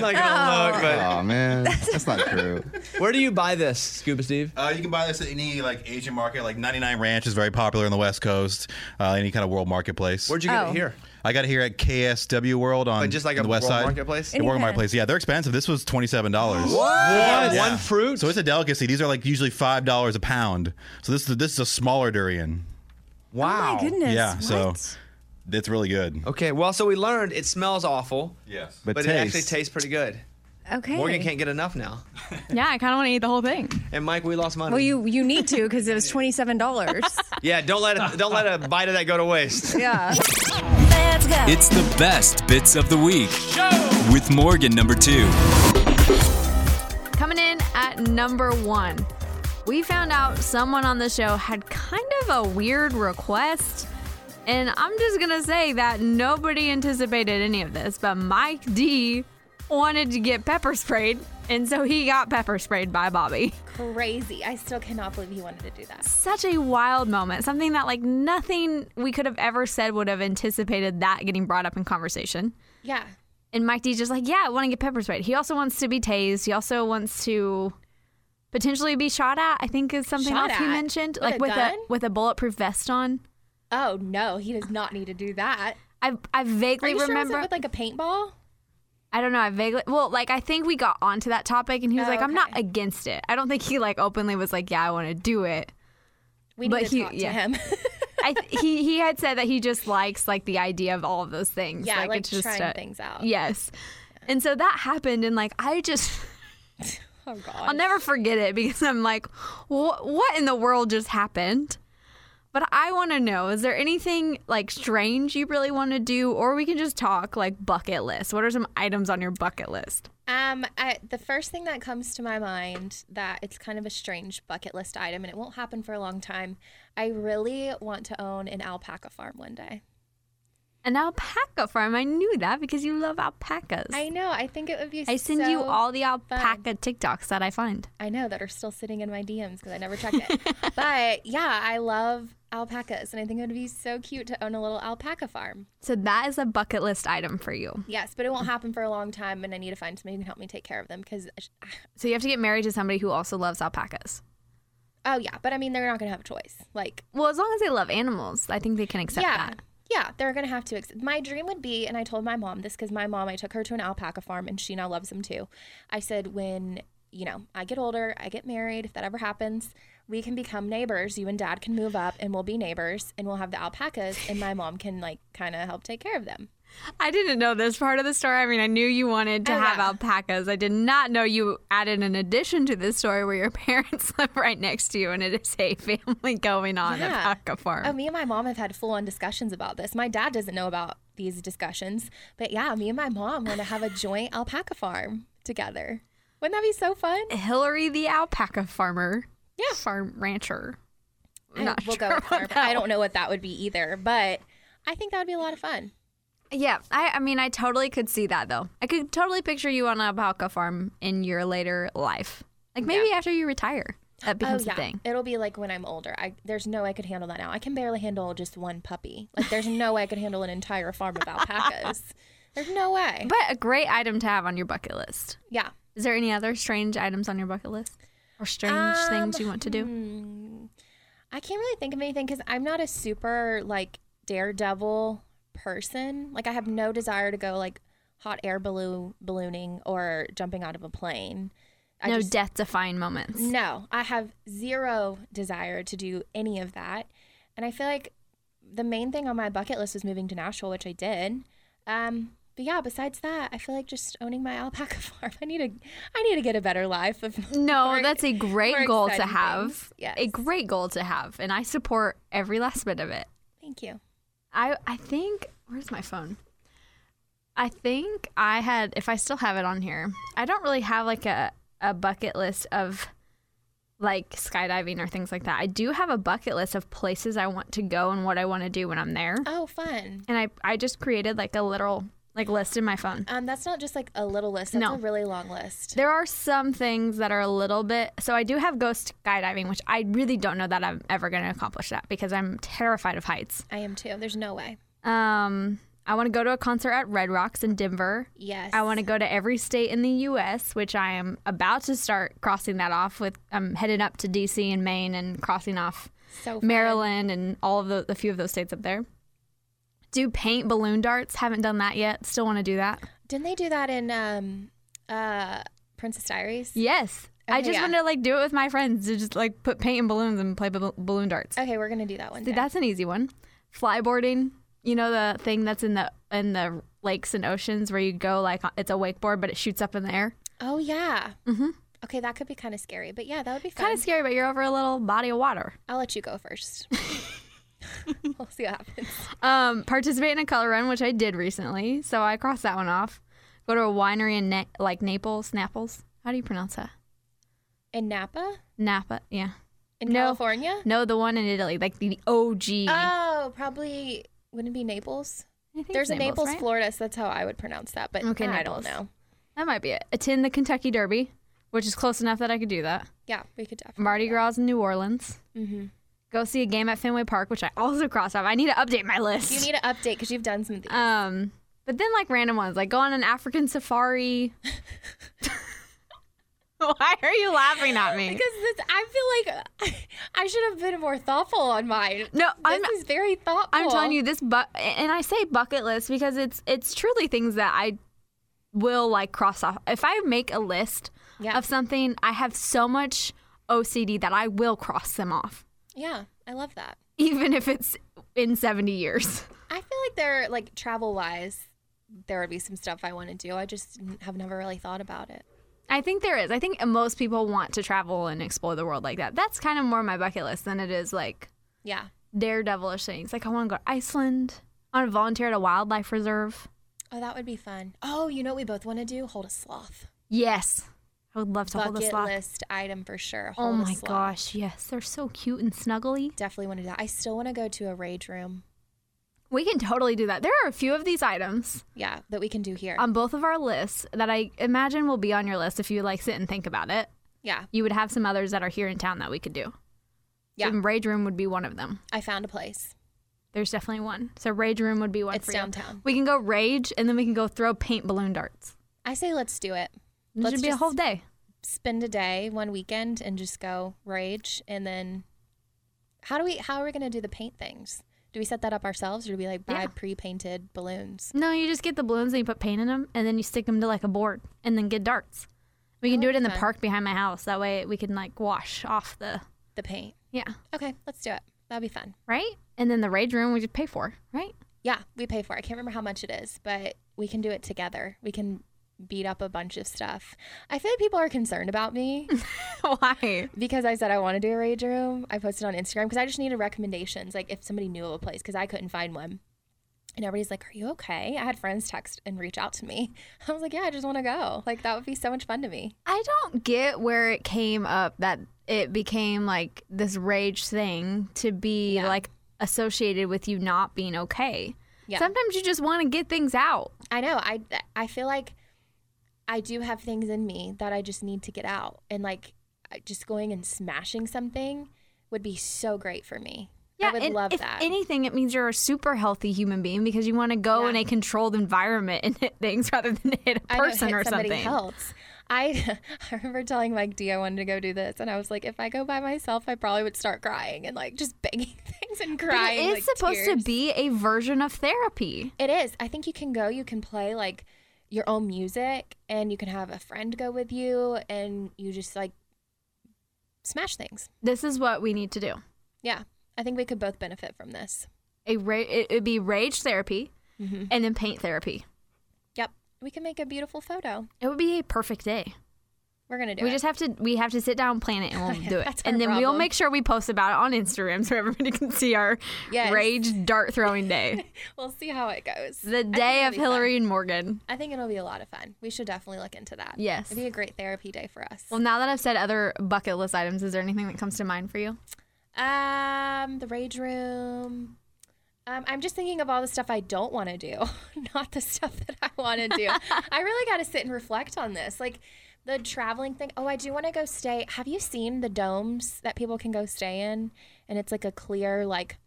Speaker 4: not gonna look, but
Speaker 6: oh *laughs* man, that's
Speaker 12: *laughs*
Speaker 6: not true.
Speaker 4: Where do you buy this, Scuba Steve?
Speaker 12: Uh, you can buy this at any like Asian market, like 99 Ranch is very popular on the West Coast, uh, any kind of world marketplace.
Speaker 4: Where'd you get it Oh. here?
Speaker 12: I got it here at KSW World on
Speaker 4: Like, just like a
Speaker 12: the West
Speaker 4: world
Speaker 12: Side
Speaker 4: marketplace?
Speaker 12: The world marketplace, yeah, they're expensive. This was twenty seven dollars.
Speaker 4: What? What? One fruit?
Speaker 12: So it's a delicacy. These are like usually five dollars a pound. So this is this is a smaller durian.
Speaker 4: Wow.
Speaker 12: goodness, Yeah, so- It's really good.
Speaker 4: Okay, well, so we learned it smells awful.
Speaker 12: Yes.
Speaker 4: But,
Speaker 12: But
Speaker 4: it actually
Speaker 12: tastes-
Speaker 4: tastes pretty good.
Speaker 11: Okay.
Speaker 4: Morgan can't get enough now.
Speaker 8: Yeah, I kind of want to eat the whole thing.
Speaker 4: And Mike, we lost money.
Speaker 11: Well, you you need to because it was
Speaker 4: *laughs*
Speaker 11: $27.
Speaker 4: yeah, don't let it, don't let a bite of that go to waste.
Speaker 11: yeah.
Speaker 1: Let's go. It's the best bits of the week with Morgan number two.
Speaker 2: Coming in at number one, we found out someone on the show had kind of a weird request. And I'm just going to say that nobody anticipated any of this, but Mike D wanted to get pepper sprayed. And so he got pepper sprayed by Bobby.
Speaker 3: Crazy. I still cannot believe he wanted to do that.
Speaker 2: Such a wild moment. Something that, like, nothing we could have ever said would have anticipated that getting brought up in conversation.
Speaker 3: Yeah.
Speaker 2: And Mike D's just like, yeah, I want to get pepper sprayed. He also wants to be tased. He also wants to potentially be shot at. I think is something
Speaker 3: Shot
Speaker 2: else he
Speaker 3: at?
Speaker 2: mentioned,
Speaker 3: With
Speaker 2: like
Speaker 3: a
Speaker 2: with
Speaker 3: gun?
Speaker 2: a with a bulletproof vest on.
Speaker 3: Oh no, he does not need to do that.
Speaker 2: I I
Speaker 3: Are
Speaker 2: vaguely
Speaker 3: you sure it wasn't
Speaker 2: remember
Speaker 3: with like a paintball.
Speaker 2: I don't know. I vaguely well, like I think we got onto that topic, and he was
Speaker 3: Oh,
Speaker 2: like, I'm not against it. I don't think he like openly was like, yeah, I want to do it.
Speaker 3: We need to
Speaker 2: he,
Speaker 3: talk to him.
Speaker 2: I th- he he had said that he just likes like the idea of all of those things.
Speaker 3: Yeah, like
Speaker 2: it's just
Speaker 3: trying
Speaker 2: a-
Speaker 3: things out.
Speaker 2: Yes, and so that happened, and like I just.
Speaker 3: Oh god.
Speaker 2: I'll never forget it because I'm like, "Wh- what in the world just happened? But I want to know is there anything like strange you really want to do? Or we can just talk like bucket list. What are some items on your bucket list?
Speaker 3: Um, I, the first thing that comes to my mind that it's kind of a strange bucket list item, and it won't happen for a long time. I really want to own an alpaca farm one day.
Speaker 2: An alpaca farm. I knew that because you love alpacas.
Speaker 3: I know. I think it would be.
Speaker 2: I send you
Speaker 3: so
Speaker 2: all the
Speaker 3: fun.
Speaker 2: alpaca TikToks that I find.
Speaker 3: I know that are still sitting in my DMs because I never checked it. *laughs* but yeah, I love alpacas, and I think it would be so cute to own a little alpaca farm.
Speaker 2: *laughs* So that is a bucket list item for you.
Speaker 3: Yes, but it won't happen for a long time, and I need to find somebody who can help me take care of them because.
Speaker 2: So you have to get married to somebody who also loves alpacas.
Speaker 3: Oh yeah, but I mean they're not gonna have a choice. Like
Speaker 2: Well, as long as they love animals, I think they can accept
Speaker 3: yeah.
Speaker 2: that.
Speaker 3: Yeah, they're going to have to. Ex- my dream would be, and I told my mom this because my mom, I took her to an alpaca farm and she now loves them too. I said, when, you know, I get older, I get married, if that ever happens, we can become neighbors. You and dad can move up and we'll be neighbors and we'll have the alpacas and my mom can, like, kind of help take care of them.
Speaker 2: I didn't know this part of the story. I mean, I knew you wanted to
Speaker 3: Oh,
Speaker 2: have
Speaker 3: yeah.
Speaker 2: alpacas. I did not know you added an addition to this story where your *laughs* parents live right next to you and it is a family going on alpaca farm.
Speaker 3: Oh, me and my mom have had full on discussions about this. My dad doesn't know about these discussions, but yeah, me and my mom want to have a joint alpaca farm together. Wouldn't that be so fun?
Speaker 2: Hillary the alpaca farmer. Yeah. Farm rancher.
Speaker 3: I,
Speaker 2: Not
Speaker 3: we'll go
Speaker 2: sure
Speaker 3: with farm.
Speaker 2: about
Speaker 3: I don't know what that would be either, but I think that would be a lot of fun.
Speaker 2: Yeah. I, I mean, I totally could see that though. I could totally picture you on an alpaca farm in your later life. Like maybe after you retire. That becomes
Speaker 3: oh,
Speaker 2: a
Speaker 3: yeah.
Speaker 2: thing.
Speaker 3: It'll be like when I'm older. I there's no way I could handle that now. I can barely handle just one puppy. Like there's no way I could handle an entire farm
Speaker 2: *laughs*
Speaker 3: of alpacas. There's no way.
Speaker 2: But a great item to have on your bucket list.
Speaker 3: Yeah.
Speaker 2: Is there any other strange items on your bucket list or strange things
Speaker 3: Um,
Speaker 2: you want to do?
Speaker 3: hmm. I can't really think of anything because I'm not a super like daredevil person. Like I have no desire to go like hot air balloon ballooning or jumping out of a plane. I
Speaker 2: no
Speaker 3: just-
Speaker 2: death-defying moments.
Speaker 3: No, I have zero desire to do any of that. And I feel like the main thing on my bucket list was moving to Nashville, which I did. Um, but yeah, besides that, I feel like just owning my alpaca *laughs* farm. I need to, I need to get a better life. Of *laughs*
Speaker 2: No, that's a
Speaker 3: more
Speaker 2: great goal to
Speaker 3: exciting
Speaker 2: have.
Speaker 3: things. Yes.
Speaker 2: A great goal to have, and I support every last bit of it.
Speaker 3: Thank you.
Speaker 2: I I think where's my phone? I think I had if I still have it on here. I don't really have like a a bucket list of like skydiving or things like that. I do have a bucket list of places I want to go and what I want to do when I'm there.
Speaker 3: Oh, fun.
Speaker 2: And I I just created like a literal like list in my phone.
Speaker 3: Um, that's not just like a little list. That's
Speaker 2: No.
Speaker 3: a really long list.
Speaker 2: There are some things that are a little bit. So I do have ghost skydiving, which I really don't know that I'm ever going to accomplish that because I'm terrified of heights.
Speaker 3: I am too. There's no way.
Speaker 2: Um, I want to go to a concert at Red Rocks in Denver.
Speaker 3: Yes.
Speaker 2: I want to go to every state in the U.S., which I am about to start crossing that off. With I'm headed up to D.C. and Maine and crossing off
Speaker 3: So fun.
Speaker 2: Maryland and all of the a few of those states up there. Do paint balloon darts? Haven't done that yet. Still want to do that.
Speaker 3: Didn't they do that in um, uh, Princess Diaries?
Speaker 2: Yes. I
Speaker 3: Okay,
Speaker 2: just
Speaker 3: yeah.
Speaker 2: want to like do it with my friends to just like put paint and balloons and play bal- balloon darts.
Speaker 3: Okay, we're gonna do that one.
Speaker 2: See,
Speaker 3: day.
Speaker 2: that's an easy one. Flyboarding, you know the thing that's in the in the lakes and oceans where you go like it's a wakeboard but it shoots up in the air.
Speaker 3: Oh yeah.
Speaker 2: Mm-hmm.
Speaker 3: Okay, that could be kind of scary, but yeah, that would be fun.
Speaker 2: Kind of scary, but you're over a little body of water.
Speaker 3: I'll let you go
Speaker 2: *laughs*
Speaker 3: first. *laughs* we'll see what happens.
Speaker 2: Um, participate in a color run, which I did recently, so I crossed that one off. Go to a winery in Na- like Naples, Naples. How do you pronounce that?
Speaker 3: In Napa,
Speaker 2: Napa, yeah.
Speaker 3: in
Speaker 2: No. E.
Speaker 3: California.
Speaker 2: No, the one in Italy, like the OG.
Speaker 3: Oh, probably wouldn't it be Naples.
Speaker 2: think
Speaker 3: There's
Speaker 2: it's
Speaker 3: a
Speaker 2: Naples,
Speaker 3: Naples,
Speaker 2: right?
Speaker 3: Florida, so that's how I would pronounce that. But
Speaker 2: Okay,
Speaker 3: I
Speaker 2: Naples.
Speaker 3: don't know.
Speaker 2: That might be it. Attend the Kentucky Derby, which is close enough that I could do that.
Speaker 3: Yeah, we could definitely.
Speaker 2: Mardi Gras in New Orleans.
Speaker 3: Mm-hmm.
Speaker 2: Go see a game at Fenway Park, which I also crossed off. I need to update my list.
Speaker 3: You need to update because you've done some of these.
Speaker 2: um, but then like random ones, like go on an African
Speaker 3: *laughs*
Speaker 2: safari. *laughs* Why are you laughing at me?
Speaker 3: because this, I feel like *laughs* I should have been more thoughtful on mine.
Speaker 2: No,
Speaker 3: this
Speaker 2: I'm-
Speaker 3: is very thoughtful.
Speaker 2: I'm telling you this, but and I say bucket list because it's it's truly things that I will like cross off. If I make a list
Speaker 3: Yeah.
Speaker 2: of something, I have so much OCD that I will cross them off.
Speaker 3: Yeah, I love that.
Speaker 2: even if it's in 70 years. *laughs*
Speaker 3: I feel like they're like travel wise, there would be some stuff I want to do. I just n- have never really thought about it.
Speaker 2: I think there is. I think most people want to travel and explore the world like that. That's kind of more my bucket list than it is like
Speaker 3: Yeah.
Speaker 2: daredevilish things. Like I want to go to Iceland. I want to volunteer at a wildlife reserve.
Speaker 3: Oh, that would be fun. Oh, you know what we both want to do? Hold a sloth.
Speaker 2: Yes. I would love to hold a
Speaker 3: Bucket
Speaker 2: sloth.
Speaker 3: list item for sure.
Speaker 2: Oh
Speaker 3: Hold a
Speaker 2: my
Speaker 3: sloth.
Speaker 2: gosh, yes. They're so cute and snuggly.
Speaker 3: Definitely want to do that. I still want to go to a rage room.
Speaker 2: We can totally do that. There are a few of these items
Speaker 3: Yeah, that we can do here.
Speaker 2: on both of our lists that I imagine will be on your list if you like sit and think about it.
Speaker 3: yeah.
Speaker 2: You would have some others that are here in town that we could do.
Speaker 3: Yeah.
Speaker 2: And Rage Room would be one of them.
Speaker 3: I found a place.
Speaker 2: There's definitely one. So rage room would be one.
Speaker 3: It's
Speaker 2: for you.
Speaker 3: downtown.
Speaker 2: We can go rage, and then we can go throw paint balloon darts.
Speaker 3: I say let's do it.
Speaker 2: It
Speaker 3: Let's
Speaker 2: should be a
Speaker 3: just
Speaker 2: whole day.
Speaker 3: Spend a day, one weekend, and just go rage. And then, how do we? How are we going to do the paint things? Do we set that up ourselves, or do we like buy
Speaker 2: Yeah.
Speaker 3: pre-painted balloons?
Speaker 2: No, you just get the balloons and you put paint in them, and then you stick them to like a board, and then get darts. We can
Speaker 3: That
Speaker 2: do
Speaker 3: would
Speaker 2: it in
Speaker 3: be
Speaker 2: the
Speaker 3: fun.
Speaker 2: park behind my house. That way we can like wash off the
Speaker 3: The paint.
Speaker 2: yeah
Speaker 3: Okay, let's do it. That'd be fun.
Speaker 2: right, and then the rage room we just pay for right.
Speaker 3: Yeah, we pay for it. I can't remember how much it is, but we can do it together. We can beat up a bunch of stuff. I feel like people are concerned about me
Speaker 2: *laughs* Why?
Speaker 3: because I said I want to do a rage room. I posted on Instagram because I just needed recommendations, like if somebody knew of a place, because I couldn't find one. And everybody's like, "Are you okay?" I had friends text and reach out to me. *laughs* I was like, "Yeah, I just want to go. Like that would be so much fun to me."
Speaker 2: I don't get where it came up that it became like this rage thing to be like associated with you not being okay.
Speaker 3: Yeah.
Speaker 2: Sometimes you just want to get things out.
Speaker 3: I know. I I feel like I do have things in me that I just need to get out, and like just going and smashing something would be so great for me. I would
Speaker 2: and
Speaker 3: love
Speaker 2: if
Speaker 3: that.
Speaker 2: anything, it means you're a super healthy human being because you want to go in a controlled environment and hit things *laughs* rather than hit a
Speaker 3: I know,
Speaker 2: person
Speaker 3: hit
Speaker 2: or
Speaker 3: somebody
Speaker 2: something.
Speaker 3: else. I, *laughs* I remember telling Mike D I wanted to go do this, and I was like, if I go by myself, I probably would start crying and like just *laughs* banging things *laughs* and
Speaker 2: But
Speaker 3: crying.
Speaker 2: it is
Speaker 3: like,
Speaker 2: supposed
Speaker 3: tears.
Speaker 2: to be a version of therapy.
Speaker 3: It is. I think you can go, you can play like your own music, and you can have a friend go with you, and you just like smash things.
Speaker 2: This is what we need to do.
Speaker 3: Yeah. I think we could both benefit from this.
Speaker 2: A ra- it would be rage therapy
Speaker 3: Mm-hmm.
Speaker 2: and then paint therapy.
Speaker 3: Yep. We can make a beautiful photo.
Speaker 2: It would be a perfect day.
Speaker 3: We're going to do
Speaker 2: we
Speaker 3: it.
Speaker 2: just have to we have to sit down, plan it, and
Speaker 3: *laughs*
Speaker 2: we'll do it.
Speaker 3: That's
Speaker 2: And
Speaker 3: our
Speaker 2: then we'll
Speaker 3: problem.
Speaker 2: make sure we post about it on Instagram so everybody can see our
Speaker 3: Yes.
Speaker 2: rage dart
Speaker 3: *laughs*
Speaker 2: throwing day.
Speaker 3: we'll see how it goes. I
Speaker 2: the
Speaker 3: think
Speaker 2: day
Speaker 3: it'll
Speaker 2: of
Speaker 3: be fun.
Speaker 2: Hillary and Morgan.
Speaker 3: I think it'll be a lot of fun. We should definitely look into that.
Speaker 2: Yes.
Speaker 3: It'd be a great therapy day for us.
Speaker 2: Well, now that I've said other bucket list items, is there anything that comes to mind for you?
Speaker 3: Um, the rage room. Um, I'm just thinking of all the stuff I don't want to do, *laughs* not the stuff that I want to
Speaker 2: *laughs*
Speaker 3: do. I really got to sit and reflect on this. Like the traveling thing. Oh, I do want to go stay. Have you seen the domes that people can go stay in? And it's like a clear, like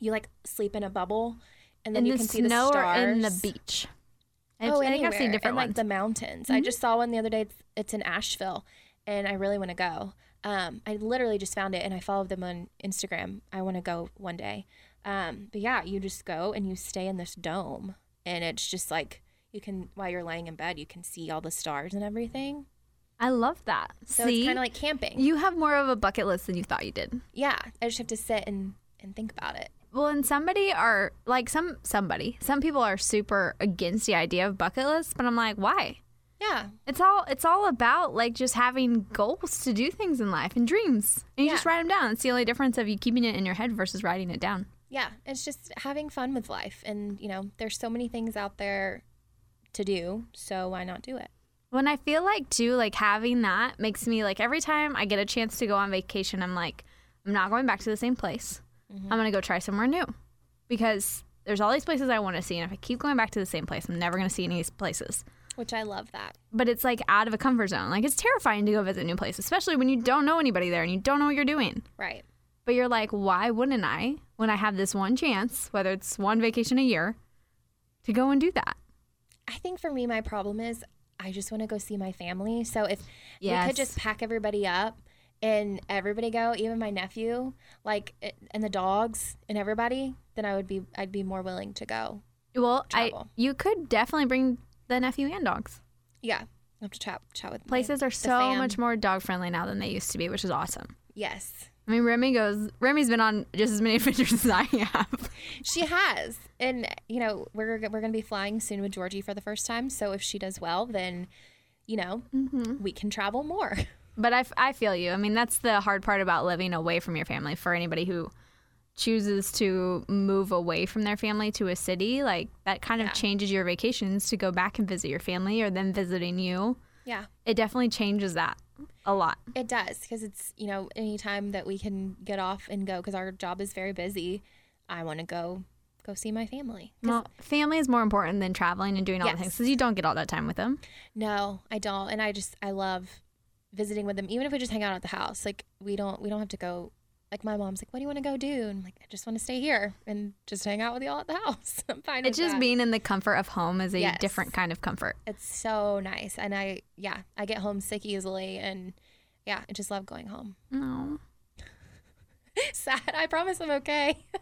Speaker 3: you like sleep in a bubble, and then
Speaker 2: In
Speaker 3: you
Speaker 2: the
Speaker 3: can see the
Speaker 2: snow or
Speaker 3: stars.
Speaker 2: in the beach? I-
Speaker 3: oh,
Speaker 2: I think I've seen
Speaker 3: anywhere.
Speaker 2: different
Speaker 3: and, like
Speaker 2: ones.
Speaker 3: the mountains. I
Speaker 2: Mhm.
Speaker 3: just saw one the other day. It's, it's in Asheville, and I really want to go. Um, I literally just found it, and I followed them on Instagram. I want to go one day. Um, but yeah, you just go and you stay in this dome, and it's just like you can while you're laying in bed, you can see all the stars and everything.
Speaker 2: I love that.
Speaker 3: So
Speaker 2: See?
Speaker 3: it's kind of like camping.
Speaker 2: You have more of a bucket list than you thought you did.
Speaker 3: yeah, I just have to sit and and think about it.
Speaker 2: Well, and somebody are like some somebody. Some people are super against the idea of bucket lists, but I'm like, why?
Speaker 3: Yeah.
Speaker 2: It's all it's all about like just having goals to do things in life and dreams, and you just write them down. It's the only difference of you keeping it in your head versus writing it down.
Speaker 3: Yeah, it's just having fun with life, and you know, there's so many things out there to do, so why not do it?
Speaker 2: When I feel like too, like having that makes me like every time I get a chance to go on vacation, I'm like, I'm not going back to the same place.
Speaker 3: Mm-hmm.
Speaker 2: I'm gonna go try somewhere new because there's all these places I want to see, and if I keep going back to the same place, I'm never gonna see any of these places.
Speaker 3: Which I love that.
Speaker 2: But it's like out of a comfort zone. Like it's terrifying to go visit a new place, especially when you don't know anybody there and you don't know what you're doing.
Speaker 3: Right.
Speaker 2: But you're like, why wouldn't I, when I have this one chance, whether it's one vacation a year, to go and do that?
Speaker 3: I think for me, my problem is I just want to go see my family. So if we
Speaker 2: Yes.
Speaker 3: could just pack everybody up and everybody go, even my nephew, like it- and the dogs and everybody, then I would be I'd be more willing to go.
Speaker 2: Well, I
Speaker 3: Travel.
Speaker 2: you could definitely bring the nephew and dogs.
Speaker 3: Yeah, I have to chat chat with my-
Speaker 2: Places are
Speaker 3: the
Speaker 2: so
Speaker 3: fam.
Speaker 2: much more dog friendly now than they used to be, which is awesome.
Speaker 3: Yes,
Speaker 2: I mean, Remy goes. Remy's been on just as many *laughs* adventures as I have.
Speaker 3: she has, and you know we're we're gonna be flying soon with Georgie for the first time. So if she does well, then you know we can travel more. *laughs*
Speaker 2: But I, f- I feel you. I mean, that's the hard part about living away from your family for anybody who chooses to move away from their family to a city. Like, that kind of changes your vacations to go back and visit your family or them visiting you.
Speaker 3: Yeah.
Speaker 2: It definitely changes that a lot.
Speaker 3: It does because it's you know any time that we can get off and go because our job is very busy. I want to go go see my family. 'Cause-
Speaker 2: Well, family is more important than traveling and doing all the
Speaker 3: Yes.
Speaker 2: things because you don't get all that time with them.
Speaker 3: No, I don't, and I just I love visiting with them. Even if we just hang out at the house, like we don't we don't have to go. Like my mom's like, "What do you want to go do?" And I'm like, "I just want to stay here and just hang out with y'all at the *laughs* house." I'm fine.
Speaker 2: It's
Speaker 3: with
Speaker 2: just
Speaker 3: that.
Speaker 2: being in the comfort of home is a
Speaker 3: Yes.
Speaker 2: different kind of comfort.
Speaker 3: It's so nice, and I yeah I get homesick easily, and yeah I just love going home. *laughs*
Speaker 2: No.
Speaker 3: Sad. I promise I'm okay. *laughs*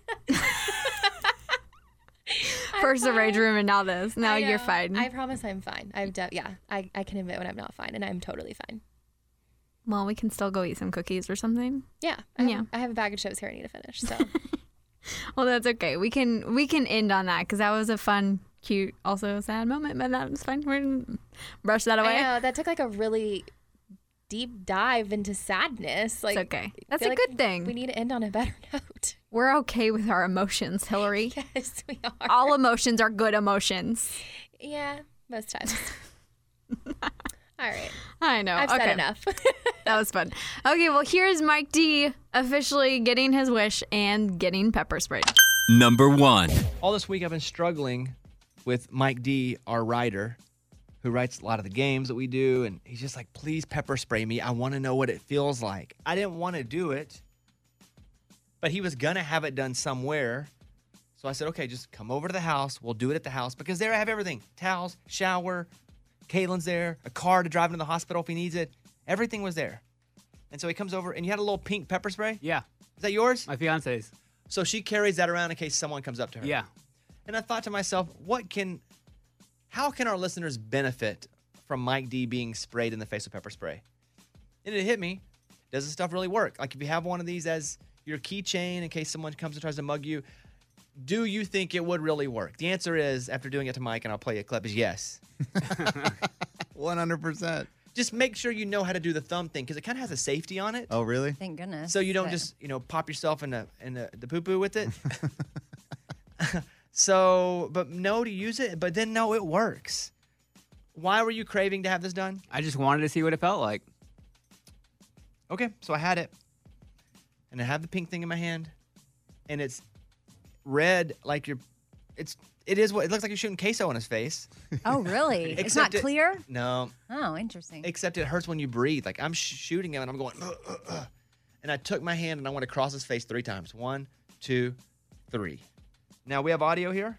Speaker 2: First the rage room and now this. Now
Speaker 3: I
Speaker 2: you're
Speaker 3: know.
Speaker 2: fine.
Speaker 3: I promise I'm fine. I've de- yeah, I, I can admit when I'm not fine, and I'm totally fine.
Speaker 2: well, we can still go eat some cookies or something.
Speaker 3: Yeah, I have,
Speaker 2: Yeah.
Speaker 3: I have a bag of chips here I need to finish.
Speaker 2: *laughs*
Speaker 3: So
Speaker 2: Well, that's okay. We can we can end on that because that was a fun, cute, also sad moment. But that's fine. We're gonna brush that away.
Speaker 3: I know that took like a really deep dive into sadness. Like I
Speaker 2: okay. That's
Speaker 3: feel
Speaker 2: a
Speaker 3: like
Speaker 2: good thing.
Speaker 3: We need to end on a better *laughs* note.
Speaker 2: We're okay with our emotions, Hillary.
Speaker 3: *laughs* yes, we are.
Speaker 2: All emotions are good emotions.
Speaker 3: Yeah, most times. All right,
Speaker 2: I know.
Speaker 3: I've
Speaker 2: okay.
Speaker 3: said enough.
Speaker 2: *laughs* that was fun. Okay, well here's Mike D officially getting his wish and getting pepper sprayed.
Speaker 1: Number one.
Speaker 4: All this week I've been struggling with Mike D, our writer, who writes a lot of the games that we do, and he's just like, please pepper spray me. I want to know what it feels like. I didn't want to do it, but he was gonna have it done somewhere. So I said, okay, just come over to the house. We'll do it at the house because there I have everything: towels, shower. Caitlin's there, a car to drive him to the hospital if he needs it. Everything was there. And so he comes over, and you had a little pink pepper spray. Yeah, is that yours? My fiance's. So she carries that around in case someone comes up to her. Yeah. And I thought to myself, what can, how can our listeners benefit from Mike D being sprayed in the face with pepper spray? And it hit me. Does this stuff really work? Like if you have one of these as your keychain in case someone comes and tries to mug you, do you think it would really work? The answer is, after doing it to Mike, and I'll play a clip, is
Speaker 20: *laughs*
Speaker 4: yes. 100%. Just make sure you know how to do the thumb thing because it kind of has a safety on it.
Speaker 20: Oh, really?
Speaker 11: Thank goodness.
Speaker 4: So you don't
Speaker 11: But-
Speaker 4: just you know pop yourself in the in the, the poo poo with
Speaker 5: *laughs*
Speaker 4: it. *laughs* so, but no to use it, but then no, it works. Why were you craving to have this done?
Speaker 5: I just wanted to see what it felt like.
Speaker 4: Okay, so I had it, and I have the pink thing in my hand, and it's red like you're. It's it is what it looks like you're shooting queso on his face.
Speaker 11: *laughs*
Speaker 4: *laughs*
Speaker 11: Oh, really? it's not
Speaker 4: Except it-
Speaker 11: clear?
Speaker 4: No,
Speaker 11: Oh, interesting.
Speaker 4: except it hurts when you breathe. Like I'm sh- shooting him and I'm going, "Ugh, ugh, ugh." and I took my hand and I went across his face three times. One, two, three. Now we have audio here.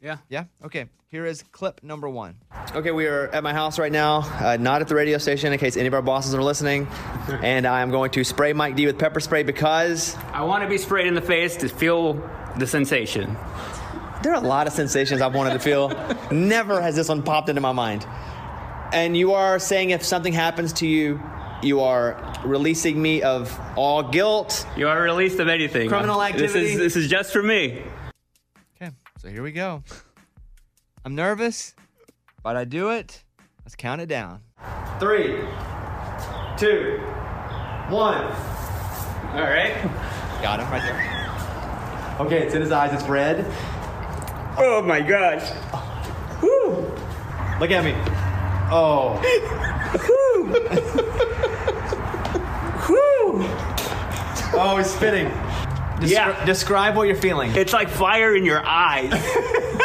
Speaker 5: Yeah.
Speaker 4: Yeah. Okay. Here is clip number one. Okay, we are at my house right now, uh, not at the radio station in case any of our bosses are listening.
Speaker 5: *laughs*
Speaker 4: and I am going to spray Mike D with pepper spray because
Speaker 5: I want to be sprayed in the face to feel the sensation.
Speaker 4: There are a lot of sensations I've wanted to feel. Never has this one popped into my mind. And you are saying if something happens to you, you are releasing me of all guilt.
Speaker 5: You are released of anything.
Speaker 4: Criminal
Speaker 5: This
Speaker 4: activity.
Speaker 5: is, this is just for me.
Speaker 4: So here we go. I'm nervous, but I do it. Let's count it down. Three, two, one. All right. Got him right there. Okay, it's in his eyes. It's red. Oh my gosh. Woo.
Speaker 13: *laughs*
Speaker 4: Look at me. Oh. Woo. Oh, he's spitting. yeah. Describe what you're feeling.
Speaker 5: It's like fire in your
Speaker 4: *laughs*
Speaker 5: eyes.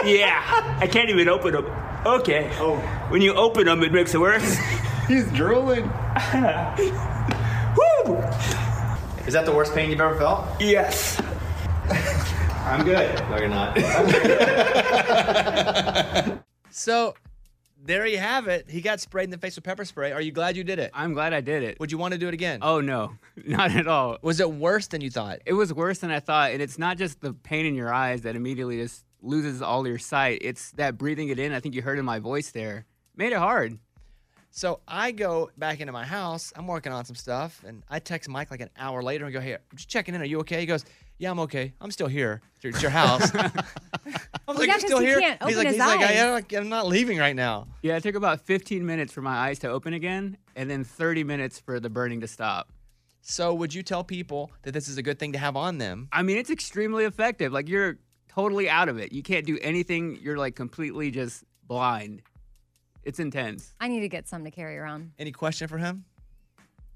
Speaker 5: yeah. I can't even open them. Okay. Oh. When you open them, it makes it worse.
Speaker 4: *laughs* He's drooling.
Speaker 5: Woo!
Speaker 4: Is that the worst pain you've ever felt?
Speaker 5: Yes.
Speaker 4: *laughs* I'm good. No, you're not. so, there you have it. He got sprayed in the face with pepper spray. Are you glad you did it?
Speaker 5: I'm glad I did it.
Speaker 4: Would you want to do it again?
Speaker 5: Oh no, *laughs* not at all.
Speaker 4: Was it worse than you thought?
Speaker 5: It was worse than I thought, and it's not just the pain in your eyes that immediately just loses all your sight. It's that breathing it in. I think you heard in my voice there made it hard.
Speaker 4: So I go back into my house. I'm working on some stuff, and I text Mike like an hour later and go, "Hey, I'm just checking in. Are you okay?" He goes, "Yeah, I'm okay. I'm still here. It's your, it's
Speaker 5: *laughs*
Speaker 4: your house." I'm
Speaker 11: Well,
Speaker 4: like, "You're
Speaker 11: yeah, 'cause
Speaker 4: still
Speaker 11: he
Speaker 4: here?"
Speaker 11: can't
Speaker 4: he's
Speaker 11: open
Speaker 4: like,
Speaker 11: his
Speaker 4: he's like, I,
Speaker 11: eyes.
Speaker 4: I don't- I'm not leaving right now.
Speaker 5: Yeah, it took about 15 minutes for my eyes to open again, and then 30 minutes for the burning to stop.
Speaker 4: So would you tell people that this is a good thing to have on them?
Speaker 5: I mean, it's extremely effective. Like you're totally out of it. You can't do anything. You're like completely just blind. It's intense.
Speaker 11: I need to get some to carry around.
Speaker 4: Any question for him?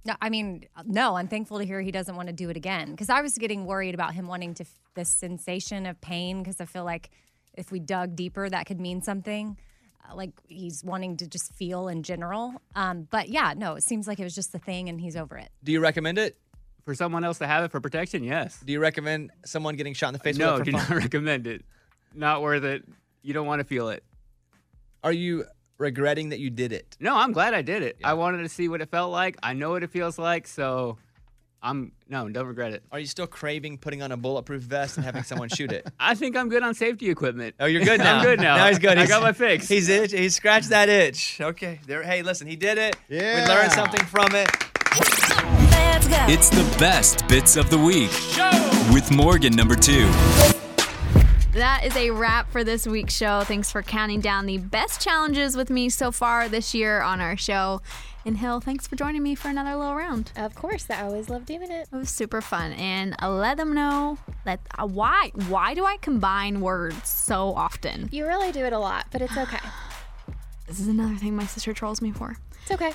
Speaker 11: No, I mean, no, I'm thankful to hear he doesn't want to do it again because I was getting worried about him wanting to, f- the sensation of pain because I feel like if we dug deeper, that could mean something. Uh, Like he's wanting to just feel in general. Um, but yeah, no, it seems like it was just the thing and he's over it.
Speaker 4: Do you recommend it?
Speaker 5: For someone else to have it for protection, yes.
Speaker 4: Do you recommend someone getting shot in the face?
Speaker 5: no,
Speaker 4: with it
Speaker 5: do
Speaker 4: for
Speaker 5: not
Speaker 4: fun?
Speaker 5: *laughs* recommend it. Not worth it. You don't want to feel it.
Speaker 4: Are you regretting that you did it?
Speaker 5: No, I'm glad I did it. I wanted to see what it felt like. I know what it feels like, so I'm no, don't regret it.
Speaker 4: Are you still craving putting on a bulletproof vest and having someone shoot it?
Speaker 5: *laughs* I think I'm good on safety equipment.
Speaker 4: Oh, you're good now.
Speaker 5: *laughs* I'm good now.
Speaker 4: Now he's good.
Speaker 5: I
Speaker 4: He's-
Speaker 5: got my fix.
Speaker 4: He's itch. He scratched that itch. Okay. There. Hey, listen. He did it. Yeah. We learned something from it.
Speaker 1: Let's go. It's the best bits of the week with Morgan number two.
Speaker 2: That is a wrap for this week's show. Thanks for counting down the best challenges with me so far this year on our show. And Hill, thanks for joining me for another little round.
Speaker 3: Of course, I always love doing it.
Speaker 2: It was super fun, and uh, let them know that uh, why why do I combine words so often?
Speaker 3: You really do it a lot, but it's
Speaker 2: *gasps*
Speaker 3: okay.
Speaker 2: This is another thing my sister trolls me for.
Speaker 3: It's okay.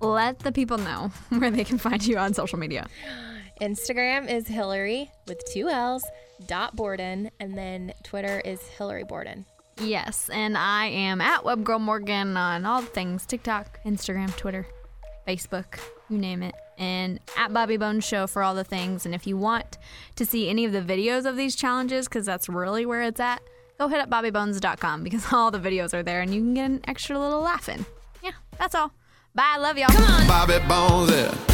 Speaker 2: Let the people know *laughs* where they can find you on social media.
Speaker 3: *gasps* Instagram is Hillary with two L's dot Borden, and then Twitter is Hillary Borden.
Speaker 2: Yes, and I am at WebGirl Morgan on all the things TikTok, Instagram, Twitter, Facebook, you name it, and at Bobby Bones Show for all the things. And if you want to see any of the videos of these challenges, because that's really where it's at, go hit up bobbybones.com because *laughs* all the videos are there and you can get an extra little laugh in. Yeah, that's all. Bye, love y'all. Come on.
Speaker 16: Bobby Bones, yeah.